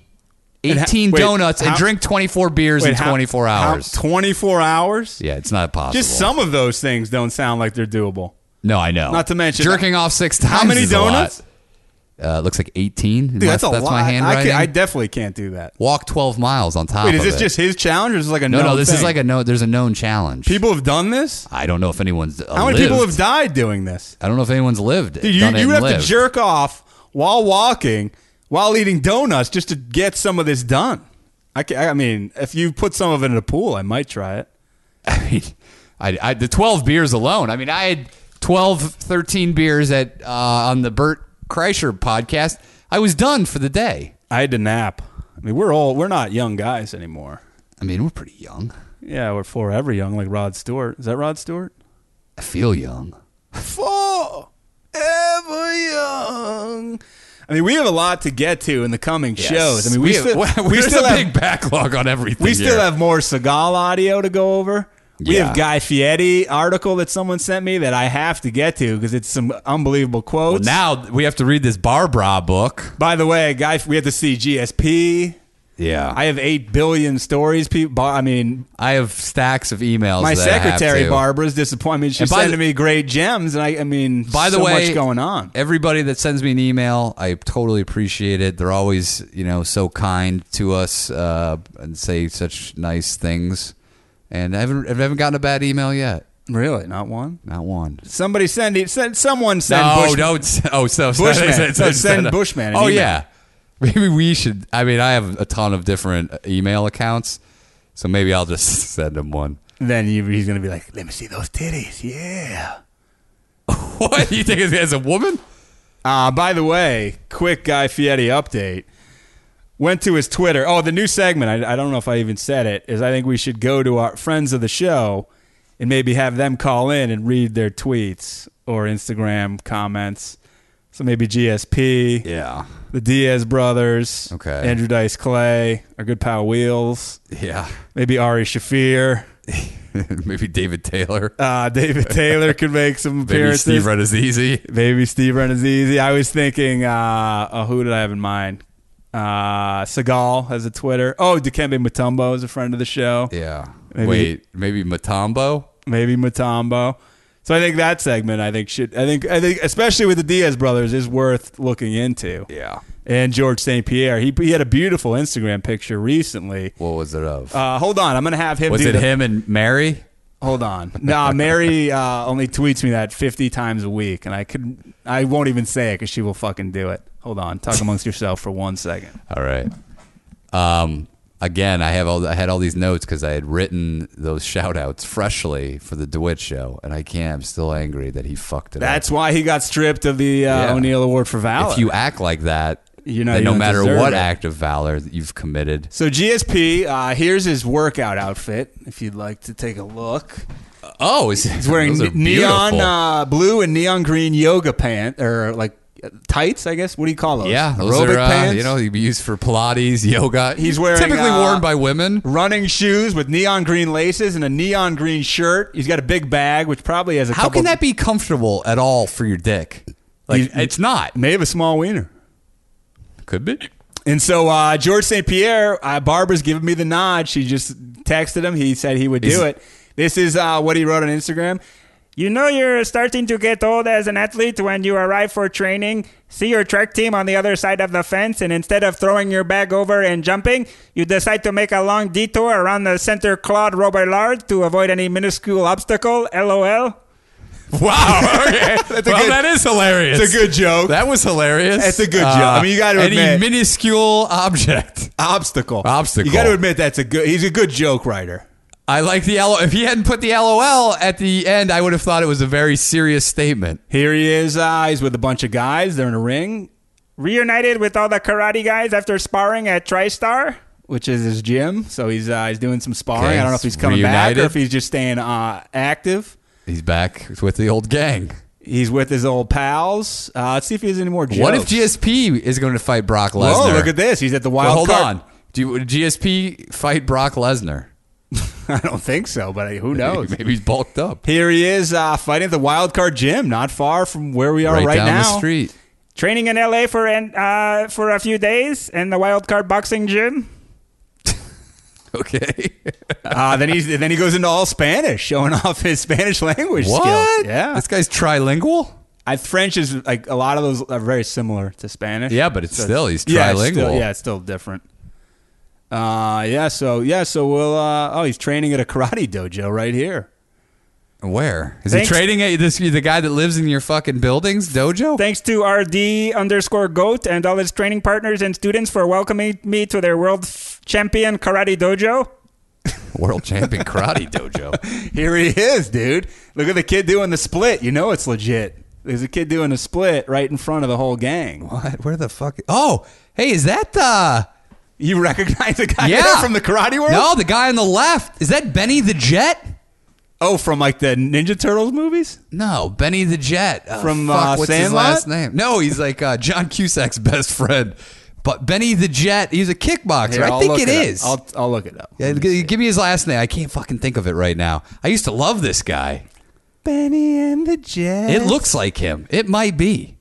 Speaker 2: And ha-
Speaker 3: eighteen
Speaker 2: wait,
Speaker 3: donuts,
Speaker 2: how-
Speaker 3: and drink twenty-four beers in
Speaker 2: Wait, how-
Speaker 3: twenty-four
Speaker 2: how-
Speaker 3: hours.
Speaker 2: Twenty-four hours?
Speaker 3: yeah, it's not possible.
Speaker 2: Just some of those things don't sound like they're doable.
Speaker 3: No, I know.
Speaker 2: Not to mention-
Speaker 3: jerking off six times.
Speaker 2: How many
Speaker 3: is a lot.
Speaker 2: donuts?
Speaker 3: Uh, looks like eighteen.
Speaker 2: Dude, that's, a lot.
Speaker 3: my
Speaker 2: I,
Speaker 3: handwriting.
Speaker 2: can, I definitely can't do that.
Speaker 3: walk twelve miles on top.
Speaker 2: Wait, is
Speaker 3: of
Speaker 2: this
Speaker 3: it.
Speaker 2: just his challenge, or is this like a
Speaker 3: No, no,
Speaker 2: known
Speaker 3: this is
Speaker 2: thing?
Speaker 3: like a no. There's a known challenge.
Speaker 2: people have done this.
Speaker 3: I don't know if anyone's.
Speaker 2: How many people have died doing this?
Speaker 3: I don't know if anyone's lived.
Speaker 2: Dude, you
Speaker 3: done it
Speaker 2: you
Speaker 3: and
Speaker 2: would have to
Speaker 3: lived.
Speaker 2: jerk off while walking while eating donuts just to get some of this done. I, ca I mean, if you put some of it in a pool, I might try it.
Speaker 3: I mean, I, I, the 12 beers alone. I mean, I had 12, 13 beers at uh, on the Burt Kreischer podcast. I was done for the day.
Speaker 2: I had to nap. I mean, we're all we're not young guys anymore.
Speaker 3: I mean, we're pretty young.
Speaker 2: Yeah, we're forever young, like Rod Stewart. Is that Rod Stewart?
Speaker 3: I feel young.
Speaker 2: Forever young. I mean, we have a lot to get to in the coming shows. I mean, we,
Speaker 3: have,
Speaker 2: still
Speaker 3: we
Speaker 2: we
Speaker 3: there's
Speaker 2: still
Speaker 3: a
Speaker 2: have,
Speaker 3: big backlog on everything.
Speaker 2: we still
Speaker 3: here.
Speaker 2: have more Seagal audio to go over. We
Speaker 3: Yeah.
Speaker 2: have Guy Fieri article that someone sent me that I have to get to because it's some unbelievable
Speaker 3: Well,
Speaker 2: quotes.
Speaker 3: now we have to read this Barbara book.
Speaker 2: By the way, Guy, we have to see GSP.
Speaker 3: Yeah,
Speaker 2: I have eight billion stories. People, I mean,
Speaker 3: I have stacks of emails.
Speaker 2: my
Speaker 3: that I have
Speaker 2: secretary
Speaker 3: to.
Speaker 2: Barbara's disappointment. She's
Speaker 3: And by
Speaker 2: sending
Speaker 3: the-
Speaker 2: me great gems, and I, I mean,
Speaker 3: By the
Speaker 2: so
Speaker 3: way,
Speaker 2: much going on.
Speaker 3: Everybody that sends me an email, I totally appreciate it. They're always, you know, so kind to us uh, and say such nice things. And I haven't, I haven't gotten a bad email yet.
Speaker 2: Really, not one.
Speaker 3: Not one.
Speaker 2: Somebody send it. Send someone send.
Speaker 3: no,
Speaker 2: Bush-
Speaker 3: don't. s- Oh, so so-
Speaker 2: Bushman.
Speaker 3: so- so-
Speaker 2: No, send
Speaker 3: so-
Speaker 2: Bushman an
Speaker 3: Oh
Speaker 2: email.
Speaker 3: yeah, maybe we should. I mean, I have a ton of different email accounts, so maybe I'll just send him one.
Speaker 2: Then you, he's gonna be like, "Let me see those titties." Yeah.
Speaker 3: What you think? it's- As a woman?
Speaker 2: Uh, by the way, quick Guy Fieri update. Went to his Twitter. Oh, the new segment. I, I don't know if I even said it. Is I think we should go to our friends of the show and maybe have them call in and read their tweets or Instagram comments. So maybe GSP,
Speaker 3: Yeah,
Speaker 2: the Diaz brothers,
Speaker 3: Okay.
Speaker 2: Andrew Dice Clay, our good pal Wheels,
Speaker 3: yeah.
Speaker 2: maybe Ari Shafir,
Speaker 3: maybe David Taylor.
Speaker 2: uh, David Taylor could make some
Speaker 3: Maybe
Speaker 2: appearances.
Speaker 3: Steve Renazizi.
Speaker 2: Maybe Steve Renazizi. I was thinking, uh, oh, who did I have in mind? Uh, Seagal has a Twitter. Oh, Dikembe Mutombo is a friend of the show.
Speaker 3: Yeah.
Speaker 2: Maybe-
Speaker 3: Wait, maybe Matombo?
Speaker 2: Maybe Mutombo. So I think that segment, I think should, I think, I think, especially with the Diaz brothers, is worth looking into.
Speaker 3: Yeah.
Speaker 2: And George St. Pierre, he, he had a beautiful Instagram picture recently.
Speaker 3: What was it of?
Speaker 2: Uh, hold on, I'm gonna have him.
Speaker 3: was
Speaker 2: do
Speaker 3: it
Speaker 2: the-
Speaker 3: him and Mary?
Speaker 2: Hold on. Nah, Mary uh, only tweets me that 50 times a week, and I could I won't even say it because she will fucking do it. Hold on. Talk amongst yourself for one second.
Speaker 3: All right. Um, again, I have all I had all these notes because I had written those shout outs freshly for the DeWitt show, and I can't. I'm still angry that he fucked it
Speaker 2: That's
Speaker 3: up.
Speaker 2: why he got stripped of the uh,
Speaker 3: Yeah.
Speaker 2: O'Neill Award for Valor.
Speaker 3: if you act like that,
Speaker 2: You know
Speaker 3: then
Speaker 2: you
Speaker 3: no
Speaker 2: don't
Speaker 3: matter
Speaker 2: deserve
Speaker 3: what
Speaker 2: it.
Speaker 3: act of valor that you've committed.
Speaker 2: so GSP, uh, here's his workout outfit. If you'd like to take a look,
Speaker 3: Oh, is
Speaker 2: he's wearing ne- neon uh, blue and neon green yoga pants or like uh, tights, I guess. What do you call those?
Speaker 3: yeah, those
Speaker 2: aerobic
Speaker 3: are, uh,
Speaker 2: pants.
Speaker 3: You know, they be used for Pilates, yoga.
Speaker 2: He's wearing,
Speaker 3: typically
Speaker 2: uh,
Speaker 3: worn by women.
Speaker 2: running shoes with neon green laces and a neon green shirt. He's got a big bag, which probably has a
Speaker 3: How
Speaker 2: couple.
Speaker 3: can that be comfortable at all for your dick? Like
Speaker 2: You-
Speaker 3: it's not.
Speaker 2: May have a small wiener.
Speaker 3: Could be.
Speaker 2: And so uh, George St. Pierre, uh, Barbara's giving me the nod. She just texted him. He said he would
Speaker 3: Is-
Speaker 2: do it. This is uh, what he wrote on Instagram. You know you're starting to get old as an athlete when you arrive for training. See your track team on the other side of the fence, and instead of throwing your bag over and jumping, you decide to make a long detour around the center Claude Robillard to avoid any minuscule obstacle. LOL.
Speaker 3: Wow. Okay. well,
Speaker 2: good-
Speaker 3: that is hilarious.
Speaker 2: It's a good joke.
Speaker 3: That was hilarious. Uh,
Speaker 2: That's a good joke. I mean, you gotta
Speaker 3: any
Speaker 2: admit-
Speaker 3: minuscule object.
Speaker 2: obstacle.
Speaker 3: Obstacle.
Speaker 2: You got to admit that's a good. He's a good joke writer.
Speaker 3: I like the LOL. If he hadn't put the LOL at the end, I would have thought it was a very serious statement.
Speaker 2: Here he is. Uh, he's with a bunch of guys. They're in a ring. Reunited with all the karate guys after sparring at TriStar, which is his gym. So he's uh, he's doing some sparring.
Speaker 3: Okay,
Speaker 2: I don't know if he's coming back
Speaker 3: reunited.
Speaker 2: or if he's just staying uh, active.
Speaker 3: He's back with the old gang.
Speaker 2: He's with his old pals. Uh, let's see if he has any more jokes.
Speaker 3: What if GSP is going to fight Brock Lesnar?
Speaker 2: Whoa, look at this. He's at the wild
Speaker 3: Well, hold
Speaker 2: card.
Speaker 3: on. Do you, would GSP fight Brock Lesnar?
Speaker 2: I don't think so, but uh, who knows?
Speaker 3: Maybe he's bulked up.
Speaker 2: Here he is uh, fighting at the wild card gym, not far from where we are right,
Speaker 3: down
Speaker 2: now.
Speaker 3: the street.
Speaker 2: training in LA for an, uh, for a few days in the wild card boxing gym.
Speaker 3: Okay.
Speaker 2: Uh, then he's then he goes into all Spanish, showing off his Spanish language
Speaker 3: what?
Speaker 2: skills. Yeah,
Speaker 3: This guy's trilingual?
Speaker 2: I, French is like a lot of those are very similar to Spanish.
Speaker 3: Yeah, but it's still- he's
Speaker 2: yeah, it's still-
Speaker 3: trilingual.
Speaker 2: yeah, it's still different. Uh, yeah. So yeah, so we'll. Uh, oh, he's training at a karate dojo right here.
Speaker 3: Where is
Speaker 2: Thanks-
Speaker 3: he trading at this? The guy that lives in your fucking buildings, dojo.
Speaker 6: Thanks to RD underscore GOAT and all his training partners and students for welcoming me to their world f- champion karate dojo.
Speaker 3: World champion karate dojo.
Speaker 2: Here he is, dude. Look at the kid doing the split. You know it's legit. There's a kid doing a split right in front of the whole gang.
Speaker 3: What? Where the fuck? Oh, hey, is that uh?
Speaker 2: You recognize the guy
Speaker 3: Yeah,
Speaker 2: there from the Karate World?
Speaker 3: No, the guy on the left is that Benny the Jet?
Speaker 2: Oh, from like the Ninja Turtles movies?
Speaker 3: No, Benny the Jet Oh,
Speaker 2: From,
Speaker 3: fuck,
Speaker 2: uh,
Speaker 3: what's his
Speaker 2: Sandlot?
Speaker 3: last name? No, he's like uh, John Cusack's best friend. But Benny the Jet, he's a kickboxer.
Speaker 2: Here,
Speaker 3: I
Speaker 2: I'll
Speaker 3: think
Speaker 2: look
Speaker 3: it
Speaker 2: up.
Speaker 3: is.
Speaker 2: I'll, I'll look it up.
Speaker 3: Yeah, g- give me his last name. I can't fucking think of it right now. I used to love this guy.
Speaker 2: Benny and the Jet.
Speaker 3: It looks like him. It might be.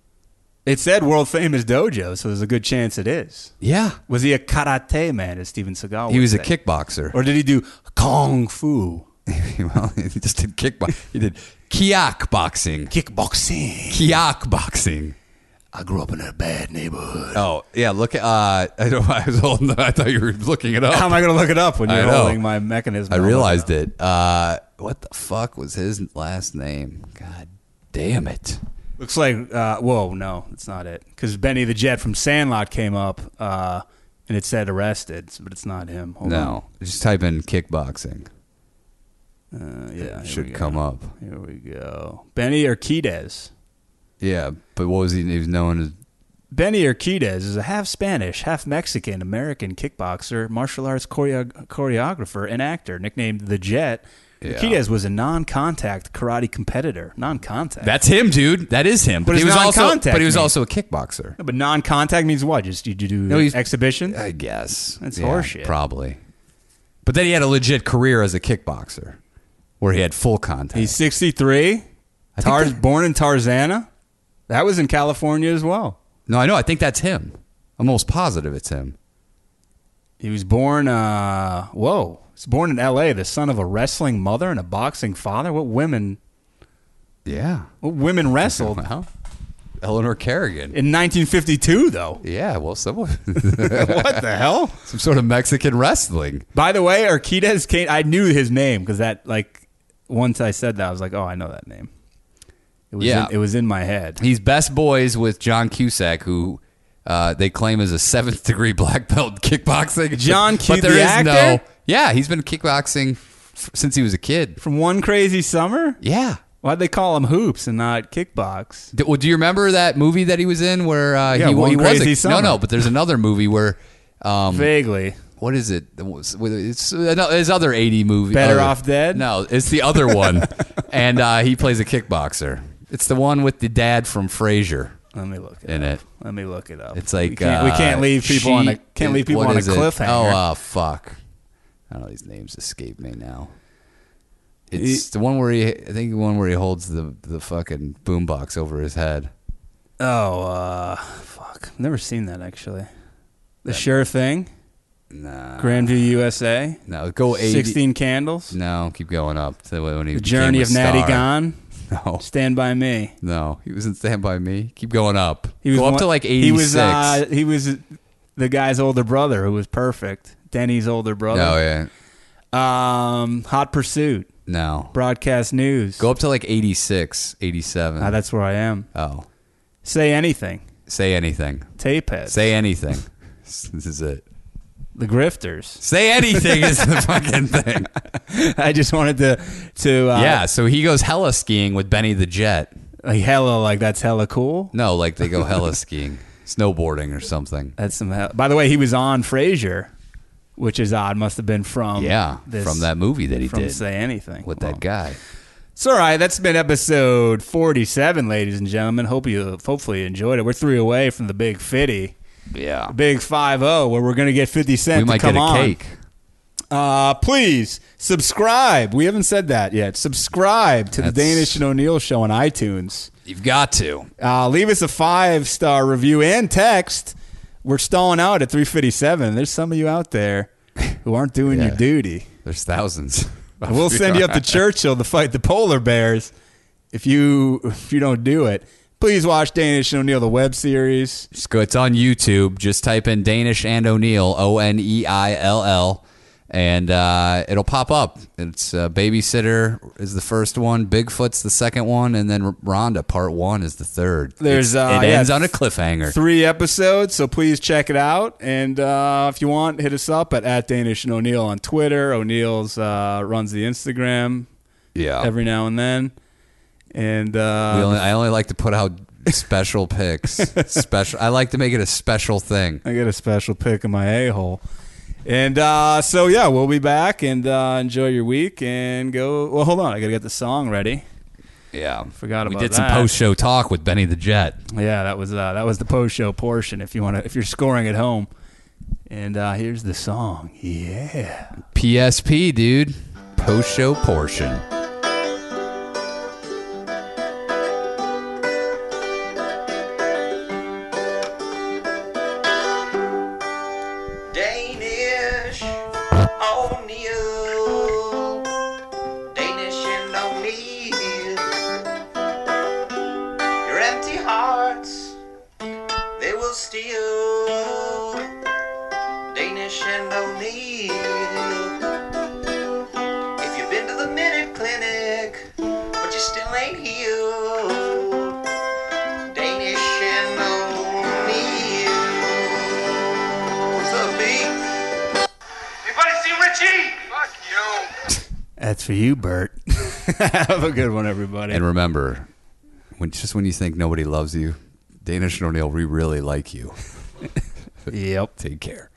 Speaker 2: It said world famous dojo, so there's a good chance it is.
Speaker 3: Yeah,
Speaker 2: Was he a karate man, as Steven Seagal
Speaker 3: he
Speaker 2: would
Speaker 3: was
Speaker 2: say?
Speaker 3: a kickboxer.
Speaker 2: Or did he do kung fu?
Speaker 3: well, he just did kickbox. He did kiak boxing.
Speaker 2: Kickboxing.
Speaker 3: Kiak boxing.
Speaker 2: I grew up in a bad neighborhood.
Speaker 3: Oh yeah, look. at- Uh, I don't. I was holding. I thought you were looking it up.
Speaker 2: How am I going to look it up when
Speaker 3: I
Speaker 2: you're
Speaker 3: know.
Speaker 2: holding my mechanism?
Speaker 3: I
Speaker 2: I'll look
Speaker 3: realized
Speaker 2: it.
Speaker 3: it. Uh, what the fuck was his last name? God damn it.
Speaker 2: up. Looks like, uh, whoa, no, it's not it. Because Benny the Jet from Sandlot came up uh, and it said arrested, but it's not him. Hold
Speaker 3: No, just type in kickboxing.
Speaker 2: on. Uh, yeah. here
Speaker 3: It
Speaker 2: we
Speaker 3: should
Speaker 2: go.
Speaker 3: come up.
Speaker 2: Here we go. Benny Urquidez.
Speaker 3: Yeah, but what was he? He was known as.
Speaker 2: Benny Urquidez is a half Spanish, half Mexican American kickboxer, martial arts choreo- choreographer, and actor, nicknamed the Jet.
Speaker 3: Yeah.
Speaker 2: Urquidez was a non-contact karate competitor. Non-contact.
Speaker 3: That's him, dude. That is him. But,
Speaker 2: it's
Speaker 3: he was
Speaker 2: not
Speaker 3: also.
Speaker 2: contact,
Speaker 3: But he was
Speaker 2: man.
Speaker 3: also a kickboxer.
Speaker 2: No, but non-contact means what? Just you, you do
Speaker 3: he's- uh,
Speaker 2: exhibitions?
Speaker 3: I guess
Speaker 2: That's horseshit.
Speaker 3: Probably. But then he had a legit career as a kickboxer, where he had full contact.
Speaker 2: He's 63.
Speaker 3: I think
Speaker 2: Tars,
Speaker 3: that-
Speaker 2: born in Tarzana. That was in California as well.
Speaker 3: no, I know. I think that's him. I'm almost positive it's him.
Speaker 2: He was born, uh, whoa. He's born in L.A., the son of a wrestling mother and a boxing father. What women,
Speaker 3: Yeah.
Speaker 2: what women wrestled? in
Speaker 3: Well, Eleanor Kerrigan.
Speaker 2: 1952, though.
Speaker 3: Yeah, well, some
Speaker 2: what the hell?
Speaker 3: some sort of Mexican wrestling.
Speaker 2: By the way, Arquidez came. I knew his name because that like once I said that I was like, oh, I know that name. It was
Speaker 3: Yeah.
Speaker 2: in, it was in my head.
Speaker 3: He's best boys with John Cusack, who uh, they claim is a seventh degree black belt in kickboxing.
Speaker 2: John
Speaker 3: But
Speaker 2: Cu-
Speaker 3: there
Speaker 2: the
Speaker 3: is
Speaker 2: actor?
Speaker 3: yeah, he's been kickboxing f- since he was a kid.
Speaker 2: From one crazy summer.
Speaker 3: Yeah.
Speaker 2: Why'd they call him hoops and not kickbox?
Speaker 3: D- well, do you remember that movie that he was in where uh,
Speaker 2: Yeah,
Speaker 3: he,
Speaker 2: One
Speaker 3: he
Speaker 2: Crazy
Speaker 3: was a, no
Speaker 2: Summer.
Speaker 3: no? But there's another movie where um,
Speaker 2: Vaguely.
Speaker 3: what is it? It was- It's uh, his other eighty movie.
Speaker 2: Better
Speaker 3: other-
Speaker 2: Off Dead?
Speaker 3: No, it's the other one, and uh, he plays a kickboxer. It's the one with the dad from Frasier.
Speaker 2: Let me look it
Speaker 3: In
Speaker 2: up.
Speaker 3: it.
Speaker 2: Let me look it up.
Speaker 3: It's like
Speaker 2: we can't, we
Speaker 3: uh,
Speaker 2: can't leave people on a
Speaker 3: she-
Speaker 2: can't leave people
Speaker 3: what
Speaker 2: on a
Speaker 3: is it?
Speaker 2: cliffhanger.
Speaker 3: Oh uh, fuck! I don't know these names escape me now. It's the one where he, I think the one where he holds the the fucking boombox over his head.
Speaker 2: oh, uh, fuck! I've never seen that actually. The sure thing.
Speaker 3: Nah,
Speaker 2: Grandview, USA.
Speaker 3: no, go eighty.
Speaker 2: Sixteen candles.
Speaker 3: No, keep going up to when he
Speaker 2: The journey of Natty Gone.
Speaker 3: No,
Speaker 2: Stand by me.
Speaker 3: no, he was in Stand by Me. Keep going up.
Speaker 2: He was
Speaker 3: go up
Speaker 2: one-
Speaker 3: to like eighty-six.
Speaker 2: He was uh, he was the guy's older brother who was perfect. Denny's older
Speaker 3: no,
Speaker 2: brother.
Speaker 3: Oh, yeah,
Speaker 2: Um, Hot Pursuit,
Speaker 3: no.
Speaker 2: Broadcast News.
Speaker 3: Go up to like 86, 87.
Speaker 2: Ah, that's where I am.
Speaker 3: oh,
Speaker 2: Say anything.
Speaker 3: say anything.
Speaker 2: Tapehead.
Speaker 3: Say anything. this is it.
Speaker 2: the Grifters.
Speaker 3: Say anything is the fucking thing.
Speaker 2: I just wanted to to uh,
Speaker 3: yeah, so he goes hella skiing with Benny the Jet.
Speaker 2: like hella like that's hella cool.
Speaker 3: No, like they go hella skiing, snowboarding or something.
Speaker 2: That's some. Hell- By the way, he was on Frasier, which is odd. Must have been from
Speaker 3: Yeah,
Speaker 2: this-
Speaker 3: from Oh. that movie that he
Speaker 2: from
Speaker 3: did
Speaker 2: Say anything
Speaker 3: with
Speaker 2: Well,
Speaker 3: that guy.
Speaker 2: It's all right. That's been episode forty-seven, ladies and gentlemen. Hope you hopefully you enjoyed it. We're three away from the big fifty,
Speaker 3: Yeah,
Speaker 2: big five zero, where we're gonna get fifty cent
Speaker 3: we
Speaker 2: to
Speaker 3: might
Speaker 2: come
Speaker 3: get a
Speaker 2: on.
Speaker 3: cake.
Speaker 2: Uh, please subscribe. We haven't said that yet. Subscribe to the
Speaker 3: That's-
Speaker 2: Danish and O'Neill show on iTunes.
Speaker 3: You've got to.
Speaker 2: Uh, leave us a five star review and text. We're stalling out at three fifty-seven. There's some of you out there who aren't doing
Speaker 3: Yeah.
Speaker 2: your duty.
Speaker 3: There's thousands.
Speaker 2: And We'll send you up to Churchill to fight the polar bears if you if you don't do it. Please watch Danish and O'Neill the web series.
Speaker 3: Just go. It's on YouTube. Just type in Danish and O'Neill, O N E I L L, and uh, it'll pop up. It's uh, Babysitter is the first one, Bigfoot's the second one, and then Rhonda Part One is the third.
Speaker 2: There's,
Speaker 3: It's-
Speaker 2: uh,
Speaker 3: it
Speaker 2: yeah,
Speaker 3: ends on a cliffhanger.
Speaker 2: Three episodes, so please check it out. And uh, if you want, hit us up at, at Danish and O'Neill on Twitter. O'Neill's uh, runs the Instagram
Speaker 3: yeah,
Speaker 2: every now and then. And
Speaker 3: Oh. We only,
Speaker 2: uh,
Speaker 3: I only like to put out special picks. special. I like to make it a special thing.
Speaker 2: I get a special pick in my a hole. And uh, so, yeah, we'll be back and uh, enjoy your week. And go. Well, hold on. I got to get the song ready.
Speaker 3: Yeah,
Speaker 2: Forgot
Speaker 3: we
Speaker 2: about
Speaker 3: did some
Speaker 2: that.
Speaker 3: post show talk with Benny the Jet.
Speaker 2: Yeah, that was uh, that was the post show portion. If you want to, if you're scoring at home, and uh, here's the song. Yeah.
Speaker 3: PSP, dude. Post show portion.
Speaker 5: Danish O'Neill. Danish and O'Neill. Your empty hearts, they will steal. Danish and O'Neill. If you've been to the Minute Clinic, but you still ain't healed. Danish and O'Neill. What's up, B?
Speaker 1: Anybody see Richie? Fuck you.
Speaker 2: That's for you, Bert. Have a good one, everybody.
Speaker 3: And remember, when just when you think nobody loves you, Danish and O'Neill, we really like you.
Speaker 2: yep.
Speaker 3: Take care.